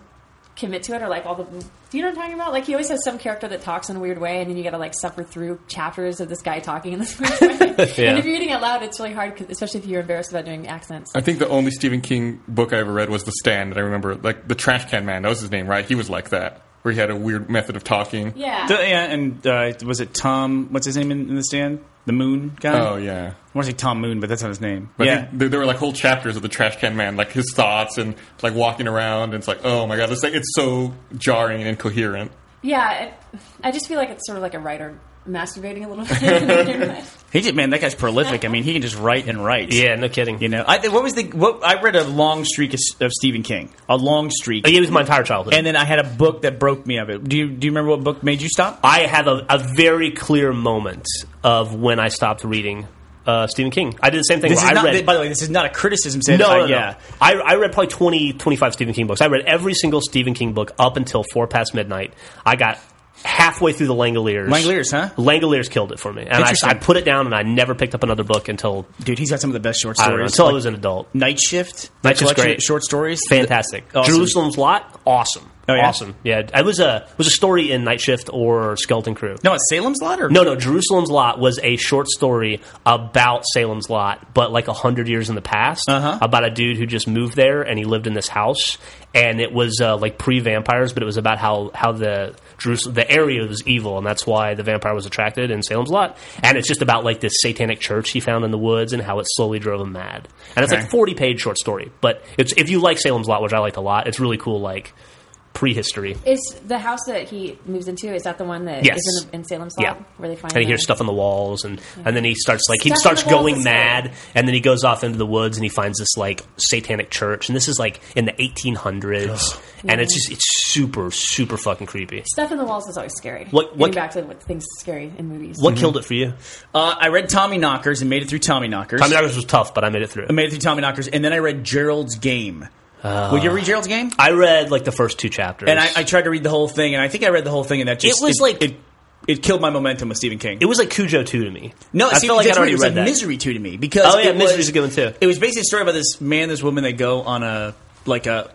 S3: commit to it, or like all the do you know what I'm talking about? Like he always has some character that talks in a weird way, and then you got to like suffer through chapters of this guy talking in this weird way. And if you're reading it loud, it's really hard, 'cause- especially if you're embarrassed about doing accents.
S1: I think the only Stephen King book I ever read was The Stand, and I remember like the Trash Can Man. That was his name, right? He was like that, where he had a weird method of talking.
S3: Yeah,
S4: The- yeah, and uh, was it Tom? What's his name in, in the stand? The Moon guy.
S1: Oh yeah.
S4: I want to say Tom Moon, but that's not his name.
S1: But
S4: yeah,
S1: he- there, there were like whole chapters of the Trash Can Man, like his thoughts and like walking around. And it's like, oh my god, it's like it's so jarring and incoherent.
S3: yeah. It, I just feel like it's sort of like a writer masturbating a little bit.
S4: he did. Man, that guy's prolific. I mean, he can just write and write.
S2: Yeah, no kidding.
S4: You know, I th- what was the what I read a long streak of, S- of Stephen King, a long streak,
S2: Oh, yeah, it was my entire childhood.
S4: and then I had a book that broke me of it. Do you do you remember what book made you stop?
S2: I have a, a very clear moment of when I stopped reading uh, Stephen King. I did the same thing.
S4: This
S2: where
S4: is
S2: I
S4: not,
S2: read,
S4: by the way, this is not a criticism. Saying
S2: no,
S4: I,
S2: no, no.
S4: yeah,
S2: I, I read probably 20, 25 Stephen King books. I read every single Stephen King book up until four past midnight. I got halfway through the Langoliers.
S4: Langoliers, huh?
S2: Langoliers killed it for me, and I,
S4: Interesting.
S2: I put it down, and I never picked up another book until
S4: dude, he's got some of the best short
S2: I
S4: stories.
S2: don't know, until I
S4: Like,
S2: was an adult.
S4: Night Shift, the
S2: Night Shift's
S4: collection
S2: great.
S4: of short stories,
S2: Fantastic.
S4: Awesome.
S2: Jerusalem's Lot, awesome,
S4: Oh, yeah?
S2: awesome. Yeah, it was a it was a story in Night Shift or Skeleton Crew.
S4: No, it's Salem's Lot, or
S2: No, no. Jerusalem's Lot was a short story about Salem's Lot, but like a hundred years in the past,
S4: Uh-huh.
S2: about a dude who just moved there and he lived in this house, and it was uh, like pre-vampires, but it was about how how the Jerusalem, the area was evil, and that's why the vampire was attracted in Salem's Lot, and it's just about like this satanic church he found in the woods and how it slowly drove him mad, and it's like
S4: Okay.
S2: forty page short story, but it's if you like Salem's Lot, which I liked a lot, it's really cool, like prehistory.
S3: Is the house that he moves into? Is that the one that is
S2: Yes.
S3: in, the, in Salem's
S2: Yeah.
S3: Lot, where they find?
S2: and he
S3: the-
S2: hears stuff on the walls and and then he starts like he
S3: Stuff on
S2: starts
S3: the walls
S2: going
S3: is
S2: mad
S3: good.
S2: and then he goes off into the woods and he finds this like satanic church and this is like in the 1800s and it's just it's super super fucking creepy
S3: Stuff in the walls is always scary.
S2: What- what-
S3: Getting back to what things scary in movies.
S2: what killed it for you
S4: Uh, I read Tommy Knockers and made it through Tommy Knockers.
S2: i mean that was tough but i made it through
S4: I made it through Tommy Knockers, and then I read Gerald's Game.
S2: Uh,
S4: Will you read Gerald's Game?
S2: i read like the first two chapters
S4: and I, I tried to read the whole thing, and I think I read the whole thing, and that just
S2: It was like-
S4: it, it killed my momentum with Stephen King.
S2: it was like cujo 2 to me
S4: no,
S2: i
S4: see,
S2: felt like i'd
S4: that's
S2: already
S4: weird.
S2: read
S4: it was like
S2: that
S4: Misery too to me because
S2: oh yeah
S4: it was-
S2: misery's a good one too
S4: It was basically a story about this man, and this woman. They go on a like a.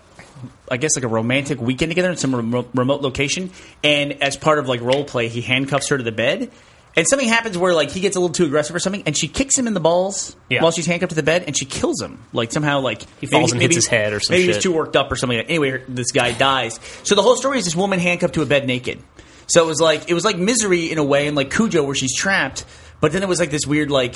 S4: I guess like a romantic weekend together in some remote, remote location, and as part of like role play, he handcuffs her to the bed, and something happens where like he gets a little too aggressive or something, and she kicks him in the balls
S2: Yeah.
S4: while she's handcuffed to the bed, and she kills him like somehow like he
S2: falls and hits his head or some
S4: maybe he's
S2: shit.
S4: too worked up or something. like that. Anyway, her- this guy dies. So the whole story is this woman handcuffed to a bed naked. So it was like it was like misery in a way, and like Cujo where she's trapped. But then it was like this weird like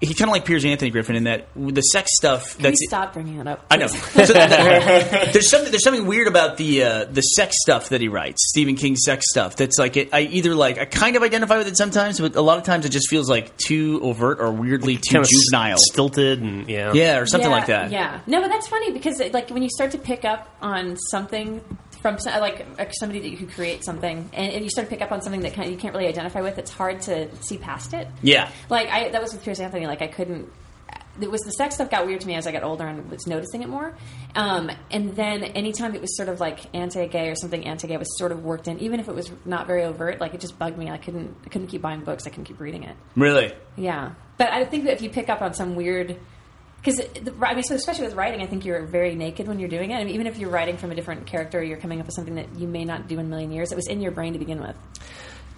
S4: he kind of like Piers Anthony Griffin in that the sex stuff.
S3: Can
S4: That's
S3: you stop bringing it up?
S4: I know. So that- that- there's something there's something weird about the uh, the sex stuff that he writes, Stephen King's sex stuff. That's like it, I either like I kind of identify with it sometimes, but a lot of times it just feels like too overt or weirdly too
S2: Kinda s-
S4: juvenile.
S2: stilted and yeah
S4: yeah, or something
S3: yeah,
S4: like that.
S3: Yeah. No, but that's funny because it, like when you start to pick up on something from so- like somebody that you could create something, and, and you start to pick up on something that kind of, you can't really identify with, it's hard to see past it.
S4: Yeah.
S3: Like I that was with Pierce Anthony. Like I couldn't. It was the sex stuff got weird to me as I got older and was noticing it more. Um, and then anytime it was sort of like anti-gay or something anti-gay was sort of worked in, even if it was not very overt, like it just bugged me. I couldn't I couldn't keep buying books. I couldn't keep reading it.
S4: Really.
S3: Yeah, but I think that if you pick up on some weird, because I mean, so especially with writing, I think you're very naked when you're doing it. I mean, even if you're writing from a different character, you're coming up with something that you may not do in a million years. It was in your brain to begin with.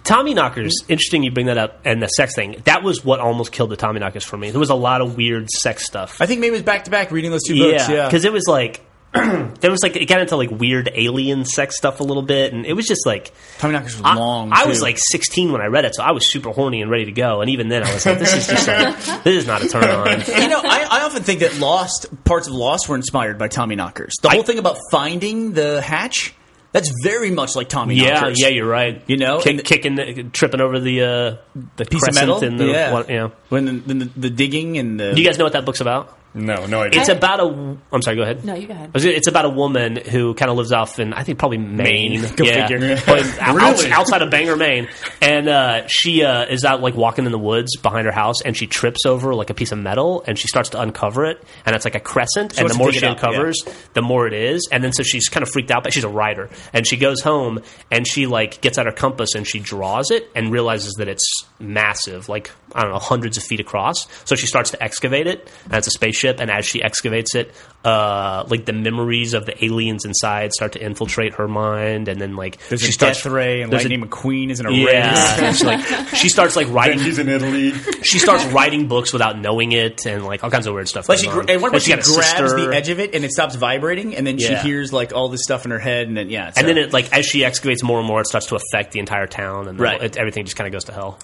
S2: Tommy Knockers, interesting you bring that up, and the sex thing. That was what almost killed the Tommy Knockers for me. There was a lot of weird sex stuff.
S4: I think maybe it was back to back reading those two books. Yeah,
S2: because it was like there was like it got into like weird alien sex stuff a little bit, and it was just like
S4: Tommy Knockers was
S2: I,
S4: long.
S2: I was
S4: too.
S2: like 16 when I read it, so I was super horny and ready to go. And even then, I was like, this is just like this is not a turn on.
S4: you know, I, I often think that Lost parts of Lost were inspired by Tommy Knockers. The whole thing about finding the hatch that's very much like Tommy
S2: Yeah,
S4: Knockers.
S2: yeah, you're right.
S4: You know,
S2: Kick,
S4: and-
S2: kicking, the, tripping over the uh, the
S4: piece of
S2: crescent
S4: metal.
S2: and the
S4: yeah,
S2: what- yeah.
S4: When the, the, the digging and the
S2: Do you guys know what that book's about?
S1: No, no idea.
S2: It's about a. I'm sorry. Go ahead.
S3: No, you go ahead.
S2: I was gonna- It's about a woman who kind of lives off in, I think, probably Maine.
S4: Maine. Go
S2: yeah.
S4: figure.
S2: Probably out-
S1: Really?
S2: outside of Bangor, Maine. And uh, she uh, is out, like, walking in the woods behind her house, and she trips over, like, a piece of metal, and she starts to uncover it, and it's like a crescent. and
S4: wants
S2: the
S4: to
S2: more
S4: dig it
S2: she
S4: up, yeah.
S2: uncovers, the more it is. And then so she's kind of freaked out, but she's a writer. And she goes home, and she, like, gets out her compass, and she draws it, and realizes that it's massive, like, I don't know, hundreds of feet across. So she starts to excavate it, and it's a spaceship, and as she excavates it, uh, like the memories of the aliens inside start to infiltrate her mind, and then like
S4: There's
S2: she
S4: a
S2: starts
S4: death ray, and
S2: there's a-
S4: Lightning McQueen is an array.
S2: yeah, she, like, she starts like
S1: and
S2: writing.
S1: he's in Italy.
S2: She starts writing books without knowing it, and like all kinds of weird stuff.
S4: But
S2: goes
S4: she,
S2: on.
S4: gr- and what
S2: Then
S4: about she,
S2: got a
S4: grabs
S2: sister.
S4: the edge of it and it stops vibrating, and then
S2: Yeah.
S4: she hears like all this stuff in her head, and then yeah, it's
S2: And
S4: a-
S2: then, it, like as she excavates more and more, it starts to affect the entire town, and the-
S4: Right.
S2: it, everything just kind of goes to hell.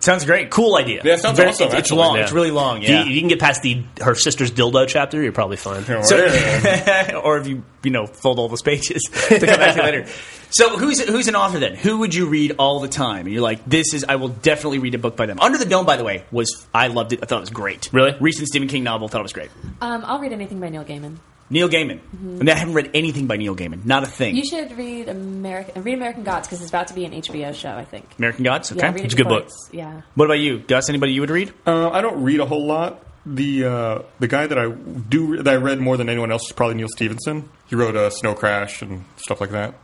S4: sounds great.
S2: Cool idea.
S1: Yeah, sounds
S4: Very-
S1: awesome.
S4: it's, it's
S1: actually.
S4: long.
S2: Yeah.
S4: Oh, It's really long.
S2: If you-
S4: Yeah.
S2: you, can get past the her sister's dildo chapter, you're probably fine.
S4: So-
S1: Yeah.
S4: or if you you know fold all those pages to come back to later. So who's who's an author then? Who would you read all the time? And you're like, this is I will definitely read a book by them. Under the Dome, by the way, was I loved it. I thought it was great.
S2: Really?
S4: recent Stephen King novel. Thought it was great.
S3: Um, I'll read anything by Neil Gaiman.
S4: Neil Gaiman. And I haven't read anything by Neil Gaiman. Not a thing.
S3: You should read American read American Gods because it's about to be an HBO show, I think.
S4: American Gods. Okay.
S3: Yeah, read Oh.
S2: It's a good
S3: before
S2: book.
S3: it's- Yeah.
S4: what about you, Gus? Anybody you would read?
S1: Uh, I don't read a whole lot. The uh, the guy that I do re- that I read more than anyone else is probably Neil Stevenson. He wrote uh, Snow Crash and stuff like that.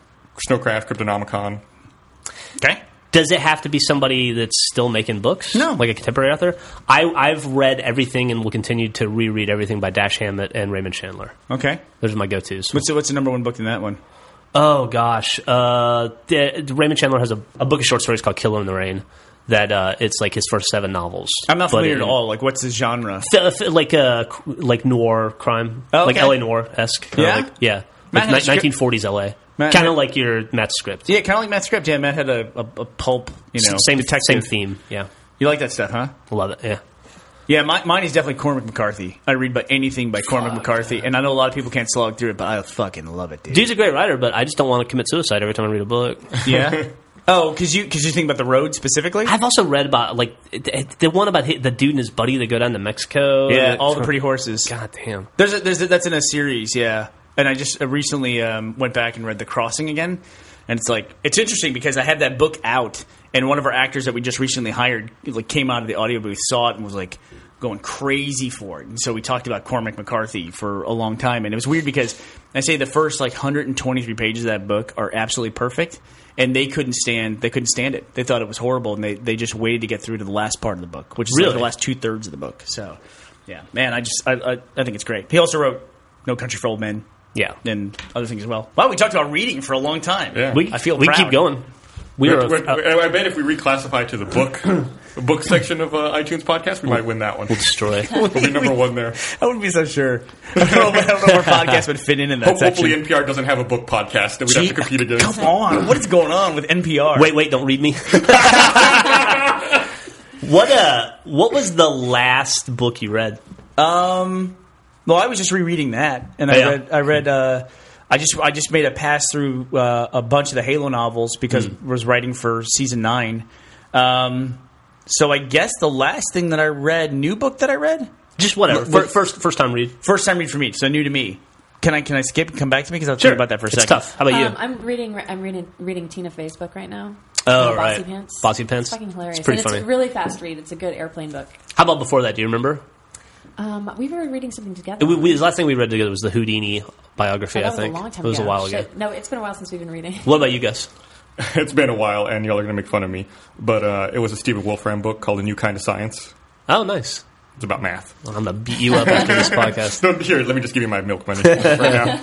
S1: Snow Crash, Cryptonomicon.
S4: Okay.
S2: Does it have to be somebody that's still making books?
S4: No.
S2: like a contemporary author. I, I've read everything and will continue to reread everything by Dash Hammett and Raymond Chandler.
S4: Okay.
S2: Those are my go-to's.
S4: What's the, what's the number one book in that one?
S2: Oh gosh, uh, the- Raymond Chandler has a, a book of short stories called "Killer in the Rain." That uh, it's like his first seven novels.
S4: I'm not
S2: But
S4: familiar
S2: in-
S4: at all. Like, what's the genre?
S2: F- f- like uh, cr- like noir crime,
S4: Oh,
S2: like
S4: okay.
S2: LA noir esque.
S4: Yeah?
S2: like, yeah, like
S4: Matt had a script-
S2: nineteen forties LA,
S4: Matt
S2: kind
S4: had-
S2: of like your Matt script.
S4: Yeah, kind of like Matt Script. Yeah, Matt had a, a, a pulp, you know,
S2: same
S4: detective.
S2: same theme. Yeah,
S4: You like that stuff, huh?
S2: love it. Yeah,
S4: Yeah, my, mine is definitely Cormac McCarthy. I read by anything by Cormac McCarthy, and I know a lot of people can't slog through it, but I fucking love it, dude.
S2: dude's a great writer, but I just don't want to commit suicide every time I read a book.
S4: Yeah. oh, because you because you think about the road specifically.
S2: I've also read about like the, the one about hi- the dude and his buddy that go down to Mexico.
S4: yeah,
S2: It's-
S4: all the pretty horses.
S2: God damn.
S4: There's a, there's a, that's in a series, yeah. And I just uh, recently um, went back and read The Crossing again, and it's like it's interesting because I had that book out, and one of our actors that we just recently hired like came out of the audio booth, saw it, and was like going crazy for it. And so we talked about Cormac McCarthy for a long time, and it was weird because I say the first like 123 pages of that book are absolutely perfect, and they couldn't stand they couldn't stand it. They thought it was horrible, and they they just waited to get through to the last part of the book, which is like,
S2: Really?
S4: the last two thirds of the book. So. Yeah, man, I just I, I, I think it's great. He also wrote No Country for Old Men
S2: Yeah,
S4: and other things as well. Wow, we talked about reading for a long time.
S1: Yeah.
S2: we
S4: I feel
S2: we
S4: proud.
S2: keep going. We are.
S1: We're-
S2: uh,
S1: we're- I bet if we reclassify to the book book section of uh, iTunes podcast, we might win that one.
S2: destroy.
S1: We'll be number one there.
S4: I wouldn't be so sure. I don't know, I don't know if our podcast would fit in in that
S1: Ho-
S4: section.
S1: Hopefully, NPR doesn't have a book podcast that we'd have to compete against.
S4: Come on, what is going on with NPR?
S2: Wait, wait, don't read me. what uh what was the last book you read?
S4: Um, well, I was just rereading that, and I
S2: Yeah.
S4: read. I read. Uh, I just I just made a pass through uh, a bunch of the Halo novels because
S2: Hmm.
S4: I was writing for season nine. Um, so I guess the last thing that I read, new book that I read,
S2: Just whatever.
S4: Look,
S2: Fir- first first time read.
S4: first time read for me, so new to me. Can I can I skip and come back to me because I was thinking about that for a
S2: It's
S4: second?
S2: tough. How about
S3: Um,
S2: you?
S3: I'm reading. I'm reading reading Tina Fey's book right now.
S2: Oh,
S3: Uh,
S2: right.
S3: Bossy Pants.
S2: Bossy Pants.
S3: It's fucking hilarious.
S2: It's pretty
S3: and
S2: funny.
S3: It's a really fast read. It's a good airplane book.
S2: How about before that? Do you remember?
S3: Um, we were reading something together.
S2: We, we, the last thing we read together was the Houdini biography.
S3: that
S2: I
S3: was
S2: think
S3: a long time
S2: it was
S3: ago.
S2: a while ago.
S3: Shit. No, it's been a while since we've been reading.
S2: What about you guys?
S1: It's been a while, and y'all are going to make fun of me. But uh, it was a Stephen Wolfram book called A New Kind of Science.
S2: Oh, nice.
S1: It's about math.
S2: Well, I'm gonna beat you up after this podcast.
S1: So, here, let me just give you my milk money right now.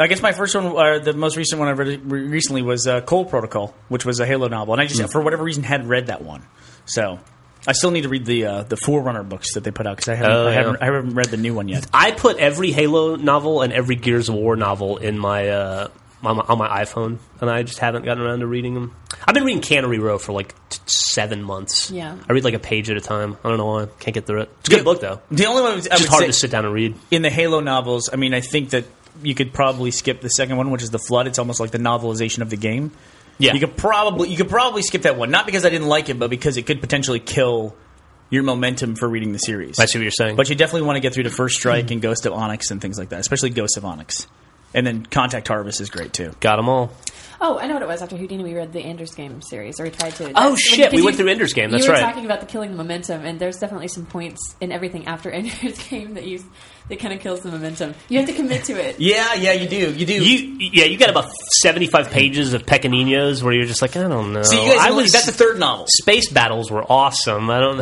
S4: I guess my first one, or the most recent one I read re- recently was uh, Cole Protocol, which was a Halo novel, and I just for whatever reason had read that one. So I still need to read the uh, the Forerunner books that they put out because I haven't,
S2: Oh,
S4: I, haven't
S2: yeah.
S4: I haven't read the new one yet.
S2: I put every Halo novel and every Gears of War novel in my uh, on, my, on my iPhone, and I just haven't gotten around to reading them. I've been reading Cannery Row for like t- seven months.
S3: Yeah.
S2: I read like a page at a time. I don't know why. Can't get through it. It's a good book though.
S4: The only one I would
S2: It's just hard
S4: say
S2: to sit down and read.
S4: in the Halo novels, I mean, I think that you could probably skip the second one, which is the Flood. It's almost like the novelization of the game.
S2: Yeah.
S4: you could probably you could probably skip that one, not because I didn't like it, but because it could potentially kill your momentum for reading the series.
S2: I see what you're saying.
S4: But you definitely want to get through to First Strike and Ghost of Onyx and things like that, especially Ghost of Onyx. And then Contact Harvest is great too.
S2: got them all.
S3: Oh, I know what it was. After Houdini, we read the Ender's Game series, or we tried to.
S2: Oh,
S3: That's-
S2: shit, we
S3: because
S2: went through Ender's Game, that's
S3: you were
S2: right.
S3: talking about the killing the momentum, and there's definitely some points in everything after Ender's Game that you that kind of kills the momentum. You have to commit to it.
S4: Yeah, yeah, you do, you do.
S2: You yeah, you got about seventy five pages of Pecaninos where you're just like, I don't know.
S4: so you guys,
S2: I
S4: only-
S2: was
S4: that's the third novel.
S2: space battles were awesome. I don't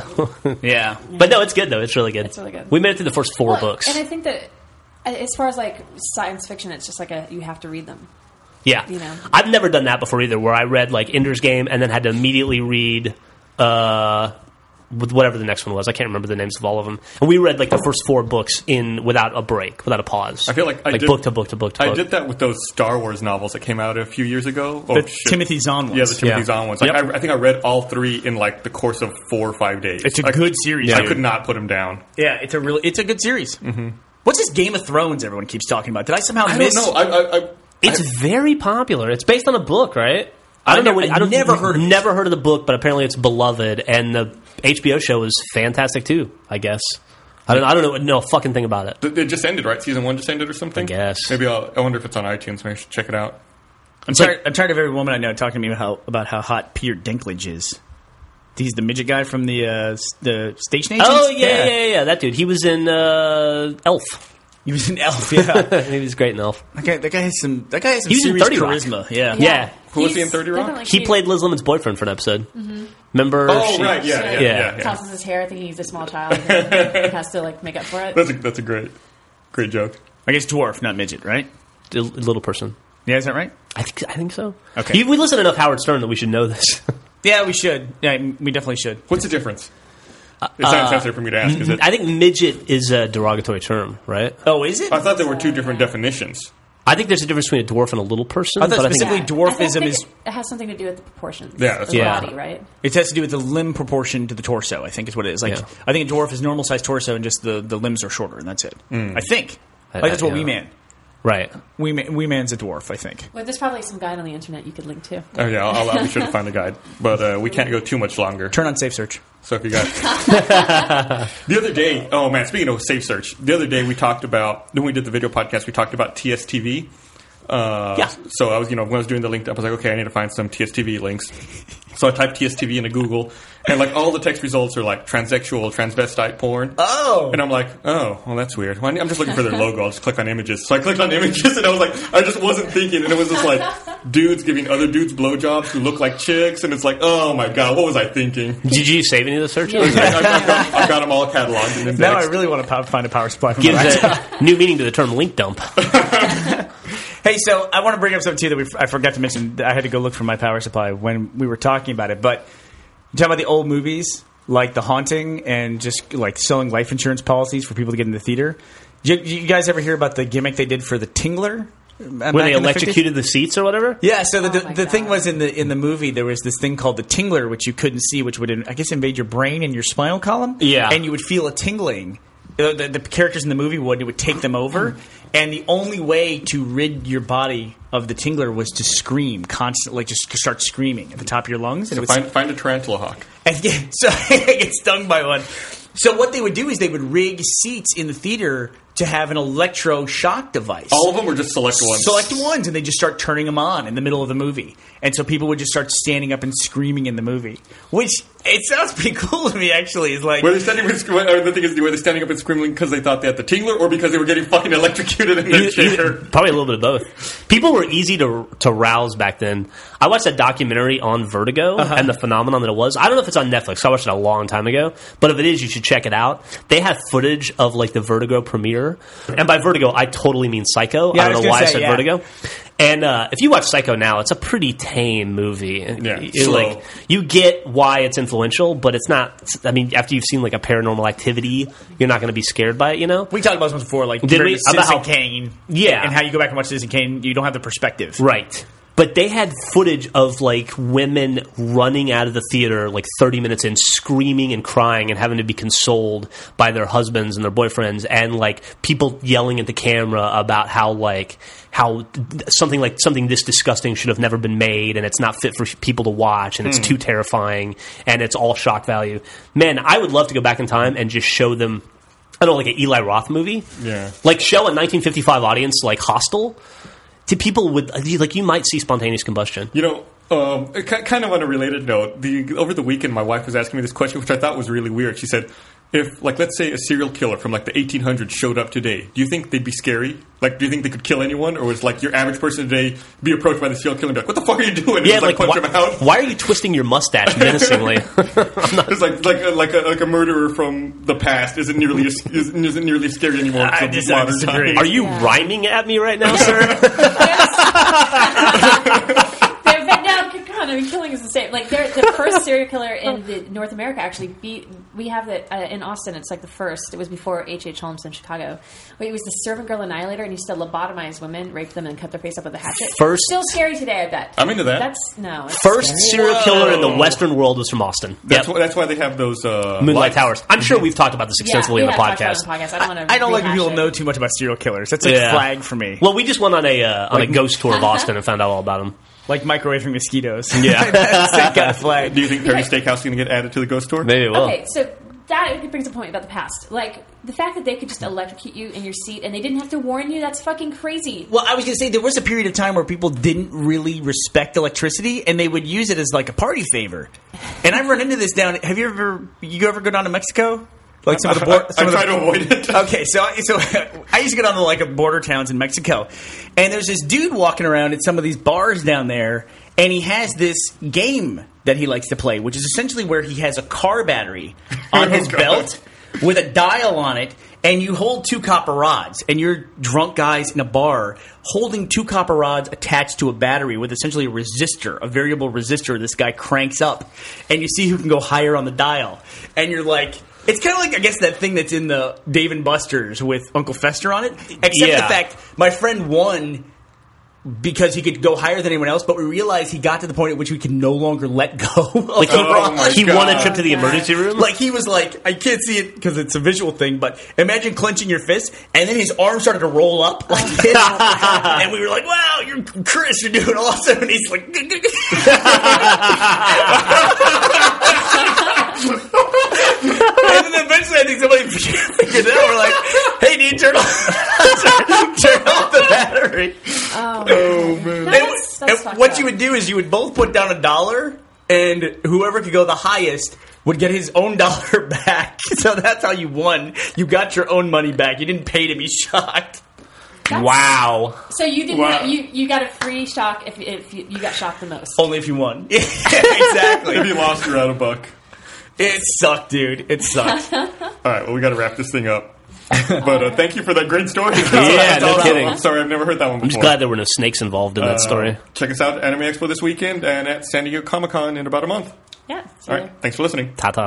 S2: know.
S4: Yeah,
S2: But no, it's good though. It's really good.
S3: It's really good.
S2: We made it through the first four
S3: Well,
S2: books.
S3: and I think that uh, as far as like science fiction, it's just like a you have to read them.
S2: yeah,
S3: you know.
S2: I've never done that before either. Where I read like Ender's Game and then had to immediately read uh, with whatever the next one was. I can't remember the names of all of them. And we read like the first four books in without a break, without a pause.
S1: I feel like I did-
S2: book to book to book to
S1: I
S2: book.
S1: did that with those Star Wars novels that came out a few years ago. Oh,
S4: the
S1: shit.
S4: Timothy Zahn ones.
S1: Yeah, the Timothy
S2: Yeah.
S1: Zahn ones. Like,
S2: Yep.
S1: I, I think I read all three in like the course of four or five days.
S4: It's a
S1: Like,
S4: good series,
S1: I
S4: dude.
S1: could not put them down.
S4: yeah, it's a really, it's a good series. Mm-hmm. What's this Game of Thrones everyone keeps talking about? Did I somehow
S1: I don't
S4: miss?
S1: know. I, I, I,
S2: It's very popular. It's based on a book, right? I don't know.
S4: never-
S2: what-
S4: I
S2: don't-
S4: never heard of it.
S2: never heard of the book, but apparently it's beloved, and the HBO show is fantastic too. I guess. I don't. I don't know. Know a fucking thing about it.
S1: It just ended, right? Season one just ended or something?
S2: I guess.
S1: Maybe I'll, I wonder if it's on iTunes. Maybe I should check it out.
S4: I'm tired. I'm tired of every woman I know talking to me about how, about how hot Peter Dinklage is. He's the midget guy from the uh, s- the station agents.
S2: Oh yeah, yeah, yeah, yeah. That dude. He was in uh, Elf.
S4: He was an elf. Yeah,
S2: he was great in Elf.
S4: that, guy, that guy has some. That guy has some
S2: He was in
S4: serious
S2: 30 Rock.
S4: charisma. Yeah.
S2: Yeah.
S1: Who was he
S3: He's
S1: in 30 Rock?
S3: definitely
S2: He
S3: cute.
S2: played Liz Lemon's boyfriend for an episode. Remember?
S1: Oh,
S2: she-
S1: right. Yeah, yeah, yeah.
S2: Yeah.
S1: yeah.
S3: tosses his hair, thinking he's a small child, and has to like make up for it.
S1: That's, a, that's a great, great joke.
S4: I guess dwarf, not midget, right?
S2: the little person.
S4: Yeah, is that right?
S2: I think. I think so.
S4: Okay.
S2: You- we listen to enough Howard Stern that we should know this.
S4: Yeah, we should. Yeah, we definitely should.
S1: What's the difference? It sounds faster for me to ask. Is it?
S2: Uh, mm-hmm. I think midget is a derogatory term, right?
S4: Oh, is it?
S1: I thought there were two different definitions.
S2: I think there's a difference between a dwarf and a little person.
S4: I thought
S2: but I think-
S4: specifically dwarfism
S3: I think
S4: is-
S3: It has something to do with the proportions.
S1: Yeah,
S3: of
S1: that's
S3: the
S2: right.
S3: body, right?
S4: It has to do with the limb proportion to the torso. I think is what it is. Like,
S2: Yeah.
S4: I think a dwarf is normal sized torso, and just the, the limbs are shorter, and that's it. I think.
S2: Mm. I-
S4: like that's
S2: I-
S4: what
S2: yeah.
S4: we man.
S2: right.
S4: We man, we man's a dwarf. I think.
S3: Well, there's probably some guide on the internet you could link to.
S1: Oh yeah, I'll, I'll be sure to find a guide, but uh, we can't go too much longer.
S4: Turn on safe search.
S1: So if you got the other day, oh man, speaking of Safe Search, the other day we talked about when we did the video podcast, we talked about TSTV. Uh,
S2: Yeah.
S1: So I was, you know, when I was doing the link, I was like, okay, I need to find some TSTV links. So I typed TSTV into Google, and like all the text results are like transsexual, transvestite porn.
S4: Oh.
S1: And I'm like, oh, well, that's weird. Well, I'm just looking for their logo. I'll just click on images. So I clicked on images, and I was like, I just wasn't thinking. And it was just like dudes giving other dudes blowjobs who look like chicks, and it's like, oh my god, what was I thinking?
S2: Did you save any of the searches?
S1: I've, I've got, I've got them all cataloged and indexed.
S4: Now I really want to pow- find a power supply. From
S2: Gives
S4: my laptop.
S2: a new meaning to the term link dump.
S4: Hey, so I want to bring up something too that we, I forgot to mention. I had to go look for my power supply when we were talking about it. But you talking about the old movies, like The Haunting, and just like selling life insurance policies for people to get in the theater. You, you guys ever hear about the gimmick they did for the Tingler?
S2: When they electrocuted the seats or whatever?
S4: Yeah, so the,
S3: Oh
S4: the,
S3: my
S4: the thing
S3: God.
S4: was in the in the movie there was this thing called the tingler which you couldn't see which would I guess invade your brain and your spinal column
S2: Yeah.
S4: and you would feel a tingling Uh, the, the characters in the movie would it would take them over and the only way to rid your body of the tingler was to scream constantly like just to start screaming at the top of your lungs and it would
S1: find, find a tarantula hawk.
S4: and yeah, so I get stung by one. So what they would do is they would rig seats in the theater to have an electroshock device
S1: All of them were just select ones.
S4: select ones and they just start turning them on in the middle of the movie and so people would just start standing up and screaming in the movie which it sounds pretty cool to me actually is like
S1: Were they standing? with- Or the thing is, were they standing up and screaming because they thought they had the tingler, or because they were getting fucking electrocuted in their
S2: Either- either-
S1: chair?
S2: probably a little bit of both. People were easy to to rouse back then. I watched a documentary on Vertigo
S4: Uh-huh.
S2: and the phenomenon that it was. I don't know if it's on Netflix. I watched it a long time ago, but if it is, you should check it out. They have footage of like the Vertigo premiere, and by Vertigo, I totally mean Psycho.
S4: Yeah, I
S2: I don't
S4: was
S2: know why
S4: gonna
S2: I
S4: say,
S2: said
S4: yeah.
S2: Vertigo. And uh, if you watch Psycho now, it's a pretty tame movie.
S1: Yeah,
S2: It-
S1: slow.
S2: like you get why it's influential, but it's not. I mean, after you've seen like a Paranormal Activity, you're not going to be scared by it. You know,
S4: we talked about this before like
S2: Did we?
S4: Citizen
S2: About how-
S4: Kane
S2: Yeah.
S4: and how you go back and watch Citizen Kane you don't have the perspective
S2: right? But they had footage of like women running out of the theater like 30 minutes in, screaming and crying and having to be consoled by their husbands and their boyfriends, and like people yelling at the camera about how like how th- something like something this disgusting should have never been made, and it's not fit for sh- people to watch, and it's too terrifying, and it's all shock value. Man, I would love to go back in time and just show them. I don't know, like an Eli Roth movie.
S1: Yeah.
S2: Like show a 1955 audience like Hostel to people with like you might see spontaneous combustion.
S1: You know, um, ki- kind of on a related note, the, over the weekend, my wife was asking me this question, which I thought was really weird. She said, "If, like, let's say a serial killer from like the 1800s showed up today, do you think they'd be scary? Like, do you think they could kill anyone, or was like your average person today be approached by the serial killer and be like, what the fuck are you doing?' And
S2: Yeah,
S1: just, like,
S2: like,
S1: punch him
S2: why,
S1: out.
S2: why are you twisting your mustache menacingly?
S1: It's like like a, like a like a murderer from the past isn't nearly as, isn't, isn't nearly as scary anymore.
S4: I
S1: to
S4: dis- I
S1: modern
S4: disagree.
S1: times.
S2: Are you rhyming at me right now, sir?
S3: They're but now economy killing is the same. Like they're the first serial killer in the North America actually beat. We have that uh, in Austin. It's like the first. It was before H. H. Holmes in Chicago. But it was the servant girl annihilator, and he used to lobotomize women, rape them, and cut their face up with a hatchet.
S2: First-
S3: still scary today. I bet.
S1: I'm into that.
S3: That's no it's
S2: First
S3: scary.
S2: serial killer in the
S1: Whoa.
S2: Western world was from Austin.
S1: That's
S2: Yep.
S1: why, that's why they have those uh,
S2: Moonlight
S1: lights.
S2: Towers. I'm sure we've talked about this
S3: Yeah,
S2: extensively
S3: we
S2: on the
S3: have talked
S2: podcast.
S3: about it on the podcast. I don't want to.
S4: I don't like when people
S3: it.
S4: know too much about serial killers. That's a
S2: Yeah.
S4: flag for me.
S2: Well, we just went on a uh, on a ghost tour of Austin and found out all about him.
S4: like microwaving mosquitoes.
S2: Yeah.
S4: That's a kind of flag.
S1: Do you think Perry Steakhouse is going to get added to the ghost tour?
S2: Maybe it will.
S3: Okay, so that brings a point about the past. Like the fact that they could just electrocute you in your seat and they didn't have to warn you. That's fucking crazy.
S4: Well, I was going to say there was a period of time where people didn't really respect electricity, and they would use it as like a party favor. And I've run into this down. Have you ever you ever go down to Mexico? Like some of the
S1: I,
S4: board,
S1: I try to avoid it.
S4: Okay, so I- so I used to go down to like a border towns in Mexico, and there's this dude walking around at some of these bars down there, and he has this game that he likes to play, which is essentially where he has a car battery on
S1: Oh,
S4: his
S1: God.
S4: belt with a dial on it, and you hold two copper rods, and you're drunk guys in a bar holding two copper rods attached to a battery with essentially a resistor, a variable resistor. This guy cranks up, and you see who can go higher on the dial, and you're like. It's kind of like I guess that thing that's in the Dave and Buster's with Uncle Fester on it, except
S2: Yeah.
S4: the fact my friend won because he could go higher than anyone else, but we realized he got to the point at which we could no longer let go. of
S2: Like he,
S4: the rods.
S1: Oh my
S2: he won a
S1: God.
S2: trip to the emergency room.
S4: Like he was like, I can't see it because it's a visual thing, but imagine clenching your fist and then his arm started to roll up like this, and we were like, "Wow, you're Chris, you're doing awesome!" And he's like, And then eventually, I think somebody figured it out. We're like, "Hey, dude, turn off, turn off the battery."
S1: Oh, man.
S3: No,
S4: And-
S3: that's, that's
S4: and
S3: fucked
S4: what
S3: up.
S4: you would do is you would both put down a dollar, and whoever could go the highest would get his own dollar back. So that's how you won. You got your own money back. You didn't pay to be shocked.
S3: That's-
S2: wow.
S3: So you didn't.
S1: Wow. Oh.
S3: You you got a free shock if if you, you got shocked the most.
S4: Only if you won. Yeah, exactly.
S1: If you lost, you're out a buck.
S4: It sucked, dude. It sucked.
S1: All right, well, we got to wrap this thing up. but uh, thank you for that great story.
S2: Yeah, no
S1: Awesome.
S2: kidding.
S1: I'm sorry, I've never heard that one
S2: I'm just
S1: before.
S2: glad there were no snakes involved in that
S1: Uh,
S2: story.
S1: Check us out at Anime Expo this weekend and at San Diego Comic Con in about a month.
S3: Yeah. so-
S1: All right, thanks for listening.
S2: Ta ta.